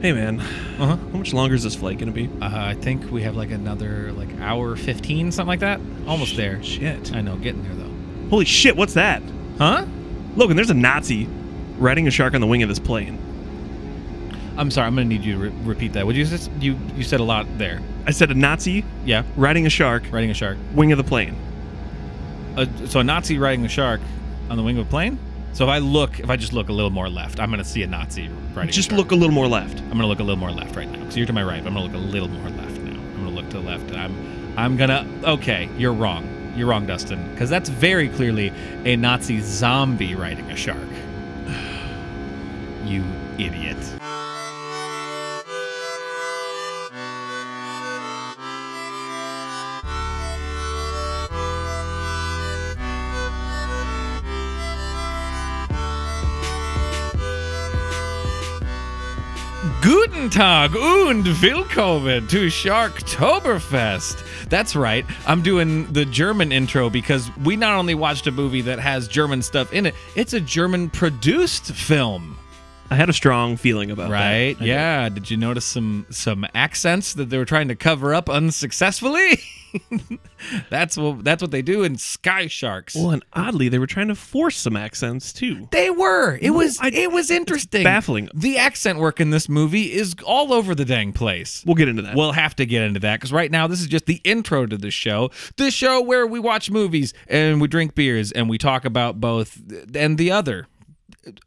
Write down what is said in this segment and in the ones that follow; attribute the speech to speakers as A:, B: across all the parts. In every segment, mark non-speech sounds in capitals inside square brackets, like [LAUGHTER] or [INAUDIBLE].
A: Hey, man.
B: Uh huh.
A: How much longer is this flight gonna be?
B: Uh, I think we have like another like hour fifteen, something like that. Almost there.
A: Shit.
B: I know, getting there though.
A: Holy shit! What's that?
B: Huh?
A: Logan, there's a Nazi riding a shark on the wing of this plane.
B: I'm sorry. I'm gonna need you to re- repeat that. Would you just you you said a lot there?
A: I said a Nazi
B: Yeah,
A: riding a shark,
B: riding a shark.
A: wing of the plane.
B: Uh, so a Nazi riding a shark on the wing of a plane. So if I look, if I just look a little more left, I'm gonna see a Nazi riding.
A: Just
B: a shark.
A: look a little more left.
B: I'm gonna look a little more left right now. So you're to my right. But I'm gonna look a little more left now. I'm gonna look to the left. I'm I'm gonna. Okay, you're wrong. You're wrong, Dustin. Because that's very clearly a Nazi zombie riding a shark. [SIGHS] You idiot. Guten Tag und willkommen to Sharktoberfest. That's right. I'm doing the German intro because we not only watched a movie that has German stuff in it, it's a German produced film.
A: I had a strong feeling about
B: Right?
A: that. I
B: yeah. Did you notice some some accents that they were trying to cover up unsuccessfully? [LAUGHS] that's what that's what they do in Sky Sharks.
A: did. Well, and oddly, they were trying to force some accents too.
B: They were. It was
A: I-
B: it was interesting.
A: baffling.
B: The accent work in this movie is all over the dang place.
A: We'll get into that.
B: We'll have to get into that because right now this is just the intro to the show, the show where we watch movies and we drink beers and we talk about both and the other.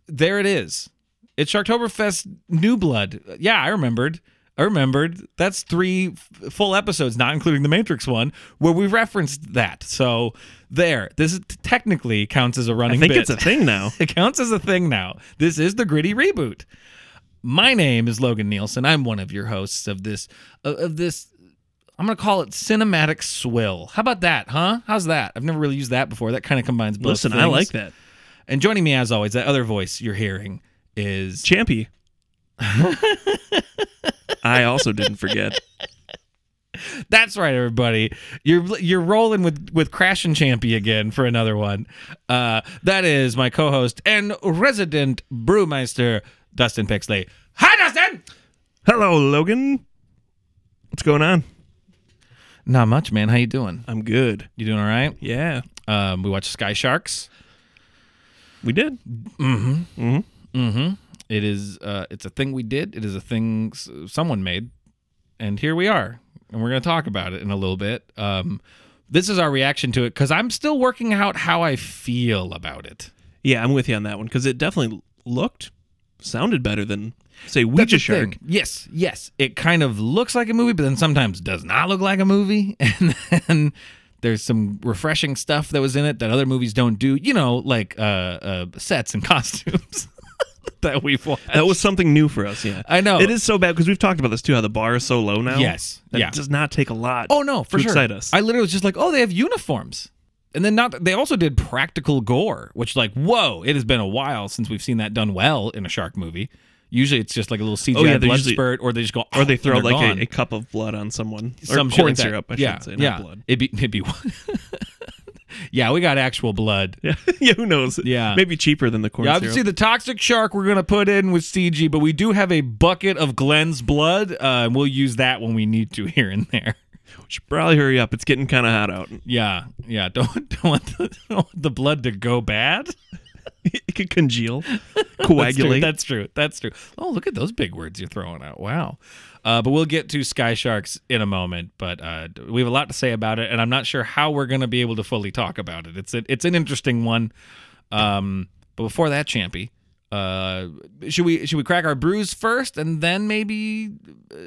B: There it is. It's Sharktoberfest New Blood. Yeah, I remembered. I remembered. That's three f- full episodes, not including the Matrix one, where we referenced that. So there, this is, technically counts as a running.
A: I think
B: bit.
A: it's a thing now.
B: [LAUGHS] It counts as a thing now. This is the gritty reboot. My name is Logan Nielsen. I'm one of your hosts of this of- of this. I'm gonna call it cinematic swill. How about that, huh? How's that? I've never really used that before. That kind of combines both.
A: Listen, I
B: things.
A: like that.
B: And joining me as always, that other voice you're hearing is
A: Champy. I also didn't forget.
B: That's right, everybody. You're you're rolling with with Crash and Champy again for another one. Uh, that is my co-host and resident brewmeister Dustin Pixley. Hi, Dustin.
A: Hello, Logan. What's going on?
B: Not much, man. How you doing?
A: I'm good.
B: You doing all right?
A: Yeah,
B: Um, we watched Sky Sharks.
A: we did.
B: It is uh, it's a thing we did. It is a thing s- someone made, and here we are, and we're gonna talk about it in a little bit. Um, this is our reaction to it because I'm still working out how I feel about it.
A: Yeah, I'm with you on that one because it definitely looked, sounded better than say Ouija
B: That's the
A: Shark.
B: thing. Yes, yes. It kind of looks like a movie, but then sometimes does not look like a movie. [LAUGHS] And then there's some refreshing stuff that was in it that other movies don't do. You know, like uh, uh, sets and [LAUGHS] costumes that we've watched.
A: That was something new for us. Yeah,
B: I know.
A: It is so bad because we've talked about this too. How the bar is so low now.
B: Yes.
A: That
B: Yeah.
A: It does not take a lot.
B: Oh no, for
A: to
B: sure.
A: excite us.
B: I literally was just like, oh, they have uniforms. And then not they also did practical gore, which like, whoa, it has been a while since we've seen that done well in a shark movie. Usually it's just like a little CGI
A: Oh, yeah, they're
B: blood
A: usually-
B: spurt, or they just go, "Oh,
A: or they throw
B: and they're
A: like
B: gone.
A: a, a cup of blood on someone or
B: some shit
A: corn
B: like that.
A: syrup. I
B: yeah,
A: should say, not
B: yeah.
A: blood. [LAUGHS]
B: It'd be it'd be [LAUGHS] yeah, we got actual blood.
A: Yeah. yeah, who knows?
B: Yeah.
A: maybe cheaper than the corn
B: Yeah,
A: syrup.
B: obviously the toxic shark we're gonna put in with CG, but we do have a bucket of Glenn's blood, uh, and we'll use that when we need to [LAUGHS] here and there.
A: We should probably hurry up. It's getting kind of hot out.
B: Yeah, yeah. [LAUGHS] Don't don't want the, [LAUGHS] don't want the blood to go bad.
A: [LAUGHS] it could
B: [LAUGHS]
A: congeal,
B: That's true,
A: coagulate.
B: That's true. That's true. Oh, look at those big words you're throwing out. Wow. Uh, but we'll get to Sky Sharks in a moment. But uh, we have a lot to say about it, and I'm not sure how we're going to be able to fully talk about it. It's a, it's an interesting one. Um, but before that, Champy, uh, should we should we crack our brews first, and then maybe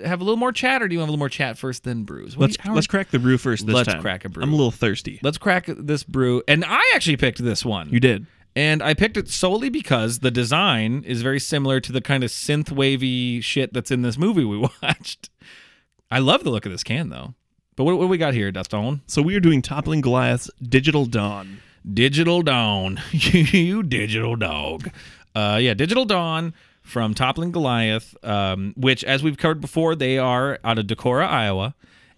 B: have a little more chat, or do you want a little more chat first, then brews? What do
A: let's
B: you- how are
A: let's
B: you-
A: crack the brew first. This
B: Let's
A: time.
B: crack a brew.
A: I'm a little thirsty.
B: let's crack this brew. And I actually picked this one.
A: You did.
B: And I picked it solely because the design is very similar to the kind of synth wavy shit that's in this movie we [LAUGHS] watched. I love the look of this can though. But what, what do we got here, Dustin?
A: So we are doing Toppling Goliath's Digital Dawn.
B: Digital Dawn. [LAUGHS] you digital dog. Uh, yeah, Digital Dawn from Toppling Goliath, um, which, as we've covered before, they are out of Decorah, Iowa.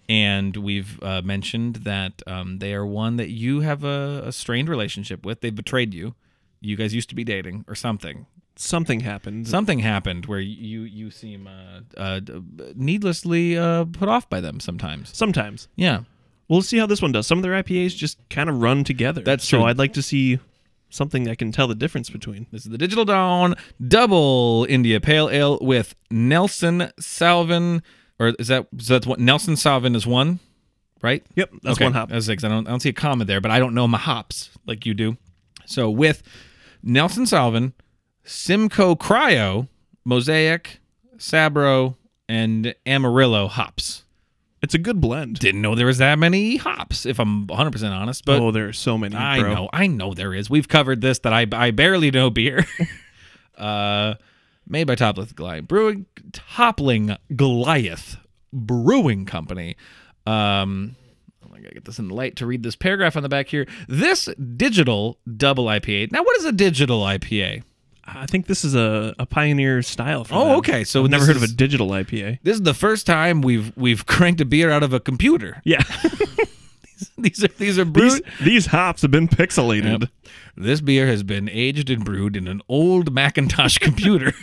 B: And we've uh, mentioned that um, they are one that you have a, a strained relationship with. They betrayed you. You guys used to be dating or something.
A: something happened.
B: Something happened where you you seem uh, uh, needlessly uh, put off by them sometimes.
A: Sometimes.
B: Yeah,
A: We'll see how this one does. Some of their IPAs just kind of run together.
B: That's
A: so
B: true.
A: I'd like to see something I can tell the difference between.
B: This is the Digital Dawn Double India Pale Ale with Nelson Salvin, or is that so? That's what Nelson Salvin is one, right?
A: Yep, that's
B: Okay,
A: one hop.
B: I was like, I don't, I don't see a comma there, but I don't know my hops like you do. So with Nelson Salvin, Simcoe Cryo, Mosaic, Sabro, and Amarillo hops.
A: It's a good blend.
B: Didn't know there was that many hops, if I'm 100% honest, but
A: oh, there are so many.
B: I
A: bro.
B: know, I know there is. We've covered this that I I barely
A: [LAUGHS]
B: know beer. uh made by Toplith Goliath Brewing Toppling Goliath Brewing Company. Um I gotta get this in the light to read this paragraph on the back here. This digital double IPA. Now, what is a digital IPA?
A: I think this is a, a pioneer style. For
B: Oh,
A: them.
B: okay, so
A: I've never
B: this
A: heard of a
B: is-
A: digital IPA.
B: This is the first time we've we've cranked a beer out of a computer. [LAUGHS]
A: Yeah,
B: these are these are brewed.
A: [LAUGHS] these, these hops have been pixelated.
B: Yep. This beer has been aged and brewed in an old Macintosh [LAUGHS] computer.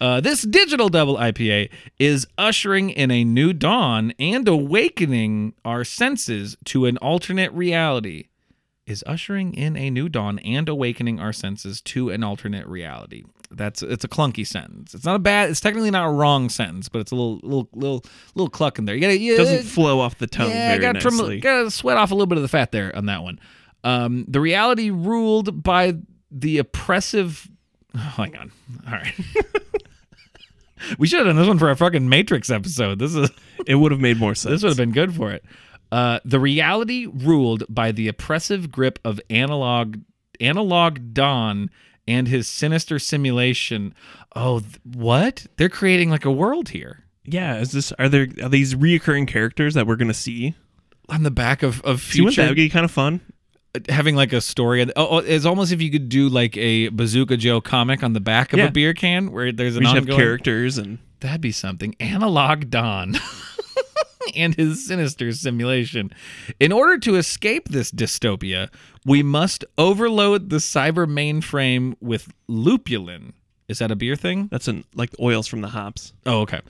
B: Uh, this digital double IPA is ushering in a new dawn and awakening our senses to an alternate reality. Is ushering in a new dawn and awakening our senses to an alternate reality. That's it's a clunky sentence. It's not a bad. It's technically not a wrong sentence, but it's a little little little little cluck in there. You gotta you,
A: Doesn't flow off the tongue
B: yeah,
A: very
B: gotta trim-
A: nicely.
B: gotta sweat off a little bit of the fat there on that one. Um, the reality ruled by the oppressive. [SIGHS] Oh, hang on. All right. [LAUGHS] we should have done this one for our fucking Matrix episode. This is
A: it would have made more sense.
B: this would have been good for it. Uh, the reality ruled by the oppressive grip of analog analog Don and his sinister simulation. Oh, th- what? They're creating like a world here.
A: yeah, is this are there are these reoccurring characters that we're gonna see?
B: On the back of, of
A: See, wouldn't
B: future
A: that be kind of fun?
B: having like a story. Oh, oh, it's almost if you could do like a Bazooka Joe comic on the back of
A: Yeah.
B: a beer can where there's an
A: We should have
B: ongoing.
A: characters and
B: That'd be something. Analog Don. [LAUGHS] And his sinister simulation. In order to escape this dystopia, we must overload the cyber mainframe with lupulin. Is that a beer thing?
A: that's an like the oils from the hops.
B: Oh, okay.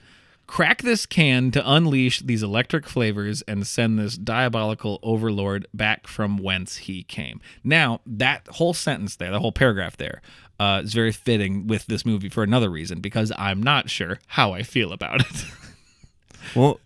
B: Crack this can to unleash these electric flavors and send this diabolical overlord back from whence he came. Now, that whole sentence there, the whole paragraph there, uh, is very fitting with this movie for another reason because I'm not sure how I feel about it. [LAUGHS]
A: Well,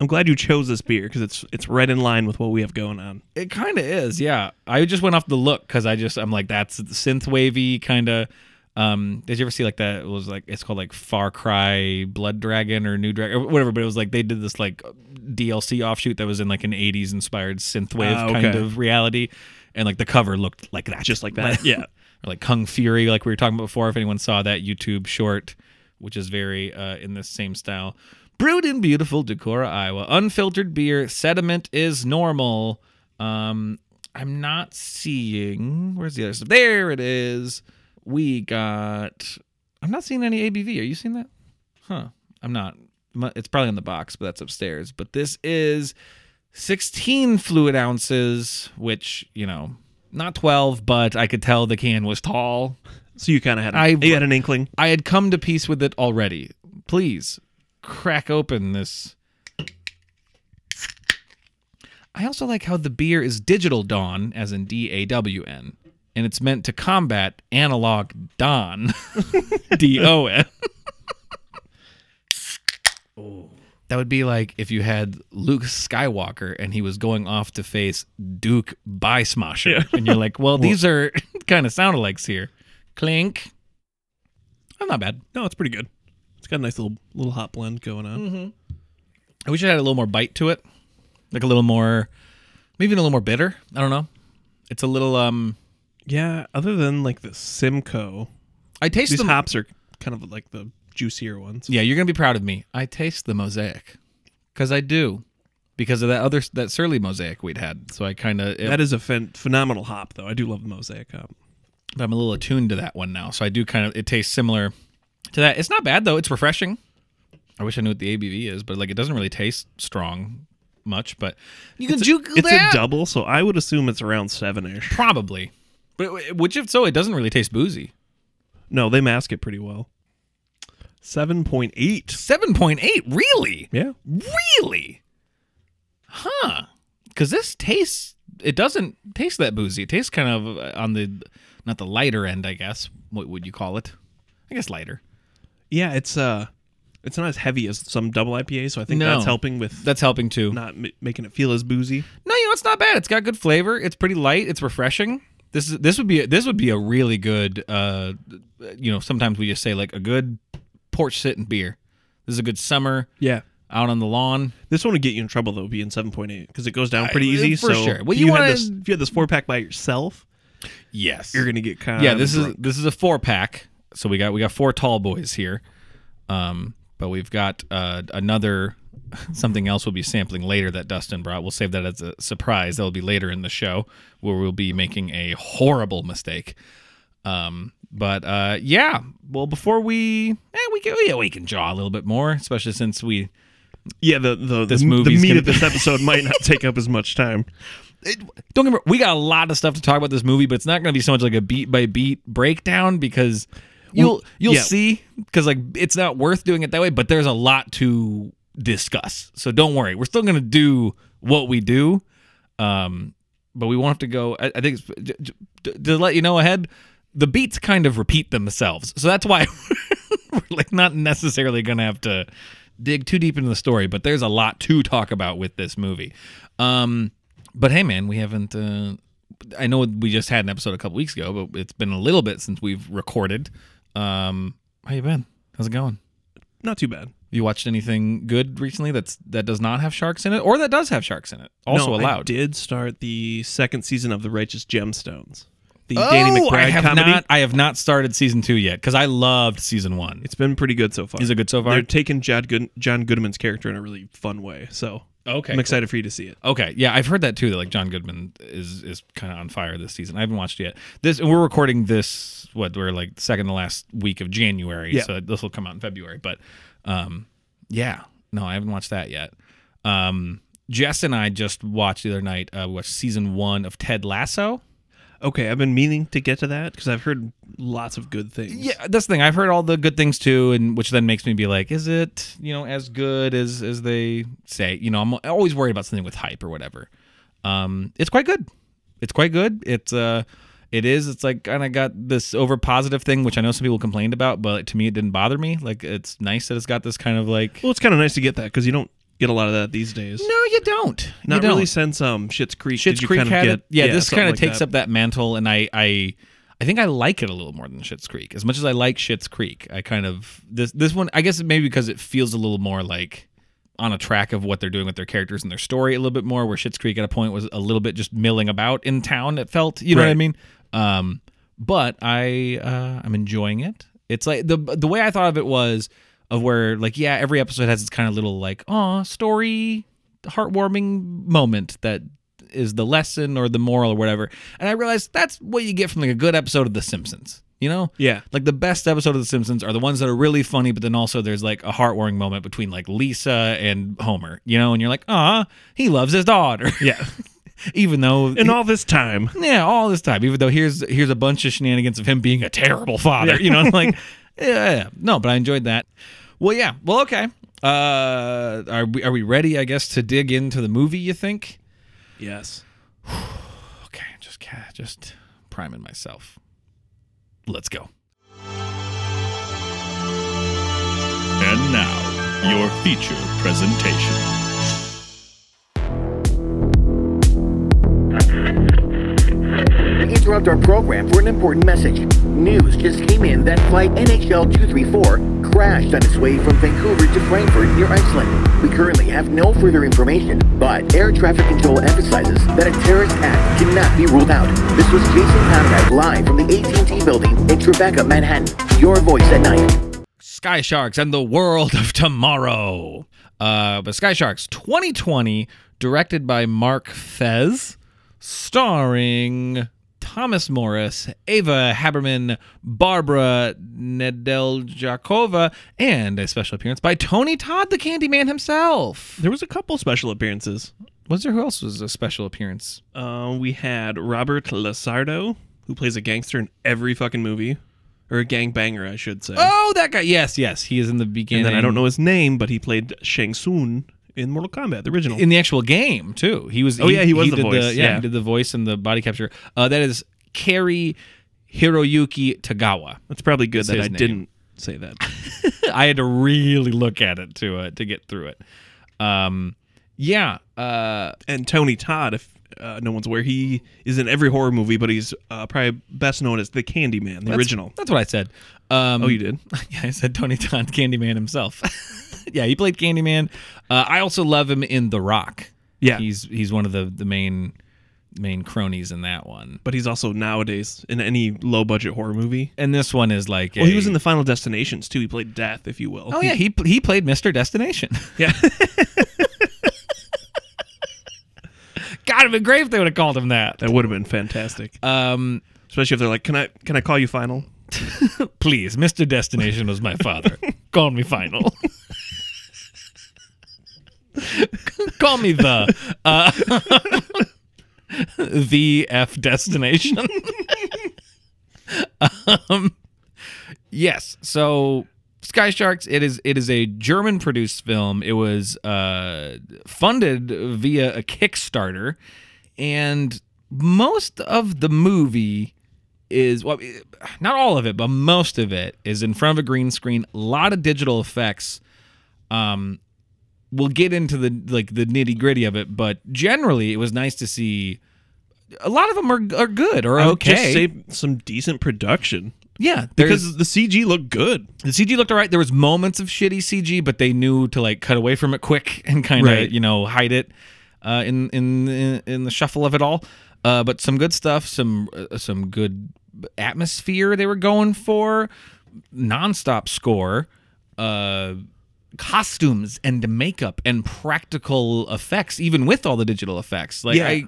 A: I'm glad you chose this beer because it's it's right in line with what we have going on.
B: it kind of is, yeah. I just went off the look because I just I'm like that's synth wavy kind of. Um, did you ever see like that? It was like it's called like Far Cry Blood Dragon or New Dragon or whatever. But it was like they did this like DLC offshoot that was in like an '80s inspired synthwave
A: Ah, okay.
B: kind of reality, and like the cover looked like that,
A: Just like that. yeah.
B: or like Kung Fury, like we were talking about before. If anyone saw that YouTube short, which is very uh, in this same style, brewed in beautiful Decorah, Iowa, unfiltered beer, sediment is normal. Um, I'm not seeing where's the other stuff. There it is. We got. I'm not seeing any ABV. Are you seeing that? Huh. I'm not. Mu- It's probably in the box, but that's upstairs. But this is 16 fluid ounces, which, you know, not 12, but I could tell the can was tall.
A: So you kind of had a,
B: I-
A: you had an [LAUGHS] inkling.
B: I had come to peace with it already. Please crack open this. I also like how the beer is digital dawn, as in D A W N, and it's meant to combat analog don, [LAUGHS] D O N. That would be like if you had Luke Skywalker and he was going off to face Duke Bysmasher, and you're like, well, these are [LAUGHS] kind of sound alikes here. Clink. I'm not bad.
A: [LAUGHS] No, it's pretty good. It's got a nice little little hop blend going on.
B: I wish it had a little more bite to it, like a little more, maybe even a little more bitter. I don't know. It's a little. um
A: Yeah. Other than like the Simcoe,
B: I taste
A: these
B: the.
A: hops are kind of like the juicier ones.
B: yeah, you're gonna be proud of me. I taste the mosaic, because I do, because of that other that surly mosaic we'd had. So I kind of.
A: That is a phen- phenomenal hop, though. I do love the mosaic hop.
B: I'm a little attuned to that one now, so I do kind of. It tastes similar to that. It's not bad though. It's refreshing. I wish I knew what the ABV is, but like it doesn't really taste strong much. But you can juke
A: It's
B: that.
A: a double, so I would assume it's around seven ish.
B: Probably. But which if so, it doesn't really taste boozy.
A: No, they mask it pretty well. 7.8.
B: 7.8, really?
A: Yeah.
B: Really? Huh. Because this tastes, it doesn't taste that boozy. It tastes kind of uh, on the, not the lighter end, I guess. What would you call it? I guess lighter.
A: Yeah, it's uh it's not as heavy as some double IPAs, so I think
B: No.
A: that's helping with
B: That's helping too. No.
A: not m- making it feel as boozy.
B: you know it's not bad. It's got good flavor. It's pretty light. It's refreshing. This is this would be this would be a really good. Uh, you know, sometimes we just say like a good porch sitting beer. This is a good summer
A: Yeah.
B: out on the lawn.
A: This one would get you in trouble though, being 7.8 because it goes down
B: I-
A: pretty easy.
B: for
A: so
B: sure. Well,
A: if
B: you
A: you, had
B: wanna-
A: this, if you had this four pack by yourself,
B: Yes,
A: you're gonna get kind.
B: yeah this
A: of
B: is this is a four pack so we got we got four tall boys here um but we've got uh another [LAUGHS] something else we'll be sampling later that dustin brought we'll save that as a surprise that'll be later in the show where we'll be making a horrible mistake um but uh yeah well before we eh, we can yeah, we can draw a little bit more especially since we
A: yeah the the
B: This
A: the, m- the
B: movie's
A: meat
B: gonna
A: of [LAUGHS] this episode might not take up as much time.
B: don't get me wrong, we got a lot of stuff to talk about this movie, but it's not going to be so much like a beat by beat breakdown because you'll you'll
A: yeah.
B: see because like it's not worth doing it that way. But there's a lot to discuss, so don't worry. We're still going to do what we do, um, but we won't have to go. I, I think it's, j- j- to- to let you know ahead, the beats kind of repeat themselves, so that's why [LAUGHS] we're like not necessarily going to have to dig too deep into the story. But there's a lot to talk about with this movie. Um, but hey, man, we haven't. Uh, I know we just had an episode a couple weeks ago, but it's been a little bit since we've recorded. Um, how you been? How's it going?
A: Not too bad.
B: You watched anything good recently that's that does not have sharks in it, or that does have sharks in it? Also
A: No, I
B: allowed.
A: did start the second season of The Righteous Gemstones, the
B: Oh,
A: Danny McBride
B: I have
A: comedy.
B: not. I have not started season two yet because I loved season one.
A: It's been pretty good so far.
B: Is it good so far?
A: They're taking John, Good- John Goodman's character in a really fun way. So
B: Okay,
A: I'm excited for you to see it.
B: Okay, yeah, I've heard that too. That like John Goodman is is kind of on fire this season. I haven't watched it yet. This and we're recording this what we're like second to last week of January,
A: Yeah.
B: so this will come out in February. But um, yeah, no, I haven't watched that yet. Um, Jess and I just watched the other night. Uh, we watched season one of Ted Lasso.
A: Okay, I've been meaning to get to that because I've heard lots of good things.
B: Yeah, that's the thing. I've heard all the good things too, and which then makes me be like, is it you know as good as as they say? You know, I'm always worried about something with hype or whatever. Um, it's quite good. It's quite good. It's uh, it is. It's like kind of got this over positive thing, which I know some people complained about, but to me it didn't bother me. Like it's nice that it's got this kind of like.
A: Well, it's kind of nice to get that because you don't get a lot of that these days.
B: No, you don't.
A: Not
B: you don't.
A: really since um Shit's Creek.
B: Shit's
A: did you
B: Creek
A: kind of
B: had
A: get
B: it. Yeah, this
A: something
B: kind of
A: like
B: takes
A: that.
B: up that mantle, and I, I, I think I like it a little more than Shit's Creek. As much as I like Shit's Creek, I kind of this this one. I guess maybe because it feels a little more like on a track of what they're doing with their characters and their story a little bit more. Where Shit's Creek at a point was a little bit just milling about in town. It felt, you know what I
A: Right.
B: mean. Um, but I uh, I'm enjoying it. It's like the the way I thought of it was of where like yeah every episode has its kind of little like oh story heartwarming moment that is the lesson or the moral or whatever. And I realized that's what you get from like a good episode of The Simpsons. You know,
A: Yeah.
B: like the best episode of The Simpsons are the ones that are really funny, but then also there's like a heartwarming moment between like Lisa and Homer. You know, and you're like, ah, he loves his daughter, [LAUGHS]
A: Yeah.
B: even though
A: In all this time.
B: [LAUGHS] yeah, all this time. Even though here's here's a bunch of shenanigans of him being a terrible father. You know, I'm like, yeah, yeah. no, but I enjoyed that. Well, yeah. Well, okay. Uh, are we are we ready? I guess to dig into the movie. You think?
A: Yes.
B: Okay, just ca- just priming myself. Let's go.
C: And now, your feature presentation.
D: We interrupt our program for an important message. News just came in that flight NHL 234 crashed on its way from Vancouver to Frankfurt near Iceland. We currently have no further information, but air traffic control emphasizes that a terrorist act cannot be ruled out. This was Jason Conrad live from the AT&T building in Tribeca, Manhattan. Your voice at night.
B: Sky Sharks and the World of Tomorrow. Uh, but Sky Sharks 2020, directed by Mark Fez, starring Thomas Morris, Ava Haberman, Barbara Nedeljakova, and a special appearance by Tony Todd, the Candyman himself.
A: There was a couple special appearances.
B: Was there who else was a special appearance?
A: Uh, we had Robert Lasardo, who plays a gangster in every fucking movie. or a gangbanger, I should say.
B: Oh, that guy. Yes, yes. He is in the beginning.
A: and then I don't know his name, but he played Shang Tsung in Mortal Kombat, the original.
B: in the actual game too. He was.
A: Oh, yeah, he was the
B: did
A: voice,
B: yeah,
A: yeah.
B: he did the voice and the body capture. Uh, that is Kerry Hiroyuki Tagawa. [LAUGHS]
A: That's probably good that
B: his
A: I
B: name.
A: didn't say that.
B: I had to really look at it to uh, to get through it. Um, yeah. Uh,
A: and Tony Todd, if uh, no one's aware, he is in every horror movie, but he's uh, probably best known as the Candyman, the
B: that's-
A: original.
B: That's what I said. Um,
A: Oh, you did?
B: [LAUGHS] Yeah, I said Tony Todd, [LAUGHS] Candyman himself. yeah, he played Candyman. Uh, I also love him in The Rock.
A: Yeah.
B: he's he's one of the the main main cronies in that one.
A: But he's also nowadays in any low budget horror movie.
B: And this one is like
A: Well, he
B: a-
A: was in the Final Destinations too. He played Death, if you will.
B: Oh yeah, he pl- he played Mr. Destination. [LAUGHS]
A: yeah.
B: God, it'd been great if they would have called him that.
A: that would have been fantastic,
B: Um,
A: especially if they're like, "Can I can I call you Final?"
B: please, Mr. Destination was my [LAUGHS] father. Call me final. [LAUGHS] Call me the uh, [LAUGHS] the F destination. um, yes, so Sky Sharks. It is it is a German produced film. It was uh, funded via a Kickstarter, and most of the movie is well, not all of it, but most of it is in front of a green screen. A lot of digital effects. Um, we'll get into the like the nitty gritty of it, but generally, it was nice to see. A lot of them are, are good or
A: I would
B: okay.
A: Just say some decent production
B: yeah, there's-
A: because the CG looked good.
B: the CG looked all right. There was moments of shitty CG, but they knew to like cut away from it quick [LAUGHS] and kind of
A: Right.
B: you know hide it uh, in in in the shuffle of it all. Uh, but some good stuff, some uh, some good atmosphere they were going for, nonstop score, uh, costumes and makeup and practical effects, even with all the digital effects. Like I,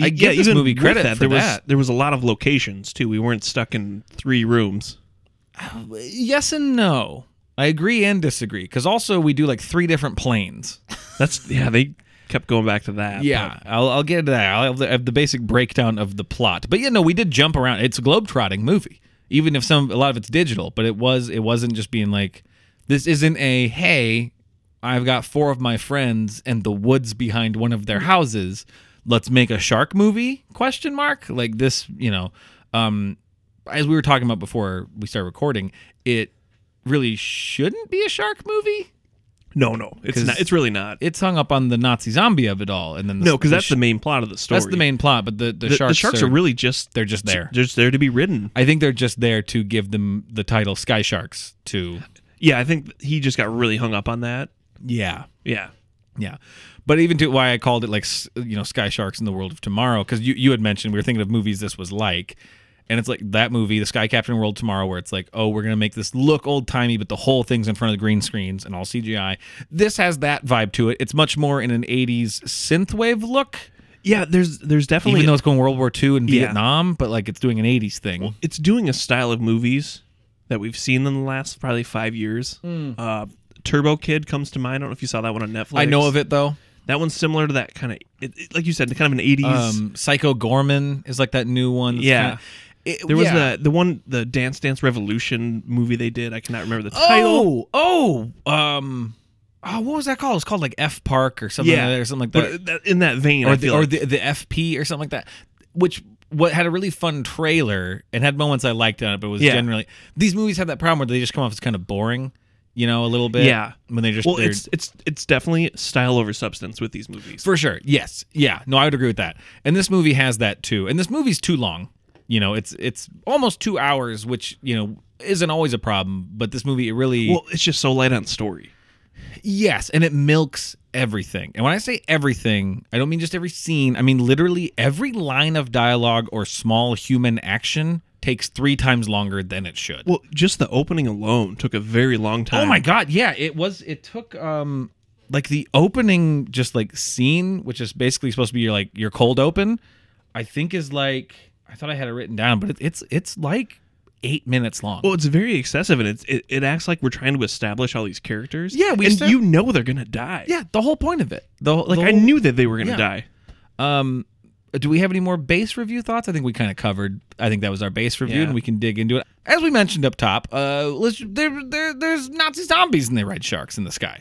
B: I
A: E-
B: give this
A: even
B: movie
A: with
B: credit for
A: there was
B: that.
A: there was a lot of locations too. We weren't stuck in three rooms.
B: Yes and no. I agree and disagree because also we do like three different planes.
A: That's yeah. They kept going back to that.
B: Yeah, I'll, I'll get into that. I'll have the, have the basic breakdown of the plot. But yeah, no, we did jump around. It's a globetrotting movie, even if some a lot of it's digital. But it was it wasn't just being like, this isn't a hey, I've got four of my friends and the woods behind one of their houses. Let's make a shark movie? Question mark like this, you know. Um, as we were talking about before we started recording, it really shouldn't be a shark movie.
A: but- no, no, it's
B: 'Cause-
A: not. It's really not.
B: It's hung up on the Nazi zombie of it all, and then the,
A: no, because
B: the
A: that's the main plot of the story.
B: that's the main plot, but the, the,
A: The, the
B: sharks,
A: sharks, are, really just
B: they're just there.
A: They're just there to be ridden.
B: I think they're just there to give them the title Sky Sharks to
A: Yeah, I think th- he just got really hung up on that.
B: yeah
A: Yeah,
B: yeah, but even to why I called it like s- you know Sky Sharks in the World of Tomorrow because you you had mentioned we were thinking of movies this was like. And it's like that movie, The Sky Captain World Tomorrow, where it's like, oh, we're gonna make this look old timey, but the whole thing's in front of the green screens and all CGI. This has that vibe to it. It's much more in an '80s synthwave look,
A: yeah. There's there's definitely
B: even though it's going World War II and
A: Yeah.
B: Vietnam, but like it's doing an '80s thing.
A: it's doing a style of movies that we've seen in the last probably five years. Uh, Turbo Kid comes to mind. I don't know if you saw that one on Netflix.
B: I know of it though.
A: That one's similar to that kind of, it, it- like you said, kind of an '80s.
B: Um, Psycho Gorman is like that new one. that's
A: Yeah.
B: kinda- It-
A: there was
B: yeah.
A: the the one the Dance Dance Revolution movie they did. I cannot remember the title.
B: oh oh um oh what was that called? It's called like F Park or something like that, or something like
A: But
B: that,
A: that- in that vein,
B: uh, or
A: I
B: the
A: feel
B: or
A: like-
B: the, the FP or something like that. Which what had a really fun trailer and had moments I liked on it, but was
A: Yeah.
B: generally these movies have that problem where they just come off as kind of boring, you know, a little bit.
A: Yeah.
B: when they just
A: well,
B: they're-
A: it's it's it's definitely style over substance with these movies.
B: For sure. Yes. Yeah. No, I would agree with that. And this movie has that too. And this movie's too long. You know, it's it's almost two hours, which you know isn't always a problem. But this movie, it really
A: well, it's just so light on story.
B: yes, and it milks everything. And when I say everything, I don't mean just every scene. I mean literally every line of dialogue or small human action takes three times longer than it should.
A: Well, just the opening alone took a very long time.
B: Oh my god, yeah, it was it took um like the opening just like scene, which is basically supposed to be your like your cold open, I think is like I thought I had it written down, but it, it's it's like eight minutes long.
A: Well, it's very excessive, and it's, it it acts like we're trying to establish all these characters.
B: Yeah, we
A: and
B: esta-
A: you know they're gonna die.
B: yeah, the whole point of it. The whole-
A: like I
B: whole-
A: knew that they were gonna
B: yeah.
A: die.
B: um do we have any more base review thoughts? I think we kind of covered. I think that was our base review,
A: Yeah.
B: and we can dig into it. As we mentioned up top, uh, let's, there, there, there's Nazi zombies and they ride sharks in the sky.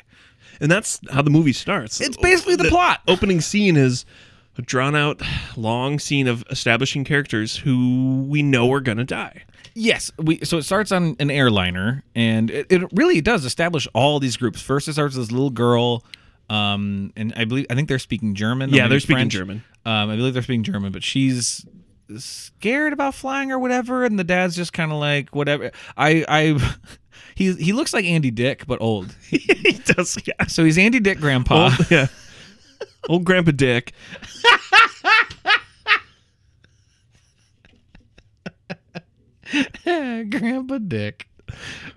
A: And that's how the movie starts.
B: It's basically the plot. [LAUGHS]
A: Opening scene is a drawn out, long scene of establishing characters who we know are going to die.
B: Yes, we. So it starts on an airliner, and it, it really does establish all these groups. First, it starts with this little girl, um, and I believe I think they're speaking German. or
A: Yeah,
B: maybe
A: they're speaking
B: French. [LAUGHS]
A: German.
B: Um, I believe they're speaking German, but she's scared about flying or whatever, and the dad's just kind of like whatever. I I. [LAUGHS] He, he looks like Andy Dick, but old.
A: he does, yeah.
B: So he's Andy Dick grandpa.
A: Old, [LAUGHS] yeah. Old Grandpa Dick.
B: [LAUGHS] grandpa Dick.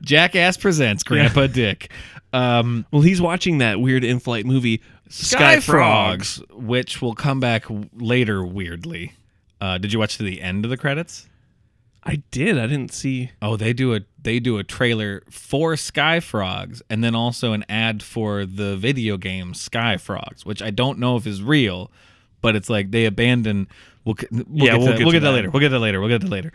B: Jackass presents Grandpa Dick. Um,
A: Well, he's watching that weird in flight movie, Sky,
B: Sky
A: Frogs.
B: Frogs, which will come back w- later weirdly. Uh, did you watch to the end of the credits?
A: I did. I didn't see.
B: Oh, they do a they do a trailer for Sky Frogs and then also an ad for the video game Sky Frogs, which I don't know if is real, but it's like they abandon. We'll, c- we'll
A: Yeah,
B: get
A: we'll get to
B: to, we'll get that
A: that.
B: later. We'll get that later. We'll get that later.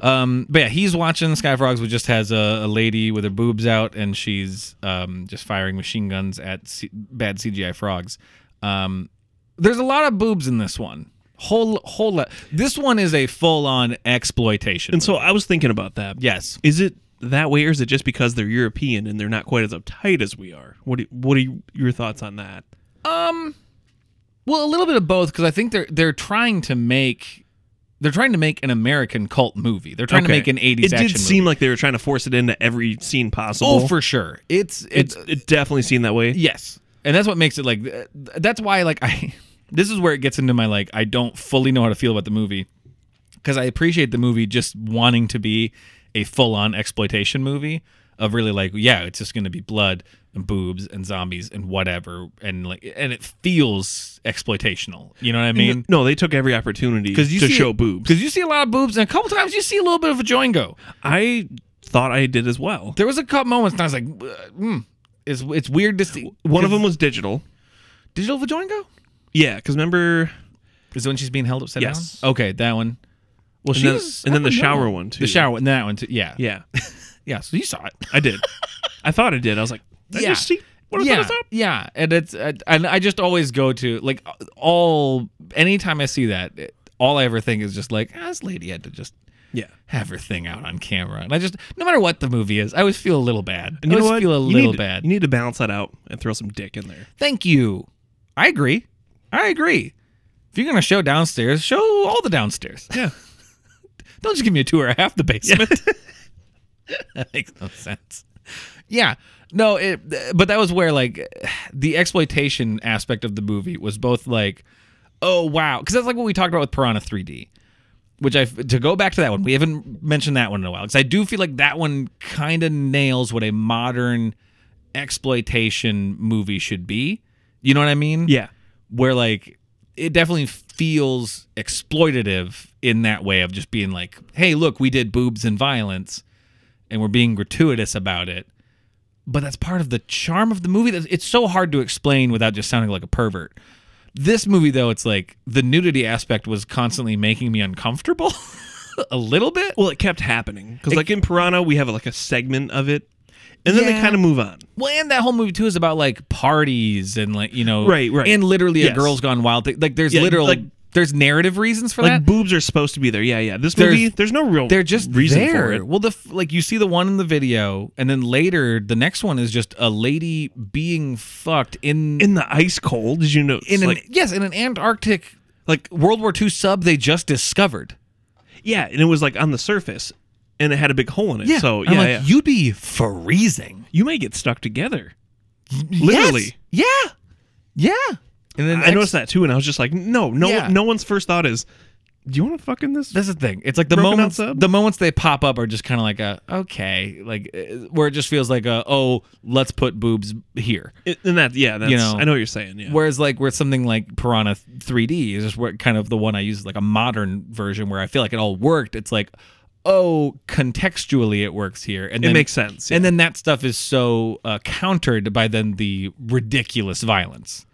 B: Um, but yeah, he's watching Sky Frogs, which just has a, a lady with her boobs out and she's um, just firing machine guns at C- bad CGI frogs. Um, there's a lot of boobs in this one. Whole whole lot. This one is a full on exploitation.
A: And so I was thinking about that.
B: yes.
A: Is it that way, or is it just because they're European and they're not quite as uptight as we are? What do, What are you, your thoughts on that?
B: Um, Well, a little bit of both because I think they're they're trying to make they're trying to make an American cult movie. They're trying to make an '80s
A: It
B: action
A: did seem
B: movie.
A: like they were trying to force it into every scene possible.
B: oh, for sure. It's
A: it's
B: it's
A: it definitely seemed that way.
B: yes, and that's what makes it like th- that's why like I [LAUGHS] this is where it gets into my like I don't fully know how to feel about the movie because I appreciate the movie just wanting to be a full on exploitation movie of really like yeah it's just going to be blood and boobs and zombies and whatever and like and it feels exploitational. You know what I mean?
A: No, they took every opportunity
B: because you
A: to
B: see,
A: show boobs.
B: Because you see a lot of boobs, and a couple times you see a little bit of a joingo.
A: I thought I did as well.
B: There was a couple moments, and I was like, uh, mm, it's it's weird to see.
A: One of
B: 'Cause
A: them was digital.
B: digital vajoingo.
A: Yeah, because remember,
B: Is when she's being held upside
A: Yes.
B: down? Okay, that one. Well,
A: and
B: she
A: then,
B: was-
A: and
B: I
A: then the
B: don't know.
A: shower one too.
B: The shower one, that one too. Yeah,
A: Yeah,
B: yeah. So you saw it.
A: I
B: [LAUGHS]
A: did. I thought I did. I was like, did
B: Yeah.
A: you see what I
B: yeah,
A: thought I saw?
B: yeah, and it's uh, and I just always go to like all anytime I see that, it, all I ever think is just like ah, this lady had to just
A: Yeah.
B: have her thing out on camera, and I just no matter what the movie is, I always feel a little bad.
A: And
B: I
A: you know
B: always
A: what?
B: feel a
A: You
B: little
A: need-
B: bad.
A: You need to balance that out and throw some dick in there.
B: Thank you. I agree. I agree. If you're gonna show downstairs, show all the downstairs.
A: Yeah.
B: [LAUGHS] Don't just give me a tour of half the basement. [LAUGHS] that makes no sense. Yeah. No, it but that was where like the exploitation aspect of the movie was both like, oh wow. Because that's like what we talked about with Piranha 3D. Which I to go back to that one, we haven't mentioned that one in a while. Because I do feel like that one kind of nails what a modern exploitation movie should be. You know what I mean?
A: Yeah.
B: where like it definitely feels exploitative in that way of just being like, hey, look, we did boobs and violence and we're being gratuitous about it. But that's part of the charm of the movie. That's- It's so hard to explain without just sounding like a pervert. This movie, though, it's like the nudity aspect was constantly making me uncomfortable [LAUGHS] a little bit.
A: Well, it kept happening because, like in Piranha, we have like a segment of it, and then
B: Yeah.
A: they kind of move on.
B: Well, and that whole movie too is about like parties and like you know,
A: Right, right.
B: and literally a
A: Yes.
B: girl's gone wild thing. Like there's
A: Yeah,
B: literal,
A: like-
B: there's narrative reasons for
A: Like
B: that.
A: boobs are supposed to be there. Yeah, yeah. This
B: There's-
A: movie, there's no real.
B: They're just
A: Oh, reason
B: there.
A: for it.
B: Well, the f- like you see the one in the video, and then later the next one is just a lady being fucked in
A: In the ice cold, did you know?
B: in an
A: like,
B: yes in an Antarctic like World War II sub they just discovered.
A: yeah, and it was like on the surface, and it had a big hole in it. so yeah,
B: I'm like,
A: yeah. You,
B: you'd be freezing.
A: may get stuck together. Literally.
B: Yes. Yeah, yeah. And then
A: I noticed that too, and I was just like, no, no,
B: Yeah.
A: no one's first thought is, do you want to fuck in this?
B: That's the thing. It's like the
A: Broken
B: moments
A: out sub?
B: the moments they pop up are just kind of like a okay, like uh, where it just feels like a oh, let's put boobs here.
A: and that, yeah, that's.
B: You know,
A: I know what you're saying. Yeah.
B: Whereas like where something like Piranha 3D is just where kind of the one I use like a modern version where I feel like it all worked. It's like oh, contextually it works here, and
A: It
B: then-
A: makes sense,
B: And
A: yeah.
B: then that stuff is so uh, countered by then the ridiculous violence.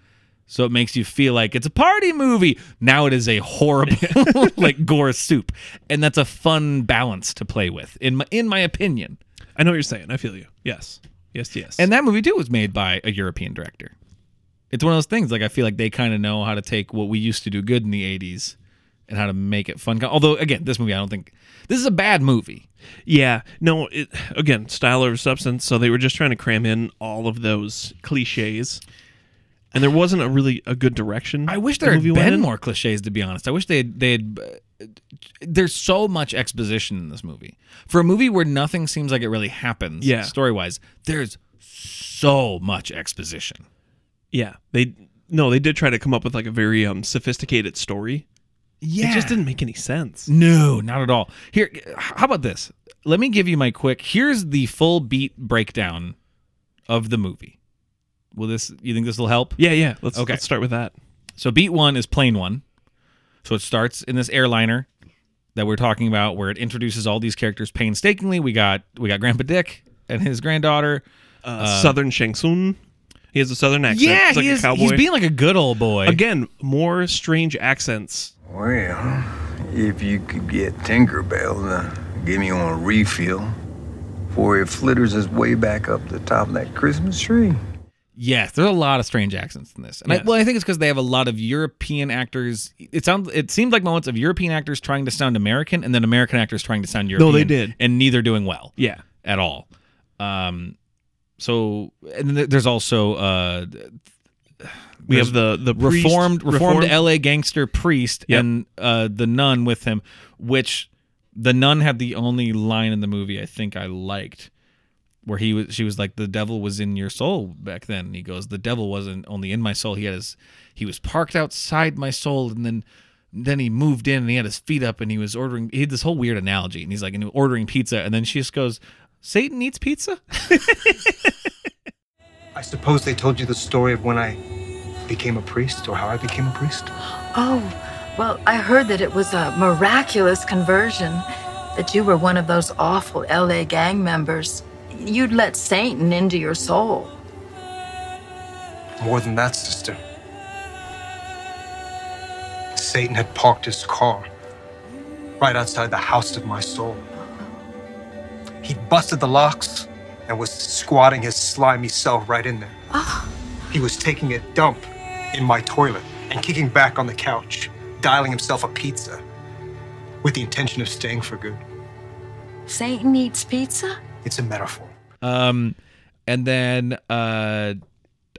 B: So it makes you feel like it's a party movie. Now it is a horrible
A: [LAUGHS]
B: [LAUGHS] like gore soup. And that's a fun balance to play with in my, in my opinion.
A: I know what you're saying. I feel you. Yes. Yes, yes.
B: And that movie too was made by a European director. It's one of those things like I feel like they kind of know how to take what we used to do good in the 80s and how to make it fun. Although again, this movie I don't think this is a bad movie.
A: yeah. No, it, again, style over substance. So they were just trying to cram in all of those cliches. And there wasn't a really a good direction.
B: I wish
A: the
B: there had
A: movie went
B: been
A: in.
B: more cliches. To be honest, I wish they had. They had. uh, There's so much exposition in this movie. For a movie where nothing seems like it really happens,
A: Yeah.
B: story wise, there's so much exposition.
A: Yeah. They no, they did try to come up with like a very um sophisticated story.
B: Yeah,
A: It just didn't make any sense.
B: No, not at all. Here, how about this? Let me give you my quick. Here's the full beat breakdown of the movie. Will this? You think this will help?
A: Yeah, yeah. Let's
B: Okay.
A: let's start with that.
B: So beat one is plane one. So it starts in this airliner that we're talking about, where it introduces all these characters painstakingly. We got we got Grandpa Dick and his granddaughter.
A: Uh, southern Shang Tsung. He has a southern accent.
B: Um, yeah,
A: He's like
B: he
A: a
B: is,
A: cowboy.
B: he's being like a good old boy.
A: Again, more strange accents.
E: Well, if you could get Tinkerbell to give me on a refill, for it flitters his way back up the top of that Christmas tree.
B: Yes, there's a lot of strange accents in this, and I,
A: Yes.
B: well, I think it's because they have a lot of European actors. It sounds, it seemed like moments of European actors trying to sound American, and then American actors trying to sound European.
A: they did.
B: and neither doing well
A: Yeah.
B: at all. Um, so and then there's also uh,
A: We
B: There's
A: have the the priest,
B: reformed, reformed
A: reformed-
B: LA gangster priest
A: Yep.
B: and uh, the nun with him, which the nun had the only line in the movie I think I liked, where he was she was like the devil was in your soul back then. And he goes the devil wasn't only in my soul. He had his he was parked outside my soul and then. Then he moved in and he had his feet up and he was ordering. He had this whole weird analogy and he's like and ordering pizza and then she just goes, "Satan eats pizza."
F: I suppose they told you the story of when I became a priest or how I became a priest?
G: Oh, well, I heard that it was a miraculous conversion, that you were one of those awful LA gang members. You'd let Satan into your soul.
F: More than that, sister. Satan had parked his car right outside the house of my soul. He'd busted the locks and was squatting his slimy self right in there. He was taking a dump in my toilet and kicking back on the couch, dialing himself a pizza with the intention of staying for good.
G: Satan eats pizza?
F: It's a metaphor.
B: Um, and then uh,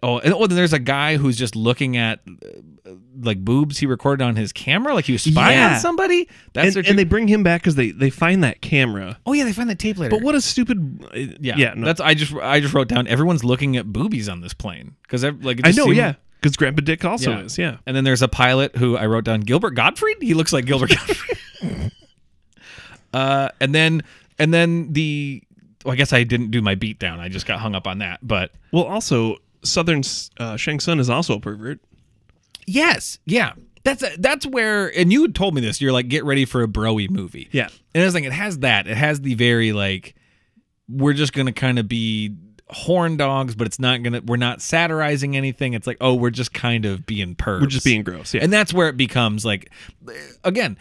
B: oh, and oh, then there's a guy who's just looking at uh, like boobs he recorded on his camera, like he was spying
A: Yeah.
B: on somebody. That's
A: and,
B: their two-
A: and they bring him back because they they find that camera.
B: oh yeah, they find that tape later.
A: But what a stupid.
B: Yeah,
A: yeah. No.
B: That's I just I just wrote down everyone's looking at boobies on this plane because like it
A: I
B: just
A: know.
B: seemed-
A: yeah. Because Grandpa Dick also is. Yeah.
B: And then there's a pilot who I wrote down Gilbert Gottfried. He looks like Gilbert Gottfried.
A: [LAUGHS]
B: uh, and then and then the well, I guess I didn't do my beat down. I just got hung up on that, but.
A: Well, also Southern uh, Shang Tsung is also a pervert.
B: Yes. Yeah. That's that's where and you told me this. You're like, get ready for a broy movie.
A: Yeah.
B: And I was like, it has that. It has the very like we're just gonna kind of be horn dogs, but it's not gonna we're not satirizing anything. It's like, oh, we're just kind of being pervs.
A: We're just being gross. Yeah.
B: And that's where it becomes like again,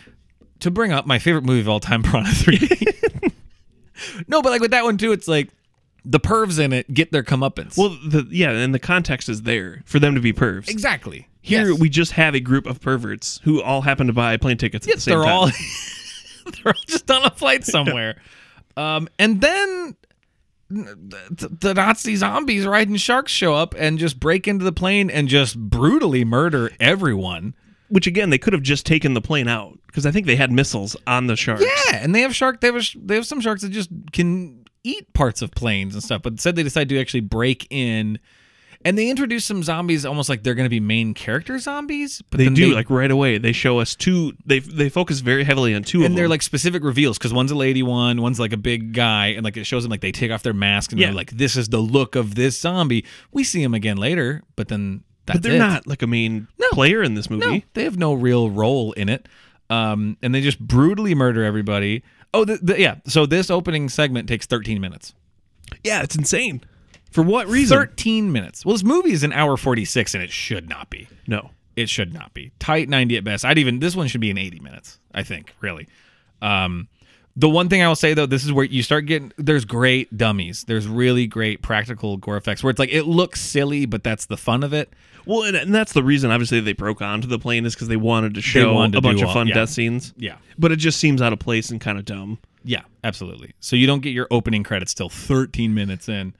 B: to bring up my favorite movie of all time, [LAUGHS]
A: [LAUGHS]
B: Piranha 3. no, but like with that one too, it's like the pervs in it get their comeuppance.
A: well, the yeah, and the context is there for them to be pervs.
B: exactly.
A: Here
B: Yes.
A: we just have a group of perverts who all happen to buy plane tickets at the
B: Yes,
A: same
B: they're
A: time.
B: all [LAUGHS] they're all just on a [LAUGHS] flight somewhere. um, and then the, the Nazi zombies riding sharks show up and just break into the plane and just brutally murder everyone.
A: Which again, they could have just taken the plane out because I think they had missiles on the sharks.
B: Yeah, and they have shark. They have a, sh- they have some sharks that just can eat parts of planes and stuff. But instead, they decide to actually break in. And they introduce some zombies, almost like they're going to be main character zombies. But
A: They
B: then
A: do like right away. They show us two. They they focus very heavily on two of them.
B: and they're like specific reveals because one's a lady one, one's like a big guy, and like it shows them like they take off their mask and
A: Yeah.
B: they're like, "This is the look of this zombie." We see him again later, but then that's
A: but they're
B: it.
A: not like a main player in this movie.
B: No, they have no real role in it, um, and they just brutally murder everybody. Oh, the, the, yeah. So this opening segment takes 13 minutes.
A: Yeah, it's insane. For what reason?
B: 13 minutes. Well, this movie is an hour 46, and it should not be.
A: No.
B: It should not be. Tight 90 at best. I'd even, this one should be in 80 minutes, I think, really. Um, the one thing I will say, though, this is where you start getting, there's great dummies. There's really great practical gore effects where it's like, it looks silly, but that's the fun of it.
A: Well, and, and that's the reason obviously they broke onto the plane is because they wanted to show
B: wanted to
A: a bunch
B: do
A: of
B: all-
A: fun
B: yeah.
A: death scenes.
B: Yeah.
A: But it just seems out of place and kind of dumb.
B: Yeah, absolutely. So you don't get your opening credits till 13 minutes in.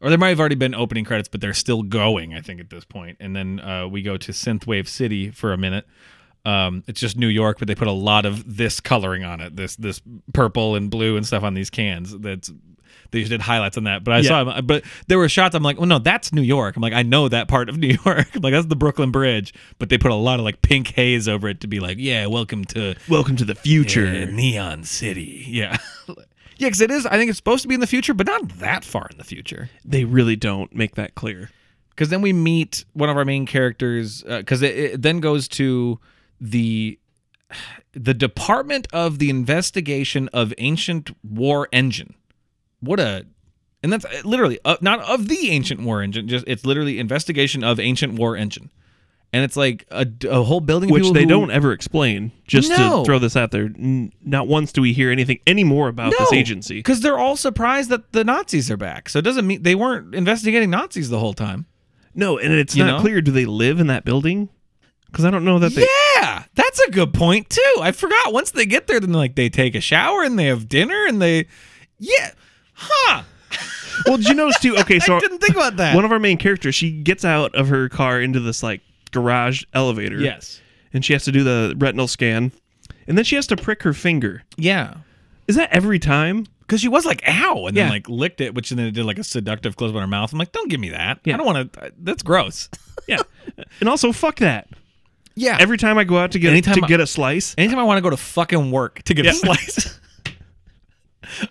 B: Or there might have already been opening credits, but they're still going, I think, at this point. And then uh, we go to Synthwave City for a minute. Um, it's just New York, but they put a lot of this coloring on it, this this purple and blue and stuff on these cans. That's they just did highlights on that. But I saw, um, but there were shots. I'm like, well, no, that's New York. I'm like, I know that part of [LAUGHS] New York. I'm like that's the Brooklyn Bridge, but they put a lot of like pink haze over it to be like, yeah, welcome to
A: Welcome to the future.
B: yeah,
A: [LAUGHS]
B: Neon City. Yeah. [LAUGHS] yeah, because it is. I think it's supposed to be in the future, but not that far in the future.
A: They really don't make that clear.
B: Because then we meet one of our main characters. Because it, it then goes to the [SIGHS] the Department of the Investigation of Ancient War Engine. What a and that's literally uh, not of the ancient war engine. Just it's literally investigation of ancient war engine, and it's like a, a whole building. of
A: Which
B: people
A: they
B: who-
A: don't ever explain. Just
B: No.
A: to throw this out there, n- not once do we hear anything anymore about this agency.
B: Because they're all surprised that the Nazis are back. So it doesn't mean they weren't investigating Nazis the whole time.
A: No, and it's
B: You
A: not
B: know?
A: clear. Do they live in that building? Because I don't know that they.
B: Yeah, that's a good point too. I forgot. Once they get there, then like they take a shower and they have dinner and they, yeah, huh?
A: Well, did you notice too? Okay, so
B: [LAUGHS] I didn't think about that.
A: one of our main characters, she gets out of her car into this like garage elevator.
B: yes,
A: and she has to do the retinal scan, and then she has to prick her finger.
B: yeah,
A: Is that every time?
B: because she was like ow, and then
A: Yeah.
B: like licked it, which then it did like a seductive close on her mouth. I'm like, don't give me that.
A: Yeah.
B: I don't want to. That's gross.
A: Yeah, and also fuck that.
B: Yeah.
A: Every time I go out to get
B: Anytime
A: to
B: I-
A: get a slice,
B: Anytime I want to go to fucking work to get
A: Yeah.
B: [LAUGHS] a slice.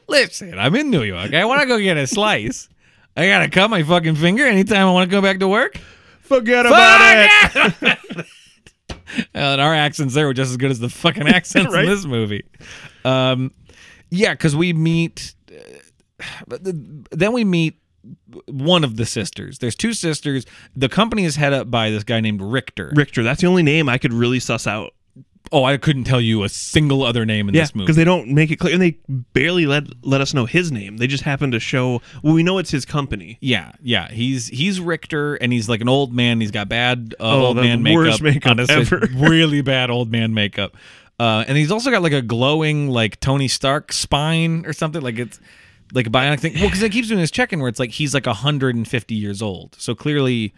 B: Listen, I'm in New York. I want to go get a slice. I gotta cut my fucking finger anytime I want to go back to work.
A: [LAUGHS] forget
B: Fuck it! Uh, and our accents there were just as good as the
A: [LAUGHS]
B: fucking accents
A: Right?
B: in this movie. Um, yeah, because we meet. Uh, but th- then we meet one of the sisters. There's two sisters. The company is head up by this guy named Richter.
A: [LAUGHS] Richter. That's the only name I could really suss out.
B: Oh, I couldn't tell you a single other name in
A: Yeah,
B: this movie.
A: because they don't make it clear, and they barely let let us know his name. They just happen to show. Well, we know it's his company.
B: Yeah, yeah. He's he's Richter, and he's like an old man. He's got bad uh,
A: Oh,
B: old
A: the
B: man
A: worst
B: makeup.
A: makeup ever. [LAUGHS]
B: really bad old man makeup. Uh, and he's also got like a glowing like Tony Stark spine or something. Like it's like a bionic thing. Well, because it keeps doing this check-in where it's like he's like 150 years old. So clearly,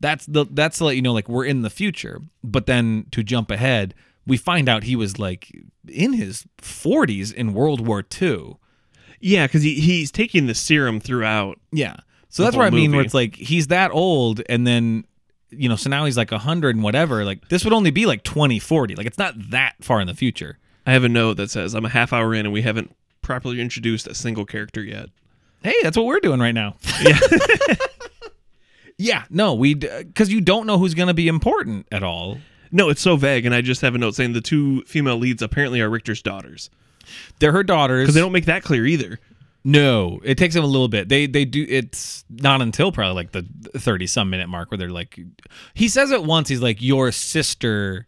B: that's the that's to let you know like we're in the future. But then to jump ahead, we find out he was like in his 40s in World War II.
A: Yeah, because he, he's taking the serum throughout.
B: Yeah. So
A: The
B: that's where I
A: whole
B: mean where
A: movie.
B: it's like he's that old and then you know, so now he's like 100 and whatever. Like this would only be like 2040. Like it's not that far in the future.
A: I have a note that says I'm a half hour in and we haven't properly introduced a single character yet.
B: Hey, that's what we're doing
A: [LAUGHS]
B: right now. Yeah. [LAUGHS] yeah, no, we cuz you don't know who's going to be important at all.
A: No, it's so vague, and I just have a note saying the two female leads apparently are Richter's daughters
B: They're her daughters.
A: because they don't make that clear either.
B: No, it takes them a little bit. They they do. It's not until probably like the thirty some minute mark where they're like, he says it once. He's like, your sister.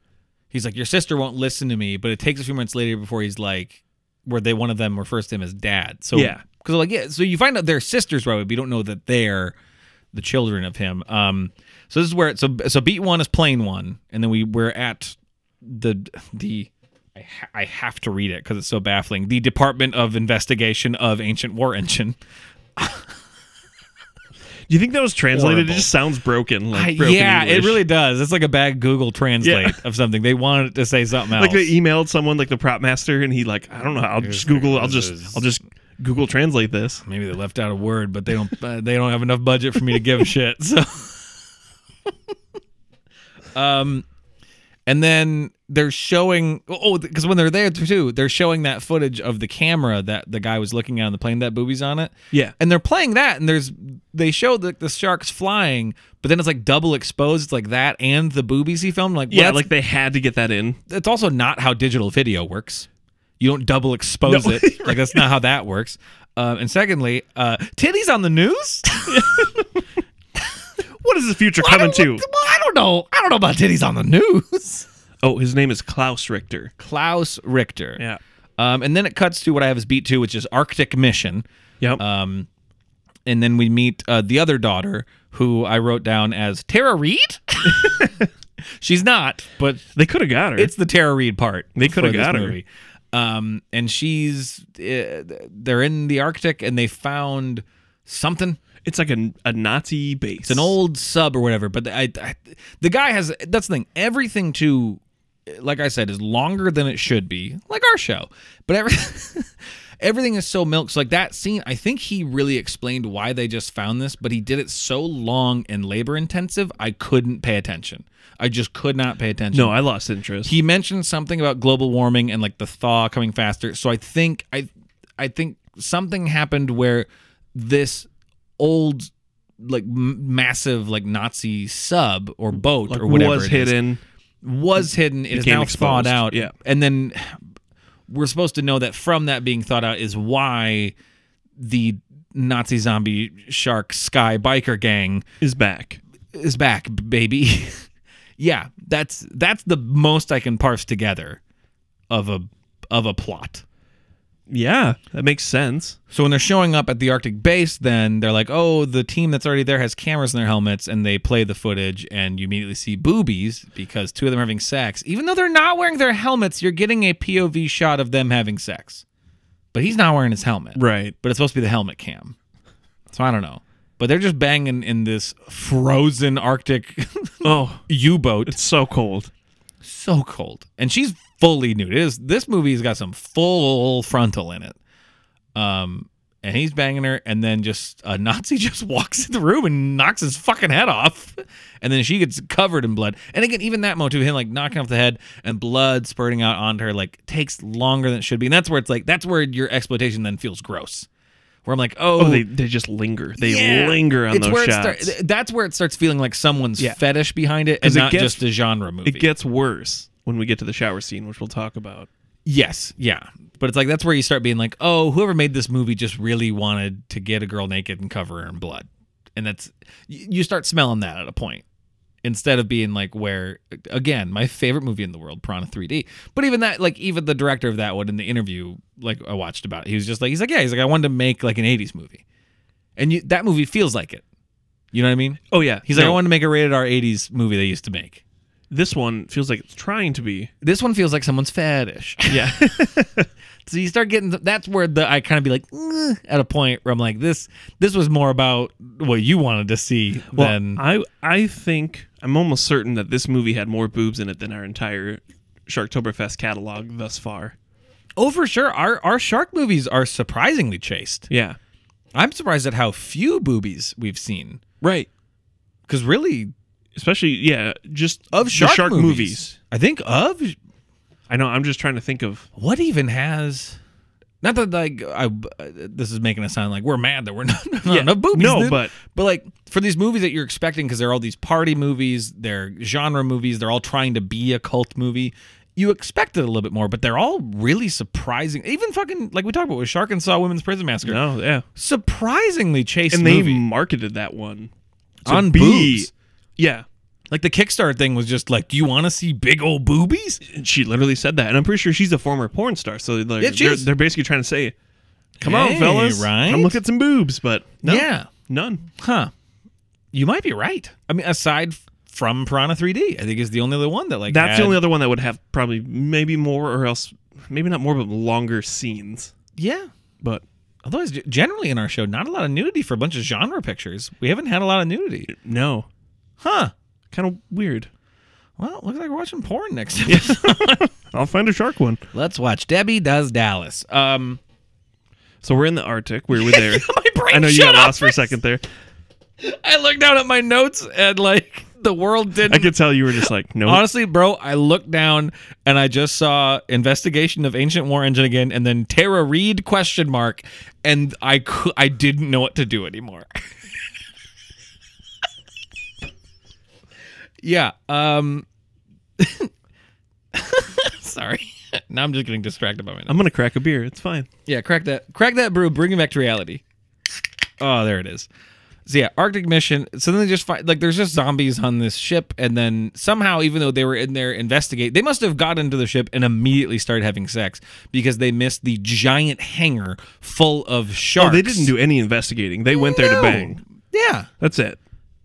B: He's like, your sister won't listen to me. But it takes a few minutes later before he's like, where they one of them refers to him as dad. So
A: Yeah.
B: because like yeah. So you find out they're sisters, right? But you don't know that they're the children of him. Um. So this is where it, so so beat one is plane one, and then we we're at the the I, ha- I have to read it because it's so baffling. The Department of Investigation of Ancient War Engine.
A: Do you think that was translated?
B: Horrible.
A: It just sounds broken. Like
B: [LAUGHS] I-
A: broken
B: yeah,
A: English.
B: it really does. It's like a bad Google Translate
A: Yeah.
B: of something. They wanted it to say [LAUGHS] something else.
A: Like they emailed someone like the prop master, and he like I don't know. I'll just Google. I'll just I'll just Google translate this.
B: Maybe they left out a word, but they don't. [LAUGHS] Uh, they don't have enough budget for me to give a shit. So, [LAUGHS] um, and then they're showing. Oh, because when they're there too, they're showing that footage of the camera that the guy was looking at on the plane that boobies on it.
A: Yeah.
B: and they're playing that, and there's they show the the sharks flying, but then it's like double exposed. It's like that and the boobies he filmed. Like well,
A: Yeah,
B: that's-
A: like they had to get that in.
B: that's also not how digital video works. You don't double expose
A: No.
B: it. [LAUGHS] Like that's not how that works. Uh, and secondly, uh, titties on the [LAUGHS] news?
A: What is the future coming to?
B: Well, I don't know. I don't know about titties on the news.
A: Oh, his name is Klaus Richter.
B: [LAUGHS] Klaus Richter.
A: Yeah.
B: Um, and then it cuts to what I have as beat two, which is Arctic Mission.
A: Yep.
B: Um, and then we meet uh, the other daughter, who I wrote down as Tara [LAUGHS] Reed. She's not, but
A: they could have got her.
B: it's the Tara Reed part.
A: They coulda
B: for this
A: got her.
B: movie. Um, and she's uh, they're in the Arctic, and they found something.
A: it's like a, a Nazi base.
B: It's an old sub or whatever. But I, I, the guy has that's the thing. Everything too, like I said, is longer than it should be. Like our show, but every, [LAUGHS] everything is so milks. Like that scene, I think he really explained why they just found this, but he did it so long and labor intensive. I couldn't pay attention. I just could not pay attention.
A: No, I lost interest.
B: He mentioned something about global warming and like the thaw coming faster. So I think I I think something happened where this old like m- massive like Nazi sub or boat or whatever
A: was
B: it is,
A: hidden.
B: was hidden it is
A: Became
B: now thawed
A: exposed.
B: out
A: Yeah.
B: and then we're supposed to know that from that being thawed out is why the Nazi zombie shark sky biker gang
A: Is back.
B: is back, b- baby. [LAUGHS] yeah, that's that's the most I can parse together of a of a plot.
A: Yeah, that makes sense.
B: So when they're showing up at the Arctic base, then they're like, "Oh, the team that's already there has cameras in their helmets," and they play the footage, and you immediately see boobies because two of them are having sex. Even though they're not wearing their helmets, you're getting a POV shot of them having sex. But he's not wearing his helmet,
A: Right.
B: But it's supposed to be the helmet cam. So I don't know. But they're just banging in this frozen Arctic [LAUGHS]
A: Oh,
B: U-boat.
A: it's so cold.
B: so cold and she's fully nude it is this movie's got some full frontal in it um and he's banging her and then just a nazi [LAUGHS] just walks in the room and knocks his fucking head off and then she gets covered in blood and again even that motive him like knocking off the head and blood spurting out onto her like takes longer than it should be and that's where it's like that's where your exploitation then feels gross where i'm like oh,
A: Oh, they, they just linger. They
B: yeah.
A: linger on
B: It's
A: those
B: where it
A: shots.
B: start- th- that's where it starts feeling like someone's
A: Yeah.
B: fetish behind it and
A: 'Cause it
B: not
A: gets-
B: just a genre movie
A: it gets worse when we get to the shower scene, which we'll talk about.
B: Yes, yeah. But it's like that's where you start being like, oh, whoever made this movie just really wanted to get a girl naked and cover her in blood. And that's y- you start smelling that at a point. Instead of being like where again, my favorite movie in the world, Piranha 3D. But even that, like even the director of that one in the interview, like I watched about it, he was just like, he's like, yeah, he's like, I wanted to make like an 80s movie, and you, that movie feels like it. You know what I mean?
A: Oh yeah,
B: He's like, I wanted to make a rated R 80s movie they used to make.
A: this one feels like it's trying to be.
B: This one feels like someone's fetish.
A: [LAUGHS] Yeah,
B: So you start getting that's where the I kind of be like "Ugh," at a point where I'm like this this was more about what you wanted to see
A: well,
B: than
A: I I think I'm almost certain that this movie had more boobs in it than our entire Sharktoberfest catalog thus far.
B: oh for sure our our shark movies are surprisingly chaste.
A: Yeah,
B: I'm surprised at how few boobies we've seen
A: right.
B: because really
A: Especially yeah, just
B: of
A: the
B: shark,
A: shark
B: movies,
A: movies.
B: I think of
A: I know. I'm just trying to think of.
B: what even has. Not that like I, uh, this is making it sound like we're mad that we're [LAUGHS] not, not
A: Yeah.
B: enough boobies.
A: No,
B: dude.
A: but-
B: but like for these movies that you're expecting, because they're all these party movies, they're genre movies, they're all trying to be a cult movie. You expected a little bit more, but they're all really surprising. Even fucking like we talked about with Shark and Saw Women's Prison Massacre,
A: No, yeah,
B: surprisingly chased
A: and they
B: movie
A: marketed that one to
B: on
A: be-
B: boobs.
A: Yeah,
B: Like the Kickstarter thing was just like, do you want to see big old boobies?
A: And she literally said that, and I'm pretty sure she's a former porn star. So like,
B: Yeah, she
A: they're,
B: is.
A: they're basically trying to say, "Come
B: Hey,
A: on, fellas,
B: right?
A: come look at some boobs." But no,
B: Yeah,
A: none.
B: Huh. You might be right. I mean, aside f- from Piranha 3D, I think is the only other one that like
A: That's
B: had-
A: the only other one that would have probably maybe more, or else maybe not more, but longer scenes.
B: Yeah.
A: But
B: Otherwise, g- generally in our show, not a lot of nudity for a bunch of genre pictures. We haven't had a lot of nudity.
A: no,
B: Huh.
A: kind of weird.
B: Well, looks like we're watching porn next. episode.
A: I'll find a shark one.
B: [LAUGHS] Let's watch Debbie Does Dallas. Um, [LAUGHS]
A: So we're in the Arctic. We were there.
B: my brain.
A: I know you
B: shut
A: got
B: off
A: lost for a second there.
B: I looked down at my notes and like the world didn't.
A: I could tell you were just like, no,
B: Honestly, bro, I looked down and I just saw investigation of ancient war engine again, and then Tara Reed question mark, and I cou- I didn't know what to do anymore. [LAUGHS] yeah. Um. [LAUGHS] Sorry. [LAUGHS] now I'm just getting distracted by my.
A: I'm gonna crack a beer. It's fine.
B: Yeah, crack that crack that brew, bring him back to reality. Oh, there it is. So yeah, Arctic Mission. So then they just find like there's just zombies on this ship, and then somehow, even though they were in there investigate, they must have got into the ship and immediately started having sex because they missed the giant hangar full of
A: Oh,
B: sharks.
A: they didn't do any investigating. They went there to
B: No.
A: bang.
B: Yeah,
A: That's it.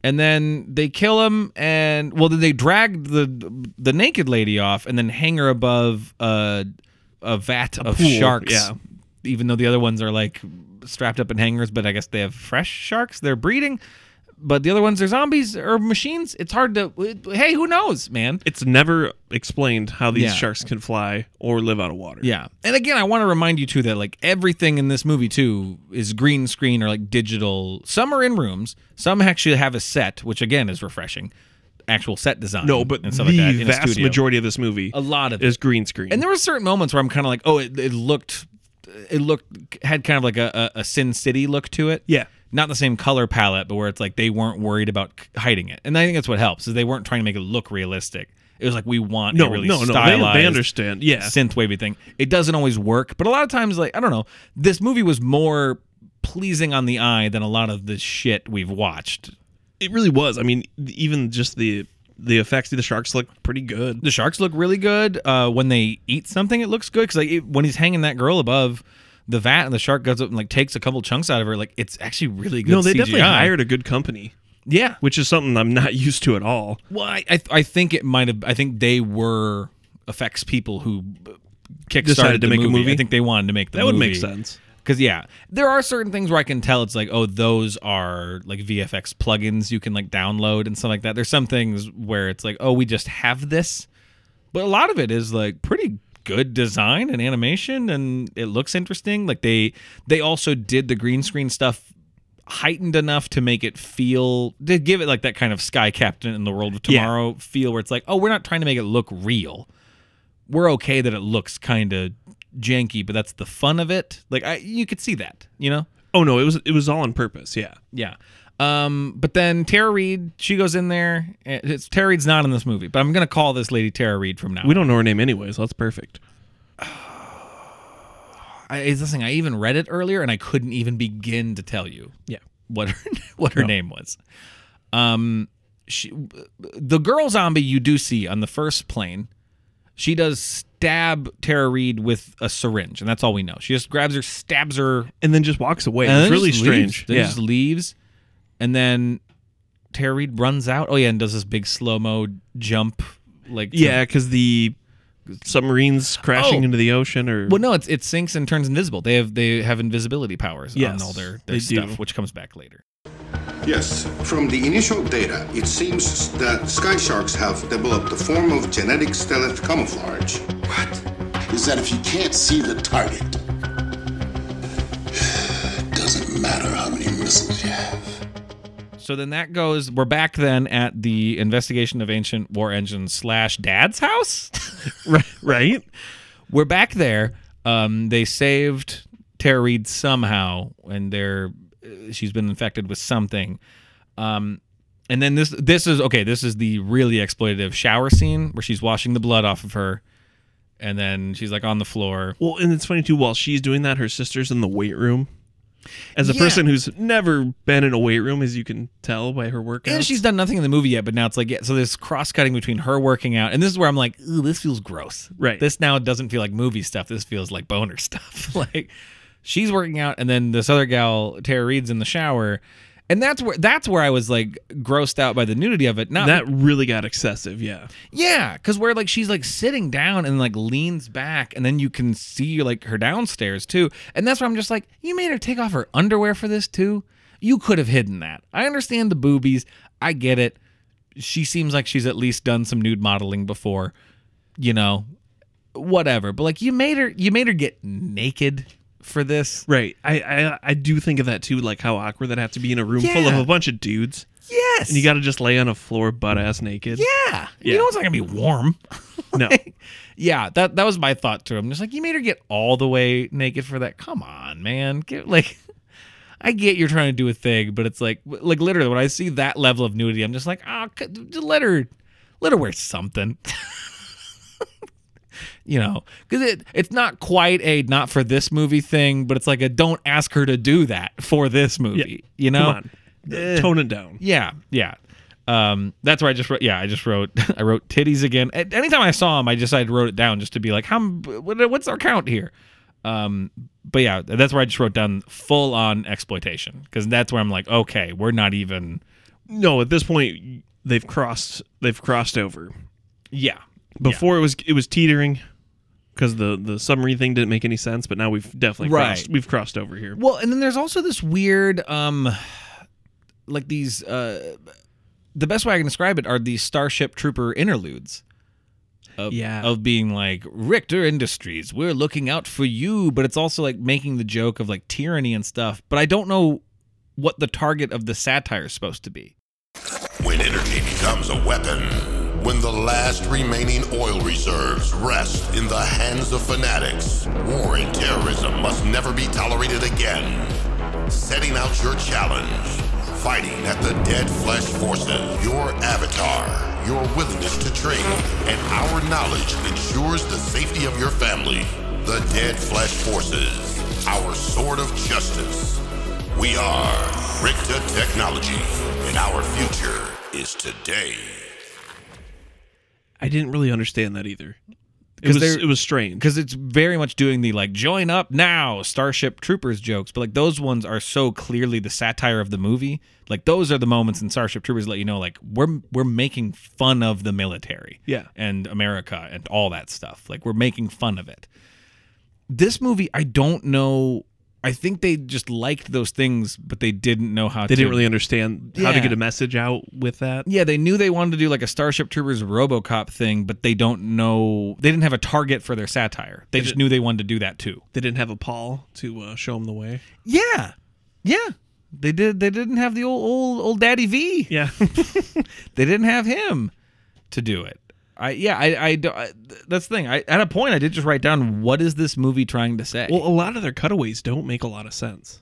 B: and then they kill him, and well, then they dragged the the naked lady off, and then hang her above a a vat of
A: pool,
B: sharks.
A: yeah.
B: Even though the other ones are like strapped up in hangers, but I guess they have fresh sharks. They're breeding, but the other ones are zombies or machines. It's hard to. it- hey, who knows, man?
A: It's never explained how these
B: Yeah.
A: sharks can fly or live out of water.
B: Yeah. And again, I want to remind you too that like everything in this movie too is green screen or like digital. Some are in rooms, some actually have a set, which again is refreshing. Actual set design.
A: No, but
B: and
A: the
B: stuff like that in a
A: vast
B: studio.
A: majority of this movie,
B: a lot of it.
A: is green screen.
B: And there were certain moments where I'm kind of like, oh, it, it looked, it looked had kind of like a, a, a Sin City look to it.
A: Yeah.
B: Not the same color palette, but where it's like they weren't worried about c- hiding it, and I think that's what helps is they weren't trying to make it look realistic. It was like we want
A: no,
B: a really
A: no, no, they-
B: stylized,
A: They, understand. Yeah,
B: synth wavy thing. It doesn't always work, but a lot of times, like I don't know, this movie was more pleasing on the eye than a lot of the shit we've watched.
A: it really was. I mean, even just the the effects of the sharks look pretty good.
B: The sharks look really good. Uh, when they eat something, it looks good because like it, when he's hanging that girl above the vat, and the shark goes up and like takes a couple chunks out of her, like it's actually really good.
A: No, they
B: CGI.
A: definitely hired a good company,
B: Yeah.
A: which is something I'm not [LAUGHS] used to at all.
B: Well, I I, I think it might have. I think they were effects people who. Kickstarted
A: Decided to
B: the
A: make a movie?
B: I think they wanted to make the
A: That would make
B: movie.
A: sense.
B: Because yeah, there are certain things where I can tell it's like, oh, those are like VFX plugins you can like download and stuff like that. There's some things where it's like, oh, we just have this, but a lot of it is like pretty good design and animation, and it looks interesting. Like they they also did the green screen stuff heightened enough to make it feel to give it like that kind of Sky Captain in the World of
A: Yeah.
B: Tomorrow feel, where it's like, oh, we're not trying to make it look real we're okay that it looks kind of janky, but that's the fun of it. Like I, you could see that, you know.
A: Oh no, it was it was all on purpose. Yeah,
B: Yeah. Um, but then Tara Reed, she goes in there. and It's, Tara Reed's not in this movie, but I'm gonna call this lady Tara Reed from now.
A: we don't know her name anyway, so that's perfect.
B: on. I, it's this thing. I even read it earlier, and I couldn't even begin to tell you.
A: Yeah.
B: what her [LAUGHS] what her name was. Um, she the girl zombie you do see on the first plane. She does stab Tara Reed with a syringe, and that's all we know. She just grabs her, stabs her
A: And then just walks away.
B: And
A: it's
B: then
A: really
B: just
A: strange.
B: Leaves. Then
A: Yeah.
B: just leaves, and then Tara Reid runs out. Oh yeah, and does this big slow mo jump like to-
A: Yeah, because the submarines crashing
B: Oh.
A: into the ocean or
B: Well, no, it's it sinks and turns invisible. They have they have invisibility powers
A: Yes,
B: on all their, their
A: they do.
B: stuff, which comes back later.
H: Yes, from the initial data, it seems that sky sharks have developed a form of genetic stealth camouflage. What? Is that if you can't see the target? Doesn't matter how many missiles you have.
B: So then that goes. We're back then at the investigation of ancient war engines slash dad's house.
A: right, [LAUGHS] right?
B: we're back there. Um, they saved Tara Reed somehow, and they're uh, she's been infected with something. Um, and then this this is okay. This is the really exploitative shower scene where she's washing the blood off of her, and then she's like on the floor.
A: Well, and it's funny too. While she's doing that, her sister's in the weight room. As a
B: Yeah.
A: person who's never been in a weight room, as you can tell by her workouts,
B: And she's done nothing in the movie yet, but now it's like yeah. So there's cross cutting between her working out, and this is where I'm like, Ooh, this feels gross.
A: Right.
B: This now doesn't feel like movie stuff. This feels like boner [LAUGHS] stuff. like she's working out, and then this other gal, Tara Reed's in the shower, and that's where that's where I was like grossed out by the nudity of it. Not
A: that really got excessive. Yeah,
B: yeah, because where like she's like sitting down and like leans back, and then you can see like her downstairs too. And that's where I'm just like, you made her take off her underwear for this too. You could have hidden that. I understand the boobies. I get it. She seems like she's at least done some nude modeling before, you know, whatever. But like you made her, you made her get naked for this.
A: right. I, I I do think of that too, like how awkward that have to be in a room full of
B: Yeah.
A: a bunch of dudes,
B: Yes.
A: and you got to just lay on a floor butt ass naked.
B: yeah. You
A: Yeah.
B: know it's not gonna be warm.
A: no,
B: yeah, that that was my thought too. I'm just like, you made her get all the way naked for that. Come on, man. Get, like, [LAUGHS] I get you're trying to do a thing, but it's like, like literally, when I see that level of nudity, I'm just like, ah, oh, let her, let her wear something. [LAUGHS] you know, because it it's not quite a not for this movie thing, but it's like a don't ask her to do that for this movie. You know,
A: Come on,
B: Eh.
A: tone it down.
B: Yeah, yeah. Um, that's where I just wrote. Yeah, I just wrote. [LAUGHS] I wrote titties again. A- Anytime I saw them, I just I wrote it down just to be like, how? m- What, what's our count here? Um, but yeah, that's where I just wrote down full on exploitation because that's where I'm like, okay, we're not even.
A: No, at this point they've crossed they've crossed over.
B: Yeah,
A: Before it was it was teetering because the the submarine thing didn't make any sense, but now we've definitely
B: Right.
A: crossed we've crossed over here.
B: Well, and then there's also this weird, um, like these. Uh, the best way I can describe it are these Starship Trooper interludes. Of,
A: Yeah.
B: of being like Richter Industries, we're looking out for you, but it's also like making the joke of like tyranny and stuff. But I don't know what the target of the satire is supposed to be.
I: When energy becomes a weapon, when the last remaining oil reserves rest in the hands of fanatics, war and terrorism must never be tolerated again. Setting out your challenge, fighting at the dead flesh forces, your avatar, your willingness to train, and our knowledge ensures the safety of your family. The dead flesh forces, our sword of justice. We are Ricta Technology, and our future is today.
A: I didn't really understand that either. It
B: 'Cause
A: was
B: they're-
A: it was strange.
B: because it's very much doing the like join up now starship troopers jokes but like those ones are so clearly the satire of the movie like those are the moments in starship troopers that let you know like we're we're making fun of the military
A: Yeah.
B: and america and all that stuff like we're making fun of it this movie i don't know i think they just liked those things but they didn't know how
A: They
B: to
A: didn't really understand how to
B: Yeah.
A: get a message out with that.
B: yeah, they knew they wanted to do like a Starship Troopers RoboCop thing, but they don't know they didn't have a target for their satire. They just knew they wanted to do that too.
A: They didn't have a Paul to uh, show them the way.
B: Yeah, yeah. They did. They didn't have the old old old Daddy V.
A: Yeah,
B: They didn't have him to do it. I yeah. I I, do- I that's the thing. I at a point I did just write down what is this movie trying to say.
A: [LAUGHS] Well, a lot of their cutaways don't make a lot of sense.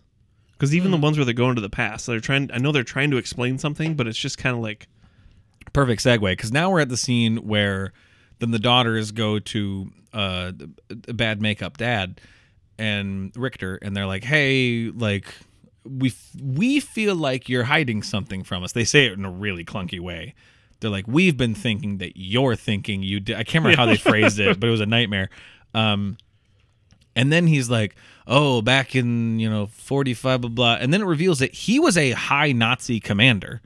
A: Because even the ones where they're going to the past, they're trying. I know they're trying to explain something, but it's just kind of like
B: perfect segue because now we're at the scene where then the daughters go to uh the bad makeup dad and richter and they're like hey like we f- we feel like you're hiding something from us they say it in a really clunky way they're like we've been thinking that you're thinking you did i can't remember how they phrased it but it was a nightmare um and then he's like, "Oh, back in you know forty-five, blah blah." And then it reveals that he was a high Nazi commander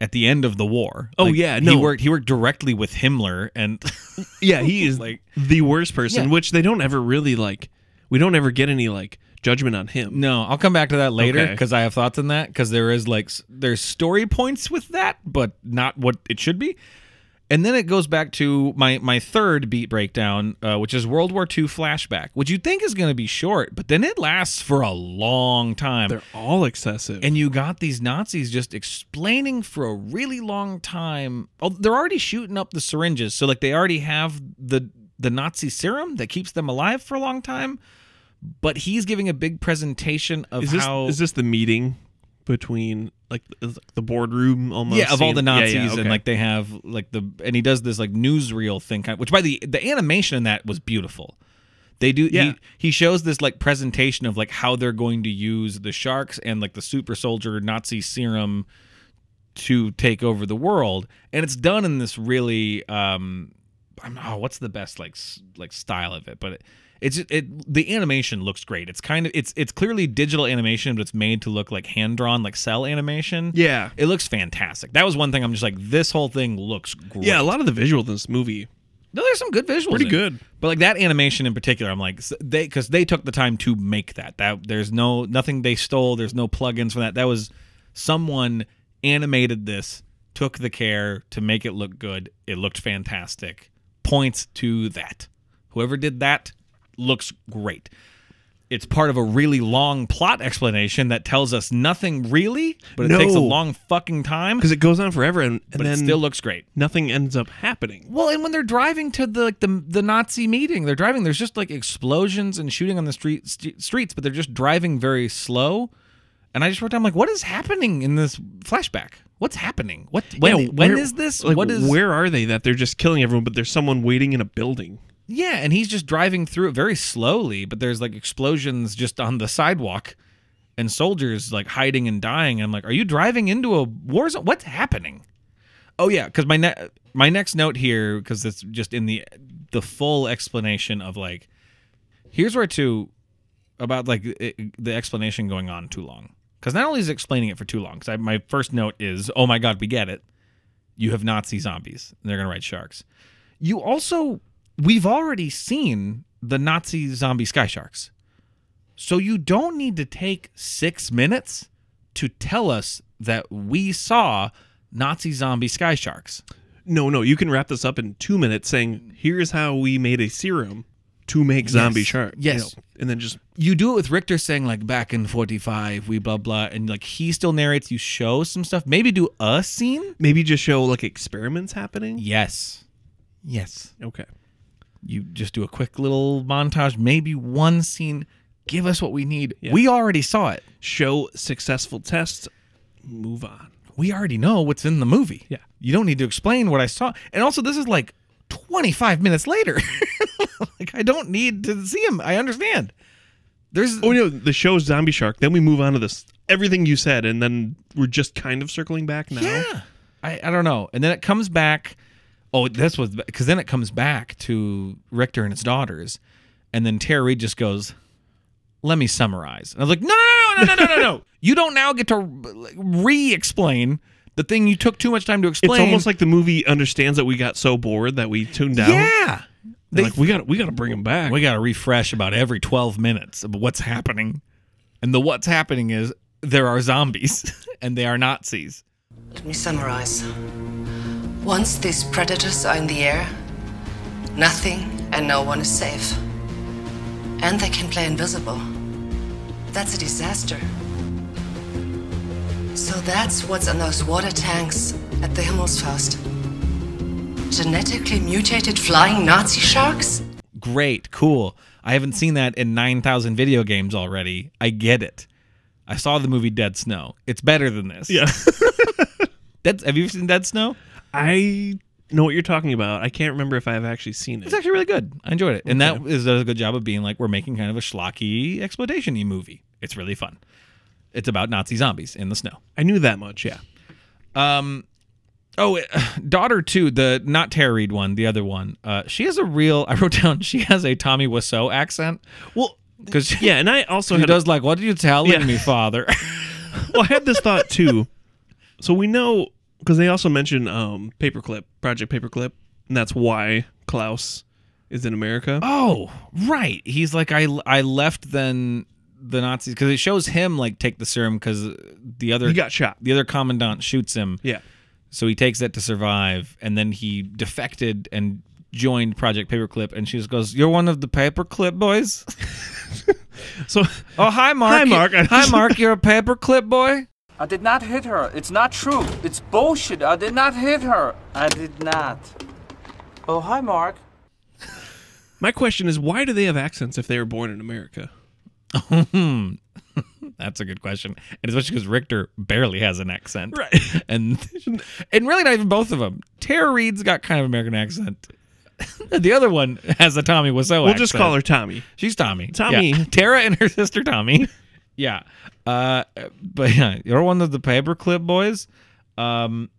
B: at the end of the war.
A: Oh, yeah,
B: he
A: no.
B: worked he worked directly with Himmler, and
A: [LAUGHS] yeah, he
B: [LAUGHS]
A: is like the worst person.
B: Yeah.
A: Which they don't ever really like. We don't ever get any like judgment on him.
B: no, I'll come back to that later
A: Okay.
B: because I have thoughts on that because there is like s- there's story points with that, but not what it should be. And then it goes back to my my third beat breakdown, uh, which is World War II flashback, which you think is going to be short, but then it lasts for a long time.
A: They're all excessive.
B: and you got these Nazis just explaining for a really long time. Oh, they're already shooting up the syringes, so like they already have the the Nazi serum that keeps them alive for a long time. But he's giving a big presentation of
A: is this
B: how
A: is this the meeting between like is it the boardroom almost?
B: yeah of all the
A: scene? Yeah, yeah,
B: Nazis
A: okay.
B: and like they have like the and he does this like newsreel thing, kind which by the the animation in that was beautiful. They do.
A: Yeah.
B: He, he shows this like presentation of like how they're going to use the sharks and like the super soldier Nazi serum to take over the world, and it's done in this really um, I'm, oh, what's the best like s- like style of it, but. It, it's just- it the animation looks great. It's kind of it's it's clearly digital animation, but it's made to look like hand drawn, like cell animation.
A: Yeah.
B: it looks fantastic. That was one thing I'm just like this whole thing looks great.
A: yeah, a lot of the visuals in this movie.
B: No, there's some good visuals.
A: Pretty
B: in it.
A: good.
B: But like that animation in particular, I'm like s- they because they took the time to make that. That there's no nothing they stole. There's no plugins for that. That was someone animated this, took the care to make it look good. It looked fantastic. Points to that. Whoever did that looks great. It's part of a really long plot explanation that tells us nothing really, but it takes a
A: No.
B: long fucking time.
A: Because it goes on forever, and, and
B: but
A: then
B: it still looks great.
A: nothing ends up happening.
B: Well, and when they're driving to the like the the Nazi meeting, they're driving. There's just like explosions and shooting on the street st- streets, but they're just driving very slow. And I just wrote down like, what is happening in this flashback? What's happening? What when
A: Yeah,
B: when
A: where-
B: is this?
A: Like,
B: what is
A: where are they that they're just killing everyone, but there's someone waiting in a building?
B: Yeah, and he's just driving through it very slowly, but there's like explosions just on the sidewalk and soldiers like hiding and dying. And I'm like, are you driving into a war zone? What's happening? Oh yeah, because my ne- my next note here, because it's just in the the full explanation of like, here's where to about like it, the explanation going on too long. Because not only is it explaining it for too long, because my first note is, oh my god, we get it. You have Nazi zombies, and they're gonna write sharks. You also, we've already seen the Nazi zombie sky sharks, so you don't need to take six minutes to tell us that we saw Nazi zombie sky sharks.
A: No, no, you can wrap this up in two minutes saying, here's how we made a serum to make zombie shark.
B: yes.
A: you know, and then just
B: you do it with Richter saying like back in 45 we blah blah and like he still narrates you show some stuff maybe do a scene
A: maybe just show like experiments happening.
B: yes yes
A: Okay.
B: you just do a quick little montage maybe one scene give us what we need
A: Yeah.
B: we already saw it
A: Show successful tests. Move on.
B: we already know what's in the movie
A: Yeah.
B: you don't need to explain what I saw and also this is like 25 minutes later [LAUGHS] like I don't need to see him I understand there's
A: Oh no, the show's Zombie Shark. Then we move on to this everything you said, and then we're just kind of circling back now.
B: Yeah. I, I don't know. And then it comes back. Oh, this was because then it comes back to Richter and his daughters. And then Tara Reid just goes, let me summarize. And I was like, no, no, no, no, no, no,
A: [LAUGHS]
B: no, no. You don't now get to like, re explain the thing you took too much time to
A: It's
B: explain.
A: almost like the movie understands that we got so bored that we tuned out.
B: yeah.
A: They're
B: They-
A: like we got we got to bring him back.
B: We got to refresh about every 12 minutes of what's happening. And the what's happening is there are zombies [LAUGHS] and they are Nazis.
J: Let me summarize. Once these predators are in the air, nothing and no one is safe. And they can play invisible. That's a disaster. So that's what's in those water tanks at the Himmelsfaust. Genetically mutated flying Nazi sharks?
B: great, cool. I haven't seen that in 9,000 video games already. I get it. I saw the movie Dead Snow. It's better than this. [LAUGHS]
A: yeah.
B: Dead, have you seen Dead Snow?
A: I know what you're talking about. I can't remember if I have actually seen it.
B: It's actually really good. I enjoyed it. And that is does a good job of being like, we're making kind of a schlocky exploitation y movie. It's really fun. It's about Nazi zombies in the snow.
A: I knew that much. Yeah.
B: Oh, [SIGHS] daughter two, the not Tara Reid one, the other one. Uh, she has a real. [LAUGHS] I wrote down she has a Tommy Wiseau accent. Well, because
A: Yeah, and I also
B: [LAUGHS] she
A: had a-
B: does like, what are you telling
A: Yeah.
B: [LAUGHS] me, father?
A: [LAUGHS] well, I had this thought too. So we know because they also mention um, Paperclip, Project Paperclip, and that's why Klaus is in America.
B: Oh, right. He's like I I left then the Nazis because it shows him like take the serum because the other
A: He got shot.
B: the other commandant shoots him.
A: Yeah,
B: So he takes that to survive, and then he defected and joined Project Paperclip. And she just goes, "You're one of the Paperclip boys."
A: so [LAUGHS]
B: Oh, [LAUGHS] hi Mark.
A: Hi, Mark.
B: hi [LAUGHS] Mark. You're a Paperclip boy.
J: I did not hit her. It's not true. It's bullshit. I did not hit her. I did not. Oh, hi, Mark.
A: my question is, why do they have accents if they were born in America?
B: That's a good question, and especially because Richter barely has an accent,
A: Right.
B: [LAUGHS] And and really not even both of them. Tara Reid's got kind of American accent. [LAUGHS] the other one has a Tommy Wiseau.
A: We'll just call her Tommy.
B: She's Tommy.
A: Tommy.
B: Yeah. [LAUGHS] Tara and her sister Tommy. [LAUGHS] yeah. Uh, but yeah, you're one of the paperclip boys. Um,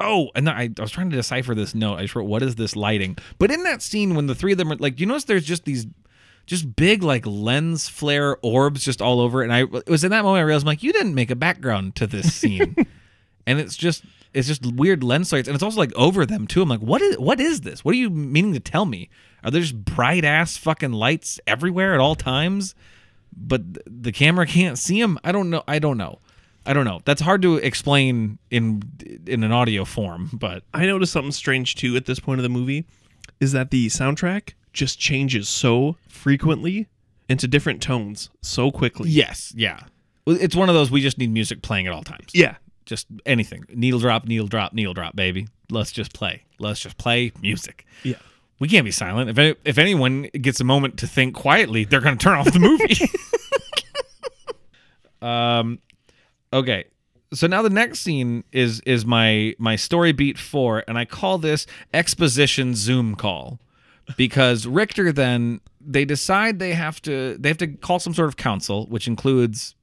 B: oh, and I, I was trying to decipher this note. I just wrote, "What is this lighting?" But in that scene, when the three of them are like, do you notice there's just these. Just big like lens flare orbs just all over, it. and I it was in that moment I realized I'm like, you didn't make a background to this scene, and it's just it's just weird lens lights, and it's also like over them too. I'm like, what is what is this? What are you meaning to tell me? Are there just bright ass fucking lights everywhere at all times? But th- the camera can't see them. I don't know. I don't know. I don't know. That's hard to explain in in an audio form, but
A: I noticed something strange too at this point of the movie is that the soundtrack just changes so frequently into different tones so quickly.
B: yes, yeah. Well, It's one of those we just need music playing at all times.
A: Yeah.
B: just anything. Needle drop, needle drop, needle drop, baby. Let's just play. Let's just play music.
A: Yeah.
B: We can't be silent. If any, if anyone gets a moment to think quietly, they're going to turn off the movie. um okay. So now the next scene is is my my story beat 4 and I call this exposition zoom call because Richter then they decide they have to they have to call some sort of council, which includes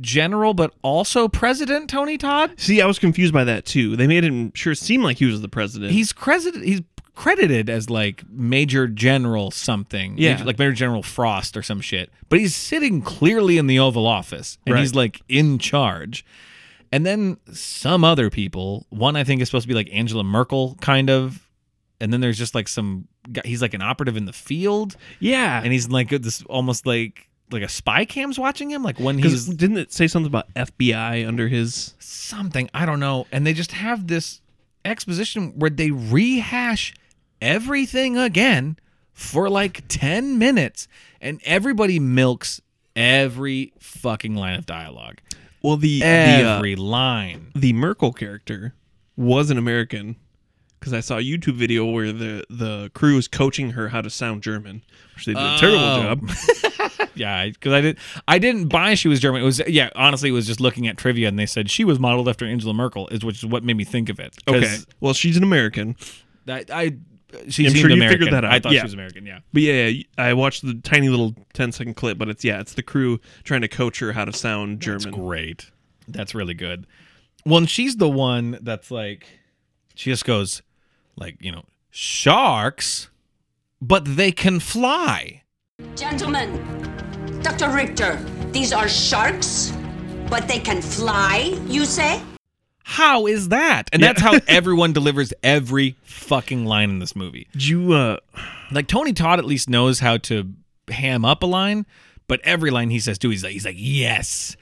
B: general but also president Tony Todd.
A: See, I was confused by that too. They made him sure seem like he was the president.
B: He's credited. He's credited as like Major General something.
A: Yeah.
B: Major- like Major General Frost or some shit. But he's sitting clearly in the Oval Office and he's like in charge. And then some other people. One I think is supposed to be like Angela Merkel, kind of. And then there's just like some. guy He's like an operative in the field,
A: yeah,
B: and he's like this almost like like a spy cam's watching him. Like when
A: because
B: he's
A: didn't it say something about FBI under his?
B: something I don't know, and they just have this exposition where they rehash everything again for like 10 minutes and everybody milks every fucking line of dialogue
A: Well, the uh,
B: every line
A: the Merkel character was an American because I saw a YouTube video where the the crew is coaching her how to sound German, which they did a terrible
B: Oh.
A: job.
B: yeah because i did i didn't buy she was german it was yeah honestly it was just looking at trivia and they said she was modeled after angela merkel is which is what made me think of it 'Cause
A: Okay, well she's an American,
B: that i she
A: I'm
B: seemed
A: sure you
B: American.
A: figured that out,
B: i thought
A: yeah.
B: she was american yeah
A: but yeah, yeah, I watched the tiny little 10 second clip, but it's yeah, it's the crew trying to coach her how to sound German.
B: That's great. That's really good. Well, and she's the one that's like, she just goes, like, you know, sharks, but they can fly.
K: Gentlemen, Dr. Richter, these are sharks, but they can fly, you say?
B: How is that? And that's how everyone delivers every fucking line in this movie.
A: Did you uh,
B: Like Tony Todd at least knows how to ham up a line, but every line he says too, he's like, he's like, yes.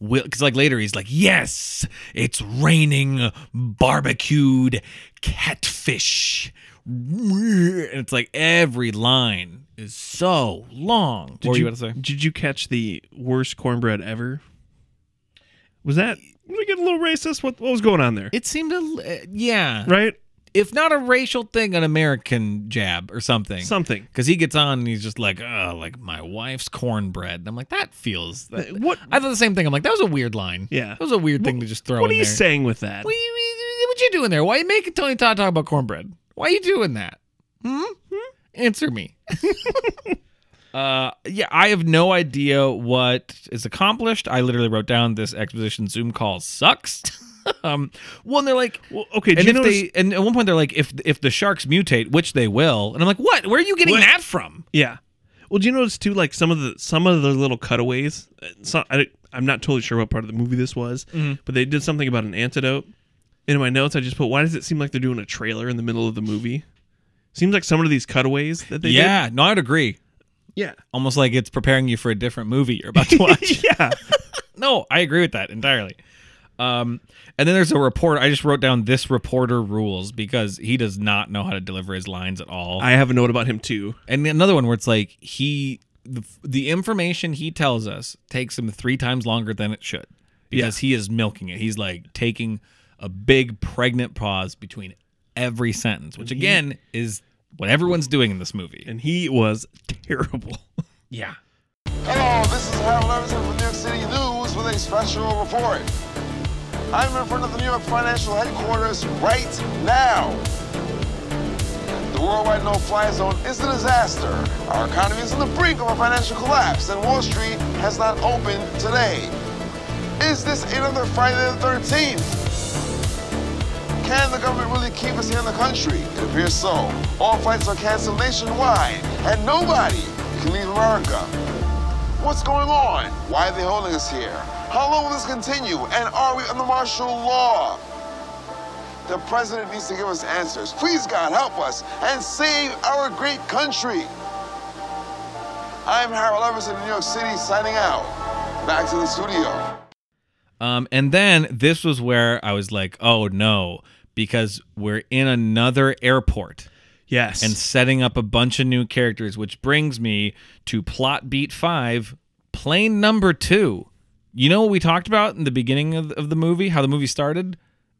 B: Because like later he's like, yes, it's raining barbecued catfish. And it's like every line is so long.
A: did
B: what were
A: you,
B: you about to say?
A: Did you catch the worst cornbread ever? Was that? Was it getting a little racist? What what was going on there?
B: It seemed a, l- uh, yeah.
A: right?
B: If not a racial thing, an American jab or something.
A: Something.
B: Because he gets on and he's just like, oh, like my wife's cornbread. And I'm like, that feels. That,
A: What?
B: I thought the same thing. I'm like, that was a weird line.
A: Yeah.
B: That was a weird thing to just throw
A: What are
B: in
A: you
B: there.
A: saying with that?
B: What, you- what, you doing there? Why you making Tony Todd talk about cornbread? Why you doing that? Hmm?
A: [LAUGHS]
B: Answer me. uh, yeah, I have no idea what is accomplished. I literally wrote down this exposition Zoom call sucks. [LAUGHS] um, well, and they're like,
A: Well, okay, did
B: and
A: you
B: if
A: notice-
B: they, and at one point they're like, if if the sharks mutate, which they will, and I'm like, what? Where are you getting
A: What?
B: that from?
A: Yeah. Well, do you notice too, like some of the some of the little cutaways? uh, So, I, am not totally sure what part of the movie this was,
B: Mm-hmm.
A: but they did something about an antidote. And in my notes, I just put, "Why does it seem like they're doing a trailer in the middle of the movie?" Seems like some of these cutaways that they
B: yeah, no, I'd agree.
A: did.
B: Almost like it's preparing you for a different movie
A: [LAUGHS]
B: you're about to watch.
A: Yeah, [LAUGHS] yeah.
B: No, I agree with that entirely. Um, and then there's a reporter. I just wrote down this reporter rules because he does not know how to deliver his lines at all.
A: I have a note about him too.
B: and another one where it's like he the, the information he tells us takes him three times longer than it should because he is milking it. He's like taking a big pregnant pause between every sentence, which again is what everyone's doing in this movie.
A: and he was terrible. [LAUGHS]
B: yeah.
L: Hello, this is Harold Levinson from New York City News with a special report. I'm in front of the New York Financial Headquarters right now. The worldwide no-fly zone is a disaster. Our economy is on the brink of a financial collapse, and Wall Street has not opened today. Is this another Friday the 13th? Can the government really keep us here in the country? It appears so. All flights are canceled nationwide, and nobody can leave America. What's going on? Why are they holding us here? How long will this continue? And are we under martial law? The president needs to give us answers. Please, God, help us and save our great country. I'm Harold Everson in New York City signing out. Back to the studio.
B: Um, and then this was where I was like, oh no, because we're in another airport
A: Yes,
B: and setting up a bunch of new characters, which brings me to plot beat five, plane number two. You know what we talked about in the beginning of, of the movie, how the movie started?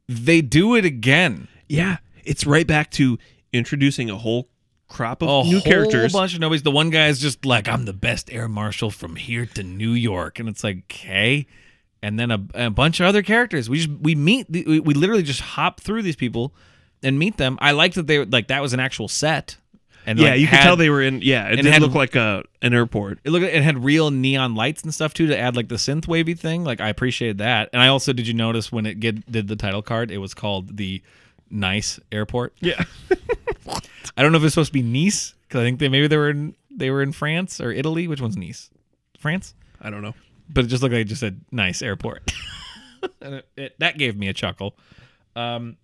B: They do it again.
A: yeah, it's right back to introducing a whole crop of
B: A
A: new
B: whole
A: characters.
B: bunch of nobodies. The one guy is just like, I'm the best air marshal from here to New York, and it's like, okay. And then a, a bunch of other characters. We just we meet. the- We, we literally just hop through these people and meet them. I liked that they were like that was an actual set, and and
A: yeah,
B: like,
A: you could
B: had-
A: tell they were in. Yeah, it
B: and
A: did
B: had-
A: look like a an airport.
B: It looked it had real neon lights and stuff too to add like the synth wavy thing. Like I appreciate that. And I also did you notice when it get, did the title card, it was called the Nice Airport.
A: Yeah.
B: I don't know if it's supposed to be Nice because I think they maybe they were in, they were in France or Italy. Which one's Nice? France?
A: I don't know.
B: But it just looked like it just said Nice Airport. [LAUGHS] and it, it- that gave me a chuckle. Um,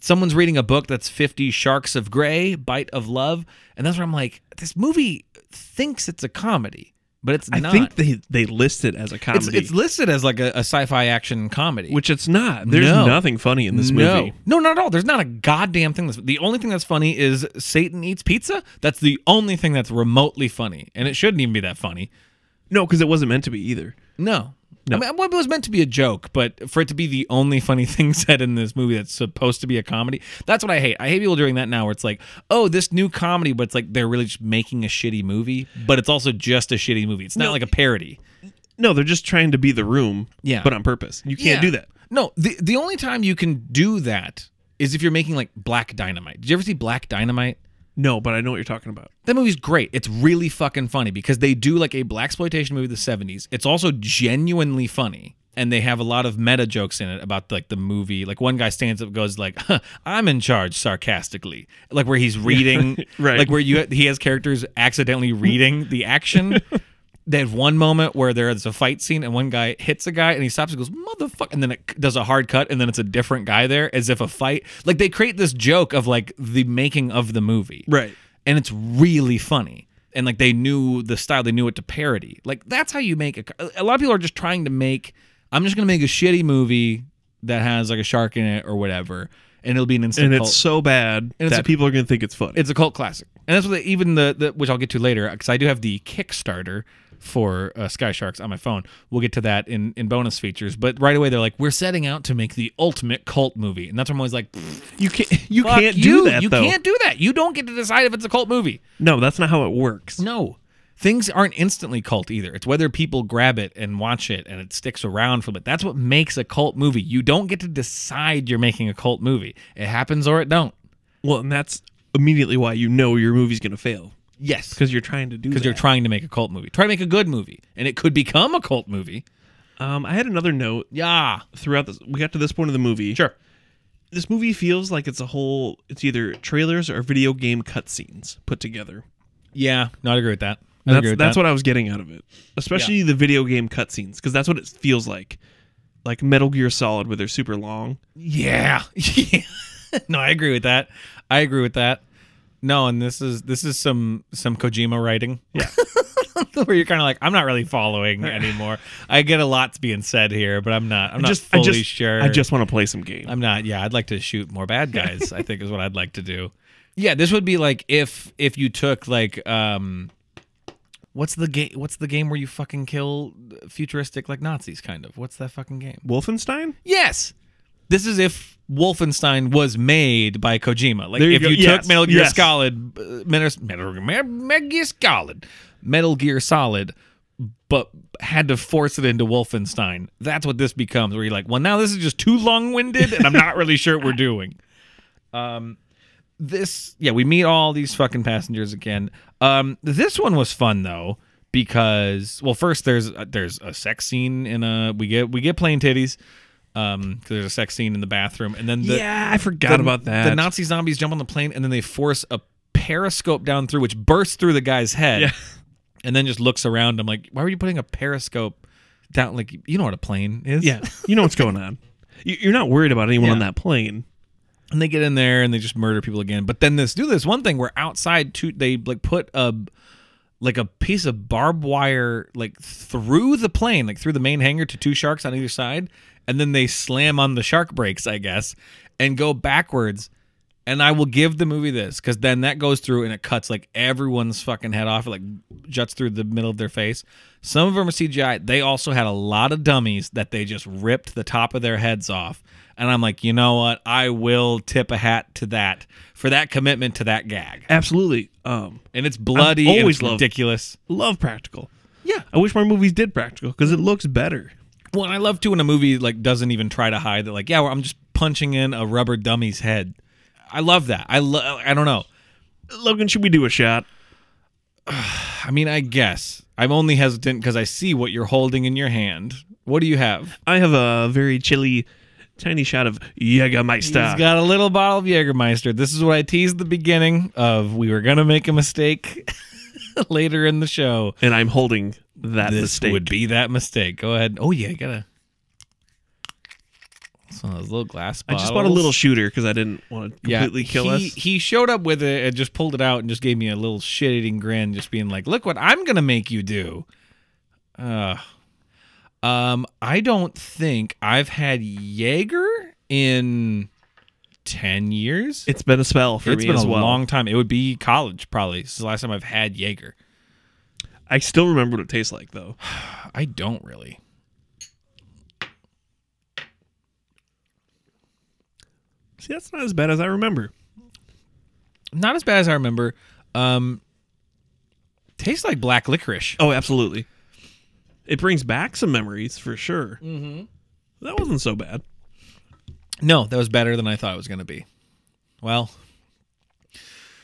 B: someone's reading a book that's 50 Sharks of Grey, Bite of Love, and that's where I'm like, this movie thinks it's a comedy, but it's
A: I
B: not.
A: think they they list it as a
B: It's,
A: comedy,
B: it's listed as like a, a sci-fi action comedy,
A: which it's not. There's
B: No.
A: nothing funny in this
B: no.
A: movie.
B: No, not at all. There's not a goddamn thing. That's, the only thing that's funny is Satan eats pizza. That's the only thing that's remotely funny, and it shouldn't even be that funny.
A: No, because it wasn't meant to be either.
B: No.
A: No.
B: I mean, well, it was meant to be a joke, but for it to be the only funny [LAUGHS] thing said in this movie that's supposed to be a comedy, that's what I hate. I hate people doing that now where it's like, oh, this new comedy, but it's like they're really just making a shitty movie, but it's also just a shitty movie. It's not
A: No.
B: like a parody.
A: No, they're just trying to be the room.
B: Yeah.
A: but on purpose. You can't
B: Yeah.
A: do that.
B: No, the the only time you can do that is if you're making like Black Dynamite. Did you ever see Black Dynamite?
A: No, but I know what you're talking about.
B: That movie's great. It's really fucking funny because they do like a black exploitation movie of the 70s. It's also genuinely funny. And they have a lot of meta jokes in it about like the movie. Like one guy stands up, and goes like, huh, "I'm in charge," sarcastically, like
A: [LAUGHS]
B: where he's reading,
A: Right.
B: Like where you he has characters accidentally reading
A: [LAUGHS]
B: the action. they have one moment where there's a fight scene and one guy hits a guy and he stops and goes motherfucker and then it c- does a hard cut and then it's a different guy there as if a fight like they create this joke of like the making of the movie
A: Right.
B: and it's really funny and like they knew the style they knew what to parody like that's how you make a co- a lot of people are just trying to make i'm just gonna make a shitty movie that has like a shark in it or whatever and it'll be an instant
A: And
B: cult-
A: it's so bad
B: it's
A: that
B: a-
A: people are going to think it's funny.
B: it's a cult classic, and that's what they, even the, the which I'll get to later because I do have the Kickstarter for uh, Sky Sharks on my phone. We'll get to that in in bonus features, but right away they're like, we're setting out to make the ultimate cult movie, and that's when I'm always like,
A: you can't. You
B: "Fuck
A: can't
B: you.
A: do that.
B: You
A: though.
B: can't do that. You don't get to decide if it's a cult movie.
A: No, that's not how it works.
B: No. Things aren't instantly cult either. It's whether people grab it and watch it and it sticks around for a bit. That's what makes a cult movie. You don't get to decide you're making a cult movie. It happens or it don't.
A: Well, and that's immediately why you know your movie's going to fail
B: Yes.
A: because you're trying to do.
B: because
A: Because
B: you're trying to make a cult movie. Try to make a good movie, and it could become a cult movie.
A: Um, I had another note
B: Yeah,
A: throughout this. We got to this point of the movie.
B: sure.
A: This movie feels like it's a whole. It's either trailers or video game cutscenes put together.
B: Yeah, no, I agree with that. I
A: That's
B: agree with
A: that's
B: that.
A: what I was getting out of it, especially the video game cutscenes, because that's what it feels like, like Metal Gear Solid, where they're super long.
B: Yeah, [LAUGHS] yeah. no, I agree with that. I agree with that. No, and this is this is some some Kojima writing. Yeah, [LAUGHS] where you're kind of like, I'm not really following anymore. I get a lot's being said here, but I'm not. I'm
A: I
B: not
A: just,
B: fully
A: I just,
B: sure.
A: I just want to play some game.
B: I'm not. Yeah, I'd like to shoot
A: [LAUGHS]
B: more bad guys. I think is what I'd like to do. Yeah, this would be like if if you took like um, what's the game? What's the game where you fucking kill futuristic like Nazis? Kind of. What's that fucking game?
A: Wolfenstein.
B: Yes, this is if Wolfenstein was made by Kojima. Like
A: There you
B: if
A: go.
B: you
A: Yes,
B: took Metal Gear
A: yes.
B: Solid, uh, Metal, Metal, Metal, Metal Gear Solid, Metal Gear Solid. But had to force it into Wolfenstein. That's what this becomes. Where you're like, well, now this is just too long-winded, and I'm not really sure what we're doing this yeah we meet all these fucking passengers again um this one was fun though because well first there's uh, there's a sex scene in a we get we get plain titties um 'cause there's a sex scene in the bathroom and then the
A: yeah, I forgot
B: the-
A: about that.
B: the nazi zombies jump on the plane and then they force a periscope down through which bursts through the guy's head
A: Yeah.
B: [LAUGHS] and then just looks around i'm like why were you putting a periscope down like you know what a plane is [LAUGHS]
A: Yeah, you know what's going on. You- You're not worried about anyone on
B: Yeah.
A: that plane.
B: and they get in there and they just murder people again. But then this do this one thing where outside too they like put a like a piece of barbed wire like through the plane, like through the main hangar to two sharks on either side, and then they slam on the shark brakes, I guess, and go backwards. And I will give the movie this because then that goes through and it cuts like everyone's fucking head off. It like juts through the middle of their face. Some of them are CGI. They also had a lot of dummies that they just ripped the top of their heads off. And I'm like, you know what? I will tip a hat to that for that commitment to that gag.
A: Absolutely. Um,
B: And it's bloody.
A: I've
B: and
A: always
B: it's
A: loved-
B: ridiculous.
A: love practical.
B: Yeah.
A: I wish my movies did practical because it looks better.
B: Well, and I love too when a movie like doesn't even try to hide that, like, yeah, well, I'm just punching in a rubber dummy's head. I love that. I lo- I don't know.
A: Logan, should we do a shot?
B: I mean, I guess I'm only hesitant because I see what you're holding in your hand. What do you have?
A: I have a very chilly, tiny shot of Jägermeister.
B: He's got a little bottle of Jägermeister. This is what I teased the beginning of. We were gonna make a mistake [LAUGHS] later in the show,
A: and I'm holding that
B: this
A: mistake.
B: Would be that mistake. Go ahead. Oh yeah, I gotta. It's one of those little glass
A: I
B: bottles.
A: just bought a little shooter because I didn't want to completely
B: yeah,
A: kill
B: he,
A: us.
B: He showed up with it and just pulled it out and just gave me a little shit eating grin, just being like, look what I'm going to make you do. Uh, um, I don't think I've had Jaeger in 10 years.
A: It's been a spell for
B: It's
A: me
B: been
A: as
B: a
A: well.
B: long time. It would be college, probably. This is the last time I've had Jaeger.
A: I still remember what it tastes like though.
B: I don't really.
A: See, that's not as bad as I remember.
B: Not as bad as I remember. Um, tastes like black licorice.
A: Oh, absolutely. It brings back some memories for sure.
B: Mm-hmm.
A: That wasn't so bad.
B: No, that was better than I thought it was going to be. Well,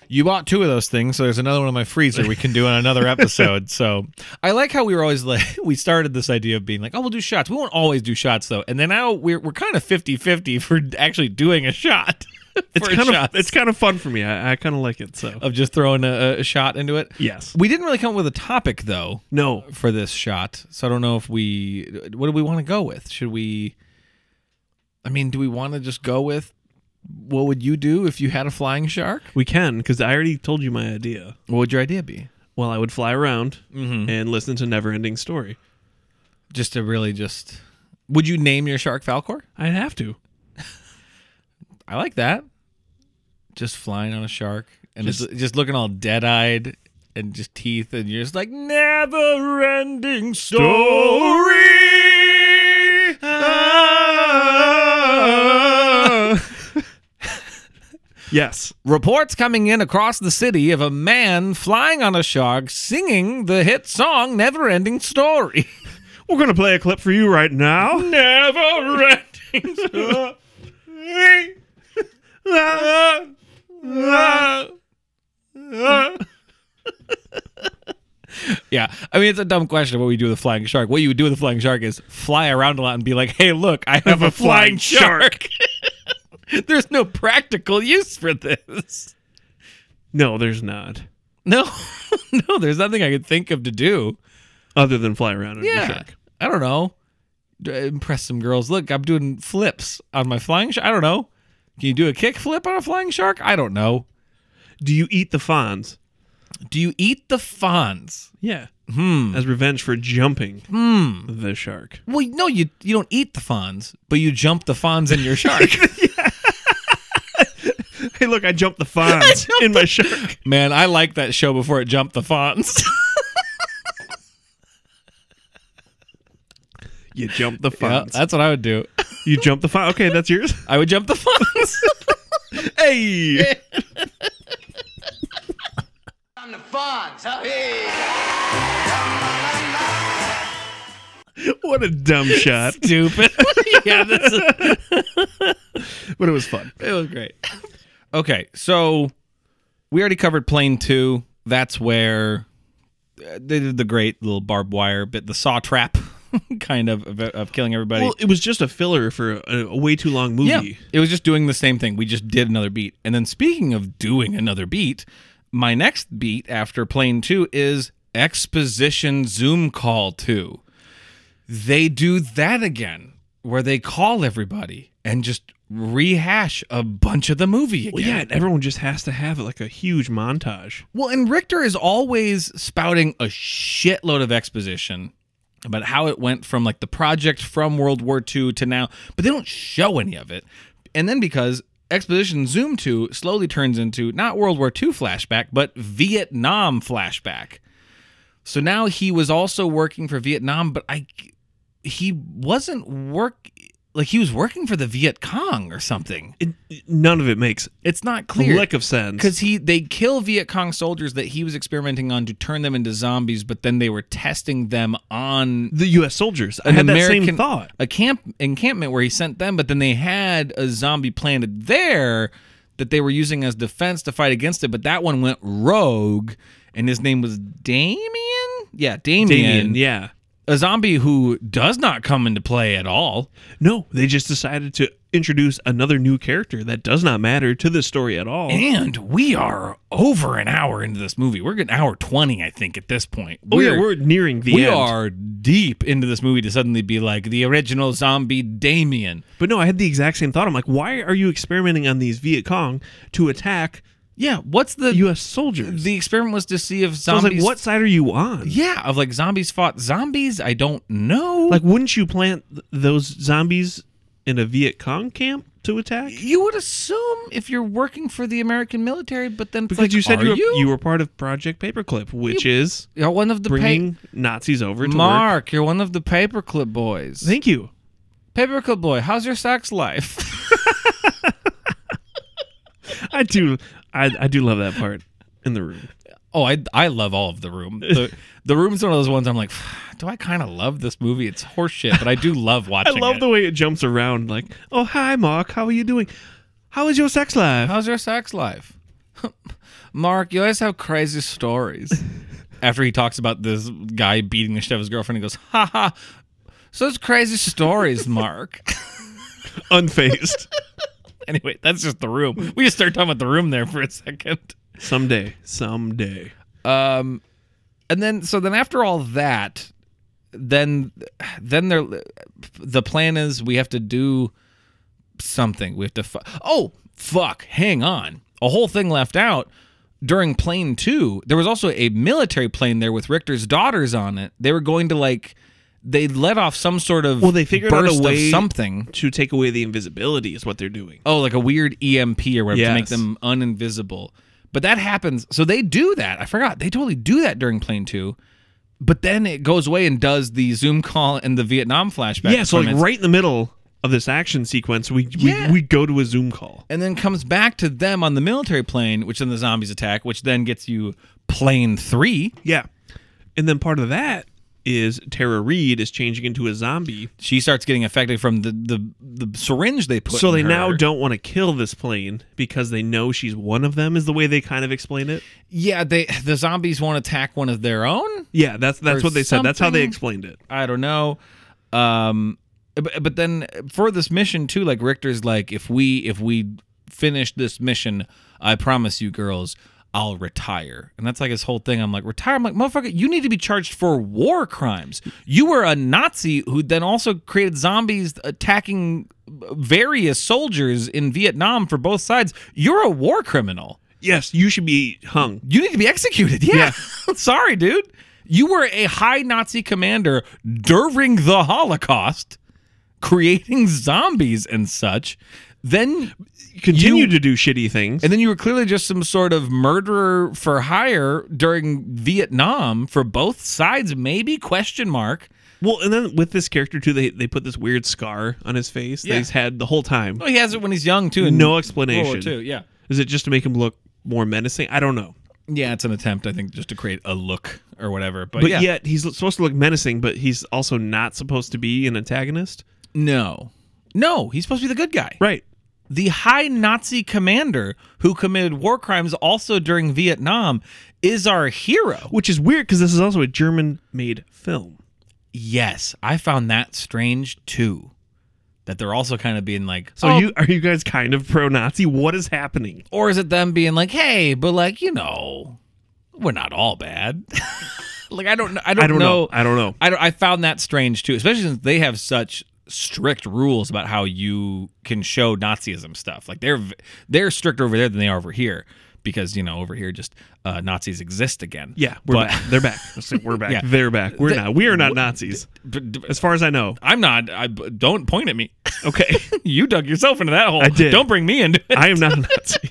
B: you bought two of those things, so there's another one in my freezer we can do in
A: [LAUGHS]
B: another episode. So I like how we were always like, [LAUGHS] we started this idea of being like, oh, we'll do shots. We won't always do shots, though. And then now we're, we're kind of 50 50 [LAUGHS] for actually doing a shot.
A: It's
B: [LAUGHS] For
A: kind
B: shots.
A: [LAUGHS] of it's kind of fun for me. I, I kind of like it. So
B: Of just throwing a, a shot into it.
A: yes,
B: We didn't really come up with a topic, though.
A: No.
B: For this shot. So I don't know if we. What do we want to go with? Should we. I mean, do we want to just go with what would you do if you had a flying shark?
A: we can because I already told you my idea.
B: What would your idea be?
A: Well, I would fly around
B: Mhm.
A: and listen to Neverending Story.
B: Just to really just. Would you name your shark Falcor?
A: I'd have to.
B: I like that. Just flying on a shark and just,
A: Just-
B: just, looking all dead eyed and just teeth, and you're just like, never ending story. [LAUGHS]
A: Yes.
B: Reports coming in across the city of a man flying on a shark singing the hit song Never Ending Story. [LAUGHS]
A: We're gonna play a clip for you right now.
B: Never ending story. Yeah, I mean it's a dumb question. What we do with a flying shark? What you would do with a flying shark is fly around a lot and be like, "Hey, look, I have a flying shark." [LAUGHS] There's no practical use for this.
A: [LAUGHS] No, there's not.
B: No, [LAUGHS] no, there's nothing I could think of to do.
A: Other than fly around and be
B: Yeah,
A: a shark.
B: I don't know. D- uh, Impress some girls. Look, I'm doing flips on my flying shark. I don't know. Can you do a kick flip on a flying shark? I don't know.
A: Do you eat the fawns?
B: Do you eat the fawns?
A: Yeah.
B: Hmm.
A: As revenge for jumping
B: Hmm.
A: the shark.
B: Well, no, you you don't eat the fawns, but you jump the fawns in your shark.
A: Hey, look, [LAUGHS] I jumped the fawns in my shark.
B: Man, I liked that show before it jumped the [LAUGHS] fonts.
A: [LAUGHS] You jumped the
B: yeah,
A: fawns.
B: that's what I would do.
A: you jumped the fawn. Okay, that's [LAUGHS] yours.
B: I would jump the [LAUGHS] fonts.
A: hey.
M: I'm the Fonz, huh?
A: What a dumb shot.
B: Stupid. [LAUGHS] yeah, this is, [LAUGHS]
A: But it was fun.
B: it was great. Okay, so we already covered plane two. That's where uh, they did the great little barbed wire bit, the saw trap, [LAUGHS] kind of, of of killing everybody.
A: Well, it was just a filler for a, a way too long movie.
B: Yeah, it was just doing the same thing. We just did another beat. And then speaking of doing another beat, my next beat after Plane 2 is Exposition Zoom Call 2. They do that again, where they call everybody and just rehash a bunch of the movie again.
A: Well, yeah, and everyone just has to have like a huge montage.
B: Well, and Richter is always spouting a shitload of exposition about how it went from like the project from World War II to now, but they don't show any of it. And then because Exposition Zoom 2 slowly turns into not World War II flashback, but Vietnam flashback. So now he was also working for Vietnam, but I he wasn't work like he was working for the Viet Cong or something.
A: It, none of it makes
B: It's not
A: a
B: clear
A: lick of sense.
B: because he they kill Viet Cong soldiers that he was experimenting on to turn them into zombies, but then they were testing them on
A: the U.S. soldiers. I
B: an
A: had
B: American
A: that same thought.
B: a camp encampment where he sent them, but then they had a zombie planted there that they were using as defense to fight against it, but that one went rogue, and his name was Damien. Yeah, Damien.
A: Damien, yeah.
B: a zombie who does not come into play at all.
A: No, they just decided to introduce another new character that does not matter to the story at all.
B: And we are over an hour into this movie. We're getting hour 20, I think, at this point.
A: Oh, yeah, we're nearing the
B: we
A: end.
B: are deep into this movie to suddenly be like the original zombie Damien.
A: But no, I had the exact same thought. I'm like, why are you experimenting on these Viet Cong to attack?
B: Yeah, what's the
A: U.S. soldiers?
B: The experiment was to see if
A: So I was like,
B: zombies.
A: what side are you on?
B: Yeah, of like zombies fought zombies. I don't know.
A: Like, wouldn't you plant th- those zombies in a Viet Cong camp to attack?
B: you would assume if you're working for the American military, but then it's
A: Because
B: like,
A: you said
B: are
A: you were,
B: you?
A: you were part of Project Paperclip, which is
B: You're one of the pa-
A: bringing Nazis over to work.
B: Mark, you're one of the paperclip boys.
A: Thank you.
B: Paperclip boy, how's your sex life? [LAUGHS]
A: I do. I, I do love that part in the room.
B: oh, I I love all of the room. [LAUGHS] The, the room's one of those ones I'm like, do I kind of love this movie? It's horseshit, but I do [LAUGHS] love
A: I
B: watching.
A: love
B: it.
A: the way it jumps around. Like, oh hi, Mark. How are you doing? How is your sex life? [LAUGHS]
B: How's your sex life? [LAUGHS] Mark, you always have crazy [LAUGHS] stories. After he talks about this guy beating the shit out of his girlfriend, he goes, ha ha. So it's crazy stories, Mark.
A: Unfazed.
B: [LAUGHS] anyway, that's just the room. We just start talking about the room there for a second.
A: someday, someday.
B: Um, and then so then after all that, then then there the plan is we have to do something. We have to fu- oh fuck, hang on. A whole thing left out during plane 2. There was also a military plane there with Richter's daughters on it. They were going to like they let off some sort of
A: Well, they figured out
B: burst
A: a
B: of
A: way
B: something.
A: to take away the invisibility is what they're doing.
B: Oh, like a weird EMP or whatever to make
A: Yes.
B: them uninvisible. But that happens. So they do that. I forgot. They totally do that during Plane 2. But then it goes away and does the Zoom call and the Vietnam flashback.
A: yeah, so like
B: from it.
A: right in the middle of this action sequence, we
B: Yeah.
A: we, we go to a Zoom call.
B: And then comes back to them on the military plane, which then the zombies attack, which then gets you Plane 3.
A: Yeah, and then part of that is Tara Reed is changing into a zombie,
B: She starts getting affected from the, the, the syringe they put
A: so
B: in
A: they
B: her.
A: now don't want to kill this plane because they know she's one of them. Is the way they kind of explain it.
B: Yeah, they the zombies won't attack one of their own.
A: Yeah, that's that's
B: Or
A: what they said. That's how they
B: something.
A: explained it.
B: I don't know. Um, but, but then for this mission too, like Richter's like, if we if we finish this mission, I promise you, girls, I'll retire. And that's like his whole thing. I'm like, retire. I'm like, motherfucker, you need to be charged for war crimes. You were a Nazi who then also created zombies attacking various soldiers in Vietnam for both sides. You're a war criminal.
A: Yes, you should be hung.
B: You need to be executed. [LAUGHS] Yeah. Sorry, dude. You were a high Nazi commander during the Holocaust, creating zombies and such. Then
A: Continue
B: you-
A: to do shitty things.
B: and then you were clearly just some sort of murderer for hire during Vietnam for both sides, maybe question mark.
A: Well, and then with this character too, they they put this weird scar on his face
B: Yeah.
A: that he's had the whole time.
B: Well, he has it when he's young too. in
A: No
B: World War
A: explanation.
B: II, Yeah.
A: Is it just to make him look more menacing? I don't know.
B: Yeah, it's an attempt, I think, just to create a look or whatever. But,
A: But
B: yeah,
A: yet he's supposed to look menacing, but he's also not supposed to be an antagonist.
B: no, no, he's supposed to be the good guy.
A: Right.
B: the high Nazi commander who committed war crimes also during Vietnam is our hero.
A: Which is weird because this is also a German made film.
B: Yes, I found that strange too. That they're also kind of being like,
A: So
B: oh,
A: you are you guys kind of pro Nazi? What is happening?
B: or is it them being like, hey, but like you know, we're not all bad. [LAUGHS] like I don't, kn- I don't,
A: I don't
B: know.
A: know. I don't know.
B: I don't, I found that strange too, especially since they have such strict rules about how you can show Nazism stuff. Like they're v- they're stricter over there than they are over here because you know over here just uh, Nazis exist again.
A: Yeah, we're
B: But- [LAUGHS]
A: back. They're back. [LAUGHS] Let's say we're back.
B: Yeah.
A: They're back. We're
B: They-
A: not. We are not Nazis,
B: But- but-
A: as far as I
B: [LAUGHS]
A: know.
B: I'm not. I don't point at me.
A: Okay,
B: [LAUGHS] you dug yourself into that hole.
A: I did.
B: Don't bring me into it.
A: I am not a Nazi.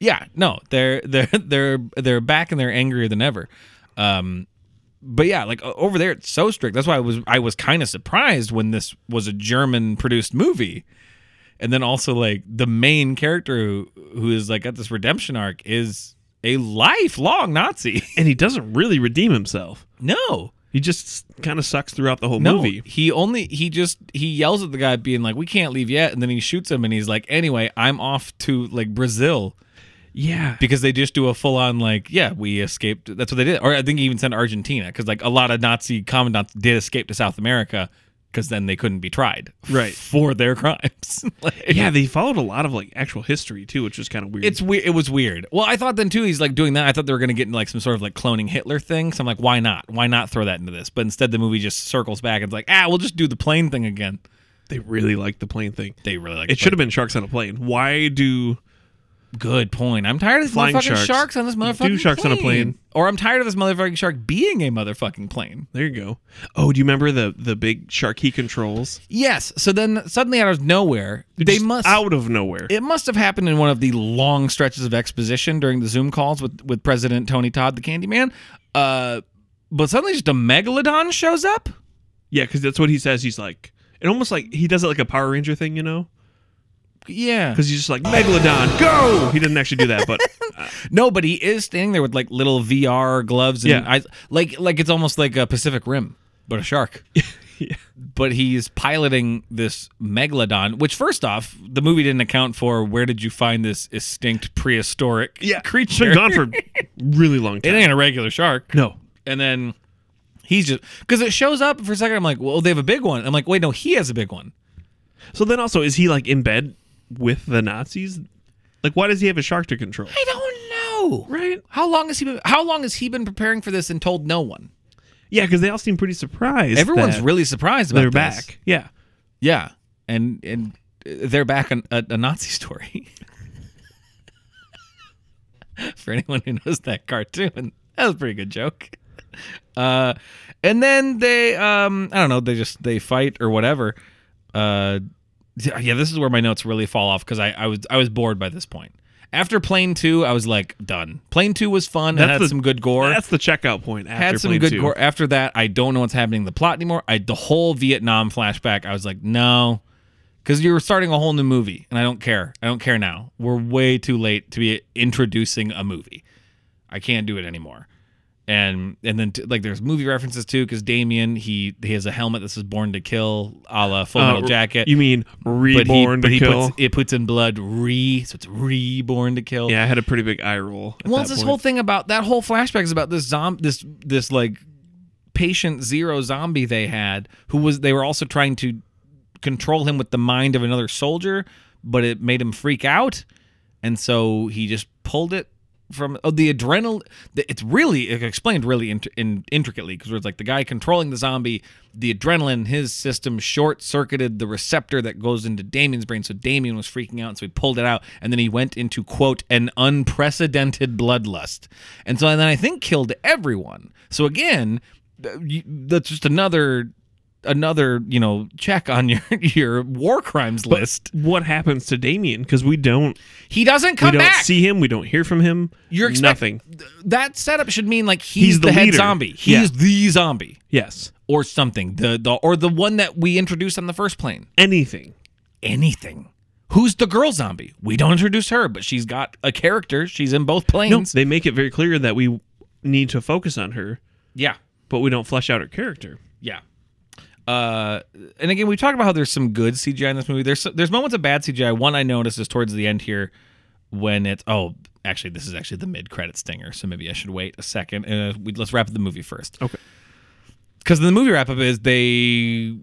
B: yeah, no, they're they're [LAUGHS] they're they're back and they're angrier than ever. Um, but yeah, like o- over there, it's so strict. That's why I was I was kind of surprised when this was a German produced movie, and then also like the main character who, who is like got this redemption arc is a lifelong Nazi. [LAUGHS]
A: And he doesn't really redeem himself.
B: no,
A: He just kind of sucks throughout the whole
B: no,
A: movie.
B: he only he just he yells at the guy being like, "We can't leave yet," and then he shoots him, and he's like, "Anyway, I'm off to like Brazil."
A: Yeah,
B: because they just do a full on like, yeah, we escaped. That's what they did, or I think he even sent Argentina because like a lot of Nazi commandants did escape to South America because then they couldn't be tried
A: Right.
B: [LAUGHS] for their crimes. [LAUGHS] Like-
A: yeah, they followed a lot of like actual history too, which is kind of weird.
B: It's weird. It was weird. Well, I thought then too. He's like doing that. I thought they were going to get into like some sort of like cloning Hitler thing. So I'm like, why not? Why not throw that into this? But instead, the movie just circles back and it's like, ah, we'll just do the plane thing again.
A: They really like the plane thing.
B: They really like.
A: it should have been sharks on a plane. Why do?
B: Good point. I'm tired of
A: flying
B: motherfucking
A: sharks.
B: sharks. on this motherfucking
A: Do sharks on a plane.
B: Or I'm tired of this motherfucking shark being a motherfucking plane.
A: There you go. Oh, do you remember the the big shark he controls?
B: Yes. So then suddenly out of nowhere, they
A: Just
B: must
A: out of nowhere.
B: It must have happened in one of the long stretches of exposition during the Zoom calls with, with President Tony Todd, the Candyman. Uh, but suddenly, just a megalodon shows up.
A: Yeah, because that's what he says. He's like, it almost like he does it like a Power Ranger thing, you know?
B: Yeah,
A: Because he's just like Megalodon, go! He doesn't actually do that,
B: [LAUGHS]
A: but
B: no, but he is standing there with like little VR gloves and
A: Yeah.
B: eyes, like like it's almost like a Pacific Rim, but
A: [LAUGHS]
B: a shark. But he's piloting this megalodon, which first off, the movie didn't account for. Where did you find this extinct prehistoric
A: yeah,
B: creature?
A: It's been gone for really long
B: It
A: time.
B: ain't a regular shark.
A: No.
B: And then he's just because it shows up for a second. I'm like, well, they have a big one. I'm like, wait, no, he has a big one.
A: So then also, is he like in bed with the Nazis? Like, why does he have a shark to control?
B: I don't know.
A: Right?
B: How long has he been? How long has he been preparing for this and told no one?
A: Yeah, because they all seem pretty surprised.
B: Everyone's
A: that
B: really surprised about
A: They're
B: this.
A: back. Yeah.
B: Yeah, and and they're back on a, a Nazi story. [LAUGHS] For anyone who knows that cartoon, that was a pretty good joke. Uh, and then they, um, I don't know, they just they fight or whatever. Uh, yeah, this is where my notes really fall off because I, I was I was bored by this point. After Plane Two, I was like done. Plane Two was fun. and
A: That's
B: had
A: the-
B: some good gore
A: That's the checkout point. After
B: had some
A: Plane
B: good
A: Two.
B: gore. After that, I don't know what's happening in the plot anymore. I the whole Vietnam flashback. I was like, no, because you were starting a whole new movie, and I don't care. I don't care now. We're way too late to be introducing a movie. I can't do it anymore. And and then t- like there's movie references too, because Damien he he has a helmet that says "Born to Kill" a la Full
A: Uh,
B: Metal Jacket.
A: You mean
B: but he,
A: reborn
B: but
A: to
B: he
A: kill?
B: puts it puts in blood re, so it's reborn to kill.
A: yeah, I had a pretty big eye roll. at
B: Well,
A: that
B: it's this
A: point.
B: whole thing about that whole flashback is about this zombie, this this like patient zero zombie they had, who was they were also trying to control him with the mind of another soldier, but it made him freak out, and so he just pulled it from oh, the adrenaline. It's really it explained really int- in, intricately because it's like the guy controlling the zombie, the adrenaline, in his system short circuited the receptor that goes into Damien's brain, so Damien was freaking out, and so he pulled it out, and then he went into quote an unprecedented bloodlust, and so then I think killed everyone. So again, th- you- that's just another another you know check on your [LAUGHS] your war crimes
A: But
B: list.
A: What happens to Damien? Because we don't
B: He doesn't come
A: we don't
B: back.
A: see him. We don't hear from him.
B: You're expect-
A: nothing.
B: that setup should mean like he's,
A: He's the
B: the, head
A: leader.
B: zombie. He's
A: Yeah.
B: the zombie
A: Yes.
B: or something. The the or the one that we introduced on the first plane.
A: Anything.
B: Anything. Who's the girl zombie? We don't introduce her, but she's got a character. She's in both
A: No,
B: planes.
A: they make it very clear that we need to focus on her,
B: Yeah.
A: but we don't flesh out her character.
B: Yeah. Uh, and again, we talked about how there's some good CGI in this movie. There's there's moments of bad CGI. One I noticed is towards the end here when it's oh actually this is actually the mid credit stinger, so maybe I should wait a second. Uh, we, let's wrap up the movie first.
A: Okay.
B: Because the movie wrap up is they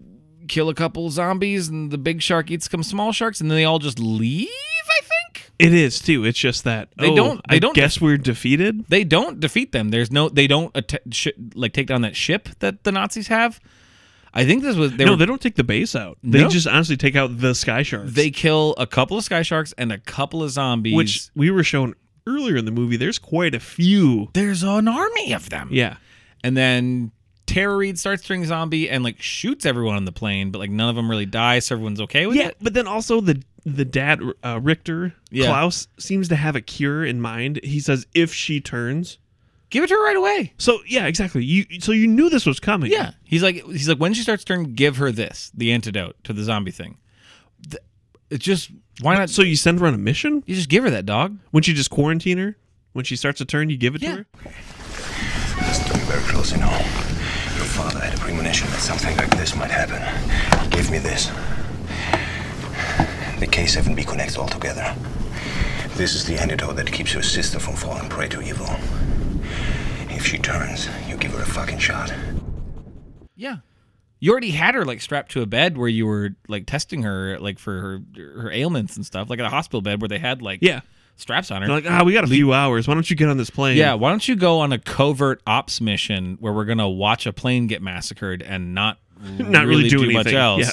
B: kill a couple zombies and the big shark eats some small sharks and then they all just leave. I think
A: It is too. It's just that
B: They
A: oh,
B: don't- they
A: I
B: don't-
A: guess we're defeated.
B: they don't defeat them. There's no they don't atta- sh- like take down that ship that the Nazis have. I think this was they
A: no,
B: were
A: they don't take the base out. They
B: No.
A: just honestly take out the sky sharks.
B: They kill a couple of sky sharks and a couple of zombies.
A: which we were shown earlier in the movie. There's quite a few.
B: there's an army of them.
A: Yeah.
B: And then Tara Reid starts string zombie and like shoots everyone on the plane, but like none of them really die, so everyone's okay with
A: Yeah,
B: it.
A: but then also the the dad uh, Richter
B: Yeah.
A: Klaus seems to have a cure in mind. He says if she turns.
B: Give it to her right away.
A: So yeah, exactly. You so you knew this was coming.
B: Yeah. He's like he's like when she starts turning, give her this, the antidote to the zombie thing. Th- It's just why not?
A: So you send her on a mission?
B: You just give her that dog.
A: When she just quarantine her? When she starts to turn, you give it to
B: Yeah.
A: her?
E: Stay very close, you know. You
N: father had a premonition that something like this might happen. He gave me this. The K7B connects all together. This is the antidote that keeps your sister from falling prey to evil. If she turns, you give her a fucking shot.
B: Yeah. You already had her like strapped to a bed where you were like testing her like for her her ailments and stuff, like at a hospital bed where they had like
A: Yeah.
B: straps on her.
A: They're like, ah, we got a few hours. Why don't you get on this plane?
B: Yeah, why don't you go on a covert ops mission where we're gonna watch a plane get massacred and not
A: [LAUGHS] Not really do
B: much
A: anything,
B: else?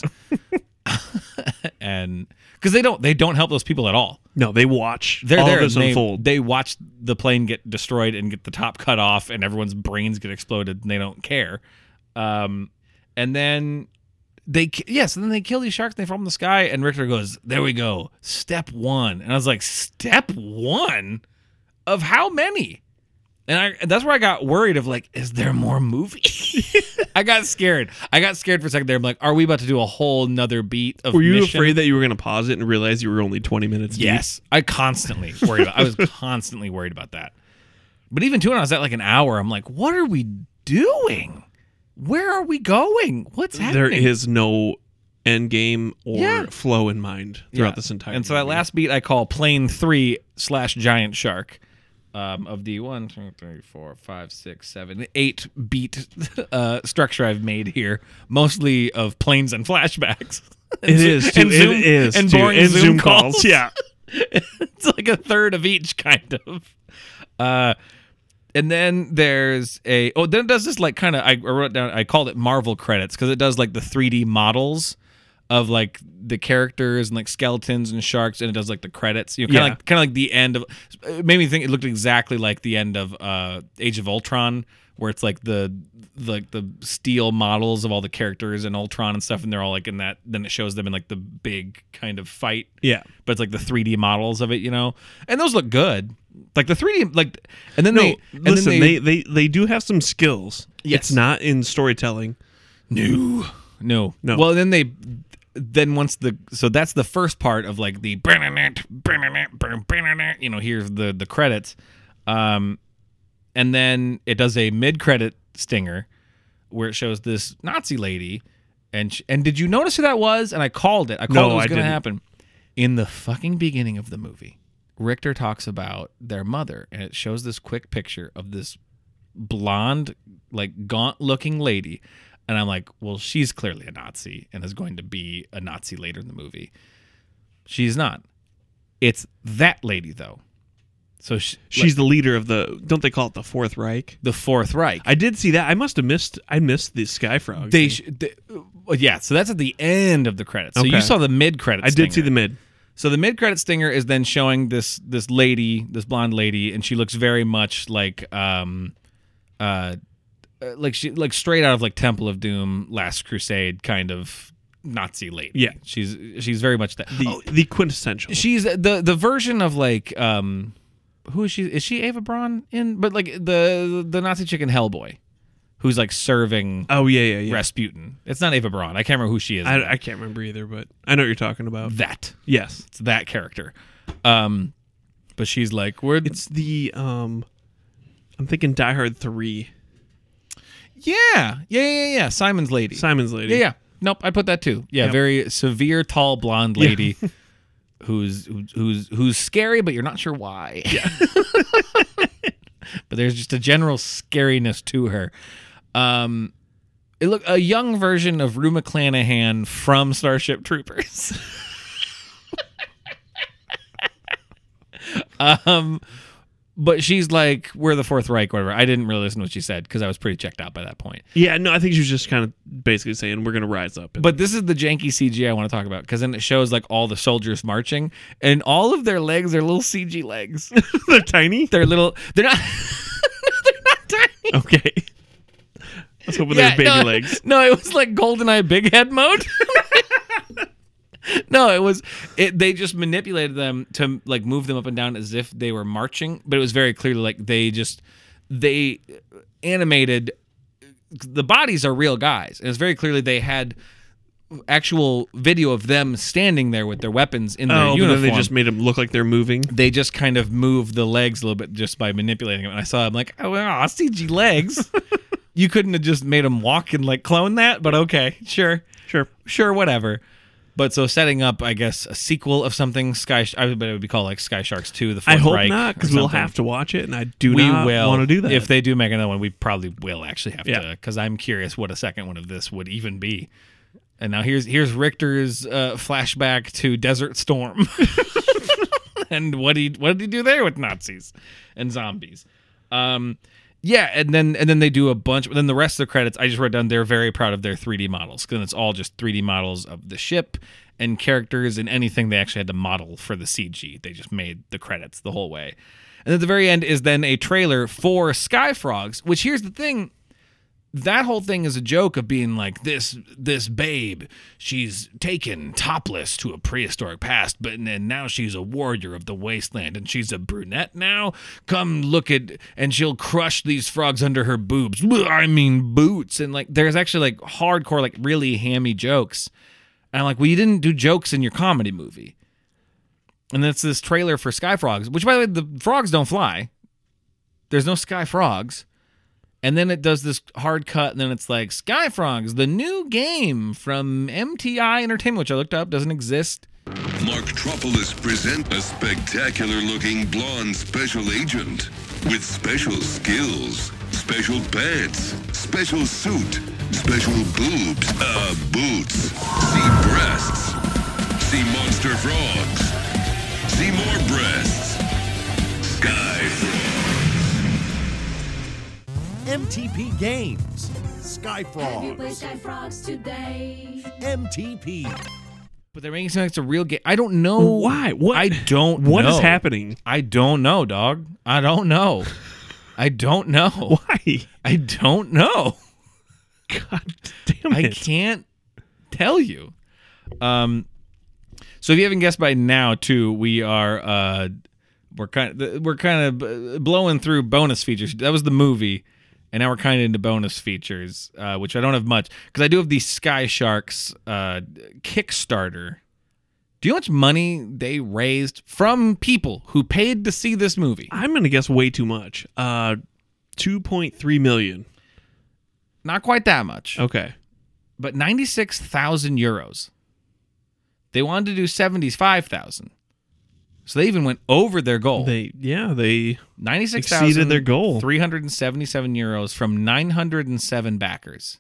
B: [LAUGHS] and because they don't they don't help those people at all.
A: No, they watch
B: They're
A: all
B: there.
A: this
B: and they,
A: unfold.
B: They watch the plane get destroyed and get the top cut off, and everyone's brains get exploded, and they don't care. Um, and then they ki- yes, and then they kill these sharks. and They fall from the sky, and Richter goes, "There we go, step one." And I was like, "Step one of how many?" And I and that's where I got worried of like, is there more movie? [LAUGHS] I got scared. I got scared for a second there. I'm like, are we about to do a whole nother beat of
A: Were you
B: mission?
A: afraid that you were going to pause it and realize you were only 20 minutes deep?
B: Yes, I constantly worried. About, I was constantly worried about that. But even too, when I was at like an hour, I'm like, what are we doing? Where are we going? What's happening?
A: There is no end game or
B: Yeah.
A: flow in mind throughout
B: Yeah.
A: this entire
B: And so that last beat I call Plane Three slash Giant Shark. Um, of the one, two, three, four, five, six, seven, eight beat [LAUGHS] uh, structure I've made here, mostly of planes and flashbacks.
A: It is, too.
B: and
A: It
B: Zoom,
A: is,
B: and
A: too.
B: boring
A: And
B: Zoom,
A: Zoom
B: calls.
A: calls, yeah.
B: it's like a third of each kind of. Uh, and then there's a oh then it does this like kind of I I wrote down I called it Marvel credits because it does like the 3D models of like the characters and like skeletons and sharks and it does like the credits you know kind of
A: Yeah.
B: like kind of like the end of it made me think it looked exactly like the end of uh Age of Ultron where it's like the like the steel models of all the characters and Ultron and stuff and they're all like in that then it shows them in like the big kind of fight
A: Yeah.
B: but it's like the 3D models of it you know and those look good like the 3D like and then
A: no,
B: they and
A: listen,
B: then
A: they, they, they, do have some skills. It's not in storytelling.
B: No. No.
A: No.
B: Well, then they then once the so that's the first part of like the you know here's the the credits, um, and then it does a mid credit stinger where it shows this Nazi lady, and sh- and did you notice who that was? And I called it. I called
A: No,
B: it was
A: I
B: going to
A: didn't.
B: happen in the fucking beginning of the movie. Richter talks about their mother, and it shows this quick picture of this blonde, like gaunt looking lady. And I'm like, well, she's clearly a Nazi and is going to be a Nazi later in the movie. She's not. It's that lady, though. So sh
A: She's the leader of the, don't they call it the Fourth Reich?
B: The Fourth Reich.
A: I did see that. I must have missed, I missed the Skyfrog.
B: They, sh- they well, yeah. So that's at the end of the credits. So
A: Okay.
B: you saw the mid credits.
A: I did see the mid.
B: So the mid credit stinger is then showing this this lady, this blonde lady, and she looks very much like um, uh, uh, like she like straight out of like Temple of Doom, Last Crusade kind of Nazi lady.
A: Yeah.
B: she's she's very much that. Oh,
A: The, the quintessential.
B: She's the the version of like um who is she? Is she Ava Braun in? But like the the Nazi chicken Hellboy, who's like serving.
A: Oh, yeah, yeah, yeah.
B: Rasputin. It's not Ava Braun. I can't remember who she is.
A: I, I can't remember either, but I know what you're talking about.
B: That.
A: Yes.
B: It's that character. Um, but she's like, we're.
A: It's the, um, I'm thinking Die Hard 3.
B: Yeah, yeah, yeah, yeah. Simon's lady.
A: Simon's lady.
B: Yeah, yeah. Nope, I put that too. Yeah,
A: Yep.
B: very severe, tall,
A: [LAUGHS]
B: blonde lady who's who's who's scary, but you're not sure why. Yeah. [LAUGHS] but there's just a general scariness to her. Um, it look a young version of Rue McClanahan from Starship Troopers. [LAUGHS] um, but she's like, "We're the Fourth Reich," whatever. I didn't really listen to what she said because I was pretty checked out by that point.
A: Yeah, no, I think she was just kind of basically saying, we're going to rise up.
B: But this is the janky CG I want to talk about because then it shows like all the soldiers marching and all of their legs are little CG legs.
A: [LAUGHS]
B: [LAUGHS]
A: they're tiny.
B: They're little. They're not. [LAUGHS]
A: Okay. [LAUGHS] I was hoping they were baby
B: no,
A: legs.
B: [LAUGHS] No, it was like Goldeneye big head mode. [LAUGHS] no, it was. It, they just manipulated them to like move them up and down as if they were marching, but it was very clearly like they just they animated. The bodies are real guys, and it's very clearly they had actual video of them standing there with their weapons in their
A: oh, but
B: uniform.
A: then they just made them look like they're moving.
B: They just
A: [LAUGHS]
B: kind of move the legs a little bit just by manipulating them. And I saw, I'm like, oh, wow, CG legs. You couldn't have just made him walk and like clone that, but okay, sure,
A: sure,
B: sure, whatever. But so setting up, I guess, a sequel of something. Sky, I would, but it would be called like Sky Sharks Two. The Fourth
A: I hope
B: Reich
A: not
B: or
A: because we'll
B: something.
A: have to watch it, and I do
B: we
A: not
B: will
A: want to do that.
B: If they do make another one, we probably will actually have
A: Yeah.
B: to because I'm curious what a second one of this would even be. And now here's here's Richter's uh, flashback to Desert Storm, [LAUGHS] and what he what did he do there with Nazis and zombies? Um, yeah, and then and then they do a bunch. But then the rest of the credits, I just wrote down. They're very proud of their 3D models. 'cause Then it's all just 3D models of the ship and characters and anything they actually had to model for the CG. They just made the credits the whole way. And at the very end is then a trailer for Skyfrogs. Which here's the thing: that whole thing is a joke of being like this this babe she's taken topless to a prehistoric past but and now she's a warrior of the wasteland and she's a brunette now come look at and she'll crush these frogs under her boobs Blah, i mean boots and like there's actually like hardcore like really hammy jokes and i'm like well you didn't do jokes in your comedy movie and that's this trailer for sky frogs which by the way the frogs don't fly there's no sky frogs and then it does this hard cut, and then it's like Sky Frogs, the new game from MTI Entertainment, which I looked up, doesn't exist.
O: Marktropolis present a spectacular-looking blonde special agent with special skills, special pants, special suit, special boobs, uh, boots. See breasts. See monster frogs. See more breasts. Sky frogs.
P: MTP Games. Skyfrog.
Q: frogs today.
P: MTP.
B: But they're making it seem like it's a real game. I don't know
A: Why? What?
B: I don't.
A: What is
B: know.
A: happening?
B: I don't know, dog. I
A: [LAUGHS]
B: don't know. I don't know.
A: [LAUGHS] Why?
B: I don't know. God
A: damn
B: it! I can't tell you. Um, so if you haven't guessed by now, too, we are uh, we're kind of, we're kind of uh, blowing through bonus features. That was the movie, and now we're kind of into bonus features, uh, which I don't have much because I do have the Sky Sharks uh, Kickstarter. Do you know how much money they raised from people who paid to see this movie?
A: I'm gonna guess way too much. Uh, two point three million.
B: Not quite that much.
A: Okay.
B: but 96,000 euros. They wanted to do 75,000. So they even went over their goal.
A: They yeah they
B: 96,000
A: exceeded their goal.
B: 377 euros from 907 backers.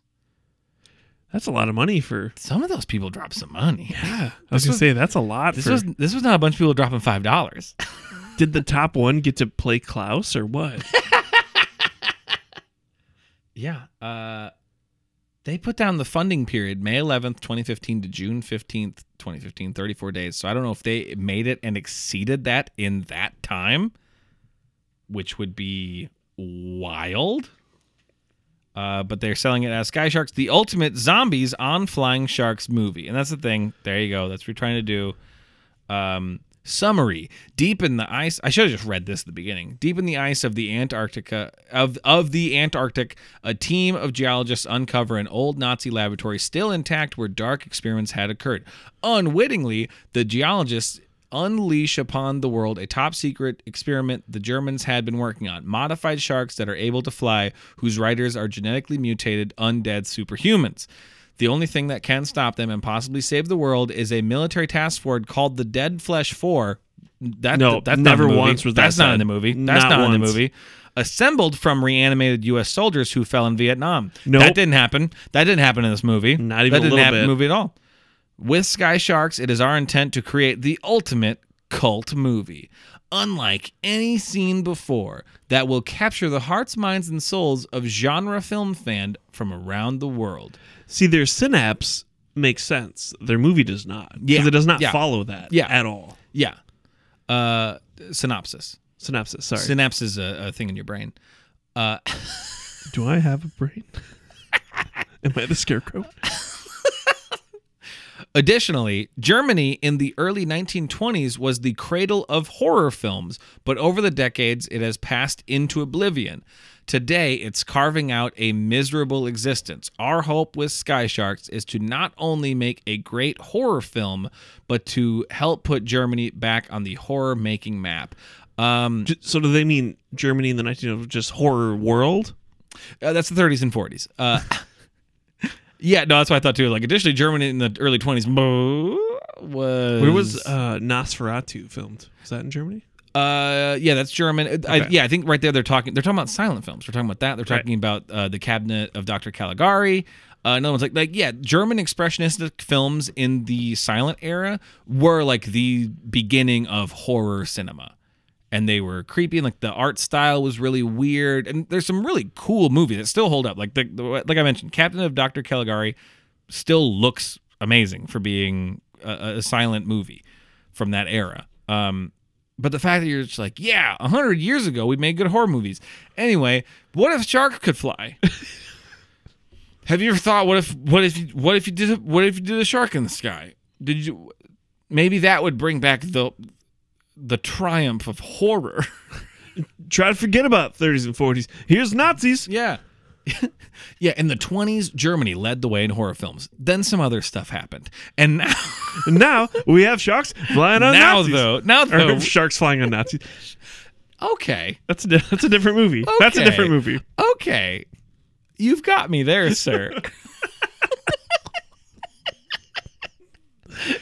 A: That's a lot of money for
B: some of those people dropped some money.
A: Yeah, I
B: This
A: was gonna
B: was-
A: say that's a lot.
B: [LAUGHS] This
A: for,
B: was this was not a bunch of people dropping five dollars.
A: [LAUGHS] Did the top one get to play Klaus or
B: [LAUGHS]
A: what?
B: Yeah. Uh, they put down the funding period May 11th, 2015 to June 15th, 2015, 34 days. So I don't know if they made it and exceeded that in that time, which would be wild. Uh, but they're selling it as Sky Sharks, the ultimate zombies on flying sharks movie. And that's the thing. There you go. That's what we're trying to do. Um, summary: Deep in the ice. I should have just read this at the beginning. Deep in the ice of the Antarctica of of the Antarctic, a team of geologists uncover an old Nazi laboratory still intact where dark experiments had occurred. Unwittingly, the geologists unleash upon the world a top secret experiment the Germans had been working on modified sharks that are able to fly, whose riders are genetically mutated, undead superhumans. The only thing that can stop them and possibly save the world is a military task force called the Dead Flesh 4. That,
A: No,
B: that's
A: never
B: not in the movie.
A: once was that
B: That's not in
A: said.
B: the movie. That's
A: Not
B: not, in the
A: once.
B: movie. Assembled from reanimated U.S. soldiers who fell in Vietnam.
A: Nope.
B: That didn't happen. That didn't happen in this movie. Not
A: even
B: that
A: a
B: didn't
A: little
B: happen in the
A: bit.
B: movie at all. With Sky Sharks, it is our intent to create the ultimate cult movie, unlike any seen before, that will capture the hearts, minds, and souls of genre film fan from around the world.
A: See, their synapse makes sense. Their movie does not. 'Cause
B: Yeah,
A: it does not
B: yeah.
A: follow that
B: Yeah.
A: at all.
B: Yeah. Uh, synopsis.
A: Synopsis. Sorry.
B: Synapse is a, a thing in your brain. Uh,
A: Do I have a [LAUGHS] brain? Am I the scarecrow?
B: Additionally, Germany in the early 1920s was the cradle of horror films, but over the decades it has passed into oblivion. Today, it's carving out a miserable existence. Our hope with Sky Sharks is to not only make a great horror film, but to help put Germany back on the horror making map. Um,
A: so do they mean Germany in the 1900s just horror world?
B: Uh, that's the 30s and 40s. Uh, [LAUGHS] yeah, no, that's what I thought too. Like, additionally, Germany in the early 20s was
A: Where was uh, Nosferatu filmed? Was that in Germany?
B: Uh, yeah, that's German. Uh, I,
A: Okay.
B: yeah, I think right there they're talking. They're talking about silent films. They're talking about that. They're talking about uh, the Cabinet of Dr. Caligari. Uh, another one's like, like yeah, German expressionistic films in the silent era were like the beginning of horror cinema, and they were creepy. And like the art style was really weird. And there's some really cool movies that still hold up. Like the, the like I mentioned, Captain of Dr. Caligari still looks amazing for being a, a silent movie from that era. Um, but the fact that you're just like, yeah, a hundred years ago we made good horror movies. Anyway, what if sharks could [LAUGHS] fly? Have you ever thought what if what if you, what if you did a- what if you did a shark in the sky? Did you maybe that would bring back the the triumph of horror? [LAUGHS]
A: Try to forget about 30s and 40s. Here's Nazis.
B: Yeah. [LAUGHS] yeah, in the 20s Germany led the way in horror films. Then some other stuff happened. And [LAUGHS] now
A: now we have sharks flying on
B: Now,
A: Nazis.
B: though-
A: [LAUGHS]
B: now,
A: Or
B: [LAUGHS] though-
A: sharks flying on Nazis.
B: okay.
A: That's a di- that's a different movie. That's a
B: Okay.
A: different movie.
B: Okay. You've got me
A: [LAUGHS]
B: there, sir.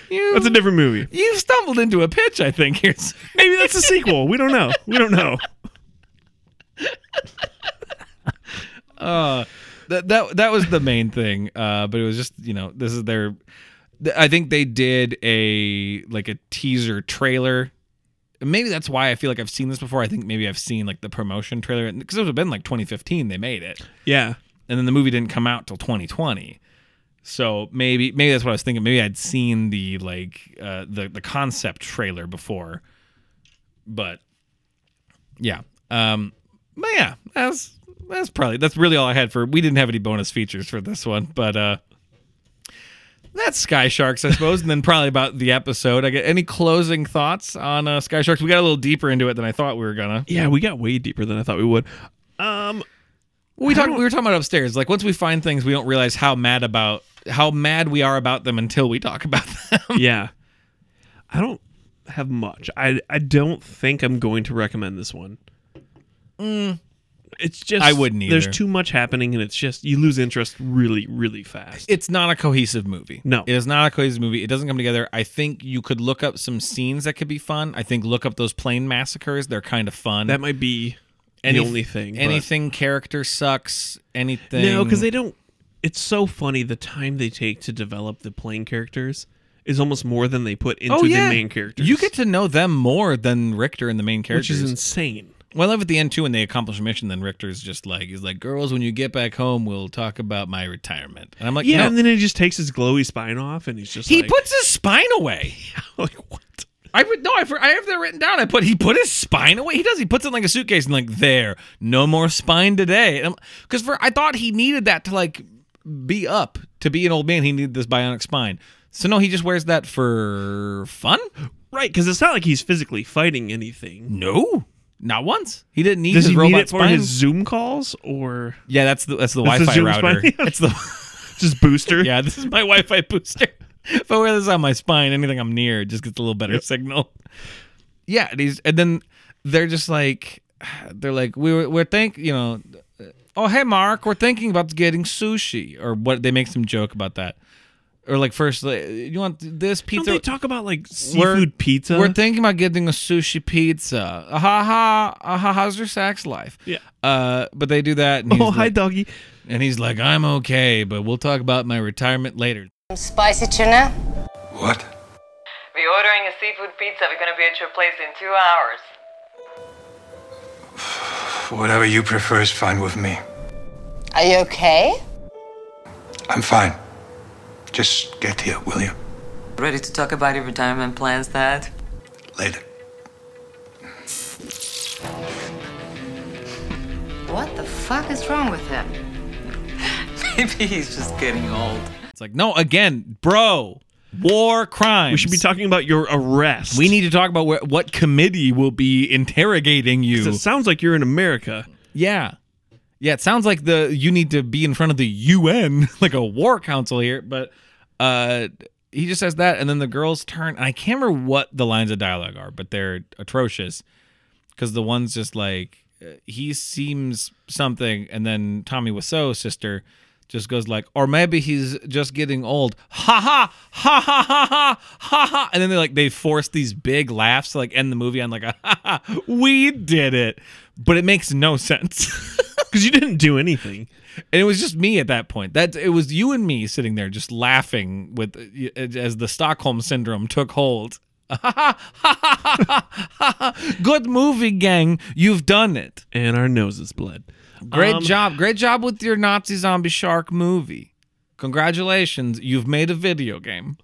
B: You-
A: That's a different movie.
B: You've stumbled into a pitch, I think. Here's
A: [LAUGHS] Maybe that's a sequel. We don't know. We don't know.
B: uh, that that that was the main thing. Uh, but it was just you know this is their. th- I think they did a like a teaser trailer. Maybe that's why I feel like I've seen this before. I think maybe I've seen like the promotion trailer because it would have been like 2015 they made it,
A: Yeah.
B: and then the movie didn't come out till 2020. So maybe maybe that's what I was thinking. Maybe I'd seen the like uh, the the concept trailer before, but yeah. Um, but yeah, that's that's probably that's really all I had for. We didn't have any bonus features for this one, but uh, that's Sky Sharks, I suppose. and then probably about the episode. I get any closing thoughts on uh, Sky Sharks? We got a little deeper into it than I thought we were gonna.
A: Yeah, we got way deeper than I thought we would. Um,
B: we talked. We were talking about upstairs. Like once we find things, we don't realize how mad about how mad we are about them until we talk about [LAUGHS] them.
A: yeah. I don't have much. I I don't think I'm going to recommend this one. It's just
B: I wouldn't
A: There's
B: either.
A: too much happening, and it's just you lose interest really, really fast.
B: It's not a cohesive movie.
A: No.
B: It is not a cohesive movie. It doesn't come together. I think you could look up some scenes that could be fun. I think look up those plane massacres. They're kind of fun.
A: That might be the only thing. but-
B: Anything character sucks. Anything.
A: No, because they don't. It's so funny the time they take to develop the playing characters is almost more than they put into
B: oh, yeah.
A: the main characters.
B: You get to know them more than Richter and the main
A: Which
B: characters.
A: is insane.
B: Well, I love at the end too when they accomplish a mission. Then Richter's just like he's like, "Girls, when you get back home, we'll talk about my retirement." And I'm like,
A: yeah,
B: "No."
A: and then he just takes his glowy spine off, and he's just
B: he
A: like,
B: puts his spine
A: [LAUGHS]
B: away.
A: like, what?
B: I would no. I, for, I have that written down. I put he put his spine away. He does. He puts it in like a suitcase and like there, no more spine today. Because for I thought he needed that to like be up to be an old man. He needed this bionic spine. So no, he just wears that for fun.
A: Right, because it's not like he's physically fighting anything.
B: No, not once. He didn't need
A: Does
B: his
A: he
B: robot
A: need it for
B: spine.
A: his Zoom calls or
B: yeah, that's the that's the
A: That's the
B: Wi-Fi
A: Zoom
B: router.
A: spine? [LAUGHS]
B: It's the
A: just booster?
B: [LAUGHS] yeah. This is my Wi-Fi booster. [LAUGHS] if I wear this on my spine, anything I'm near, it just gets a little better signal. yeah and he's and then they're just like they're like we were we're think you know oh hey mark we're thinking about getting sushi or what they make some joke about that or like first like, you want this pizza
A: Don't they talk about like seafood
B: We're-
A: pizza?
B: we're thinking about getting a sushi pizza ah, ha ha ah, ha how's your sex life
A: Yeah.
B: uh but they do that and he's
A: Oh, hi,
B: like-
A: doggy.
B: and he's like i'm okay but we'll talk about my retirement later
R: Spicy tuna?
E: What?
R: We're ordering a seafood pizza. We're gonna be at your place in two hours.
E: Whatever you prefer is fine with me.
R: Are you okay?
E: I'm fine. Just get here, will you?
R: Ready to talk about your retirement plans, Dad?
E: Later.
J: What the fuck is wrong with him?
R: Maybe he's just getting old.
B: It's like, no, again, bro, war crimes. We should be
A: talking about your arrest.
B: We need to talk about where, what committee will be interrogating you.
A: 'Cause it sounds like you're in America.
B: Yeah. Yeah, it sounds like the you need to be in front of the UN, [LAUGHS] like a war council here, but uh he just says that and then the girls turn and I can't remember what the lines of dialogue are, but they're atrocious cuz the one's just like uh, he seems something, and then Tommy Wiseau's sister just goes like, or maybe he's just getting old. Ha ha ha ha ha ha ha ha. And then they like they force these big laughs to like end the movie on like a [LAUGHS] ha ha. We did it, but it makes no sense [LAUGHS] because
A: you didn't do anything.
B: And it was just me at that point. That it was you and me sitting there just laughing with uh, as the Stockholm syndrome took hold. [LAUGHS] Good movie, gang. You've done it.
A: And our noses bled.
B: Great
A: Um,
B: job. Great job with your Nazi zombie shark movie. Congratulations. You've made a video game.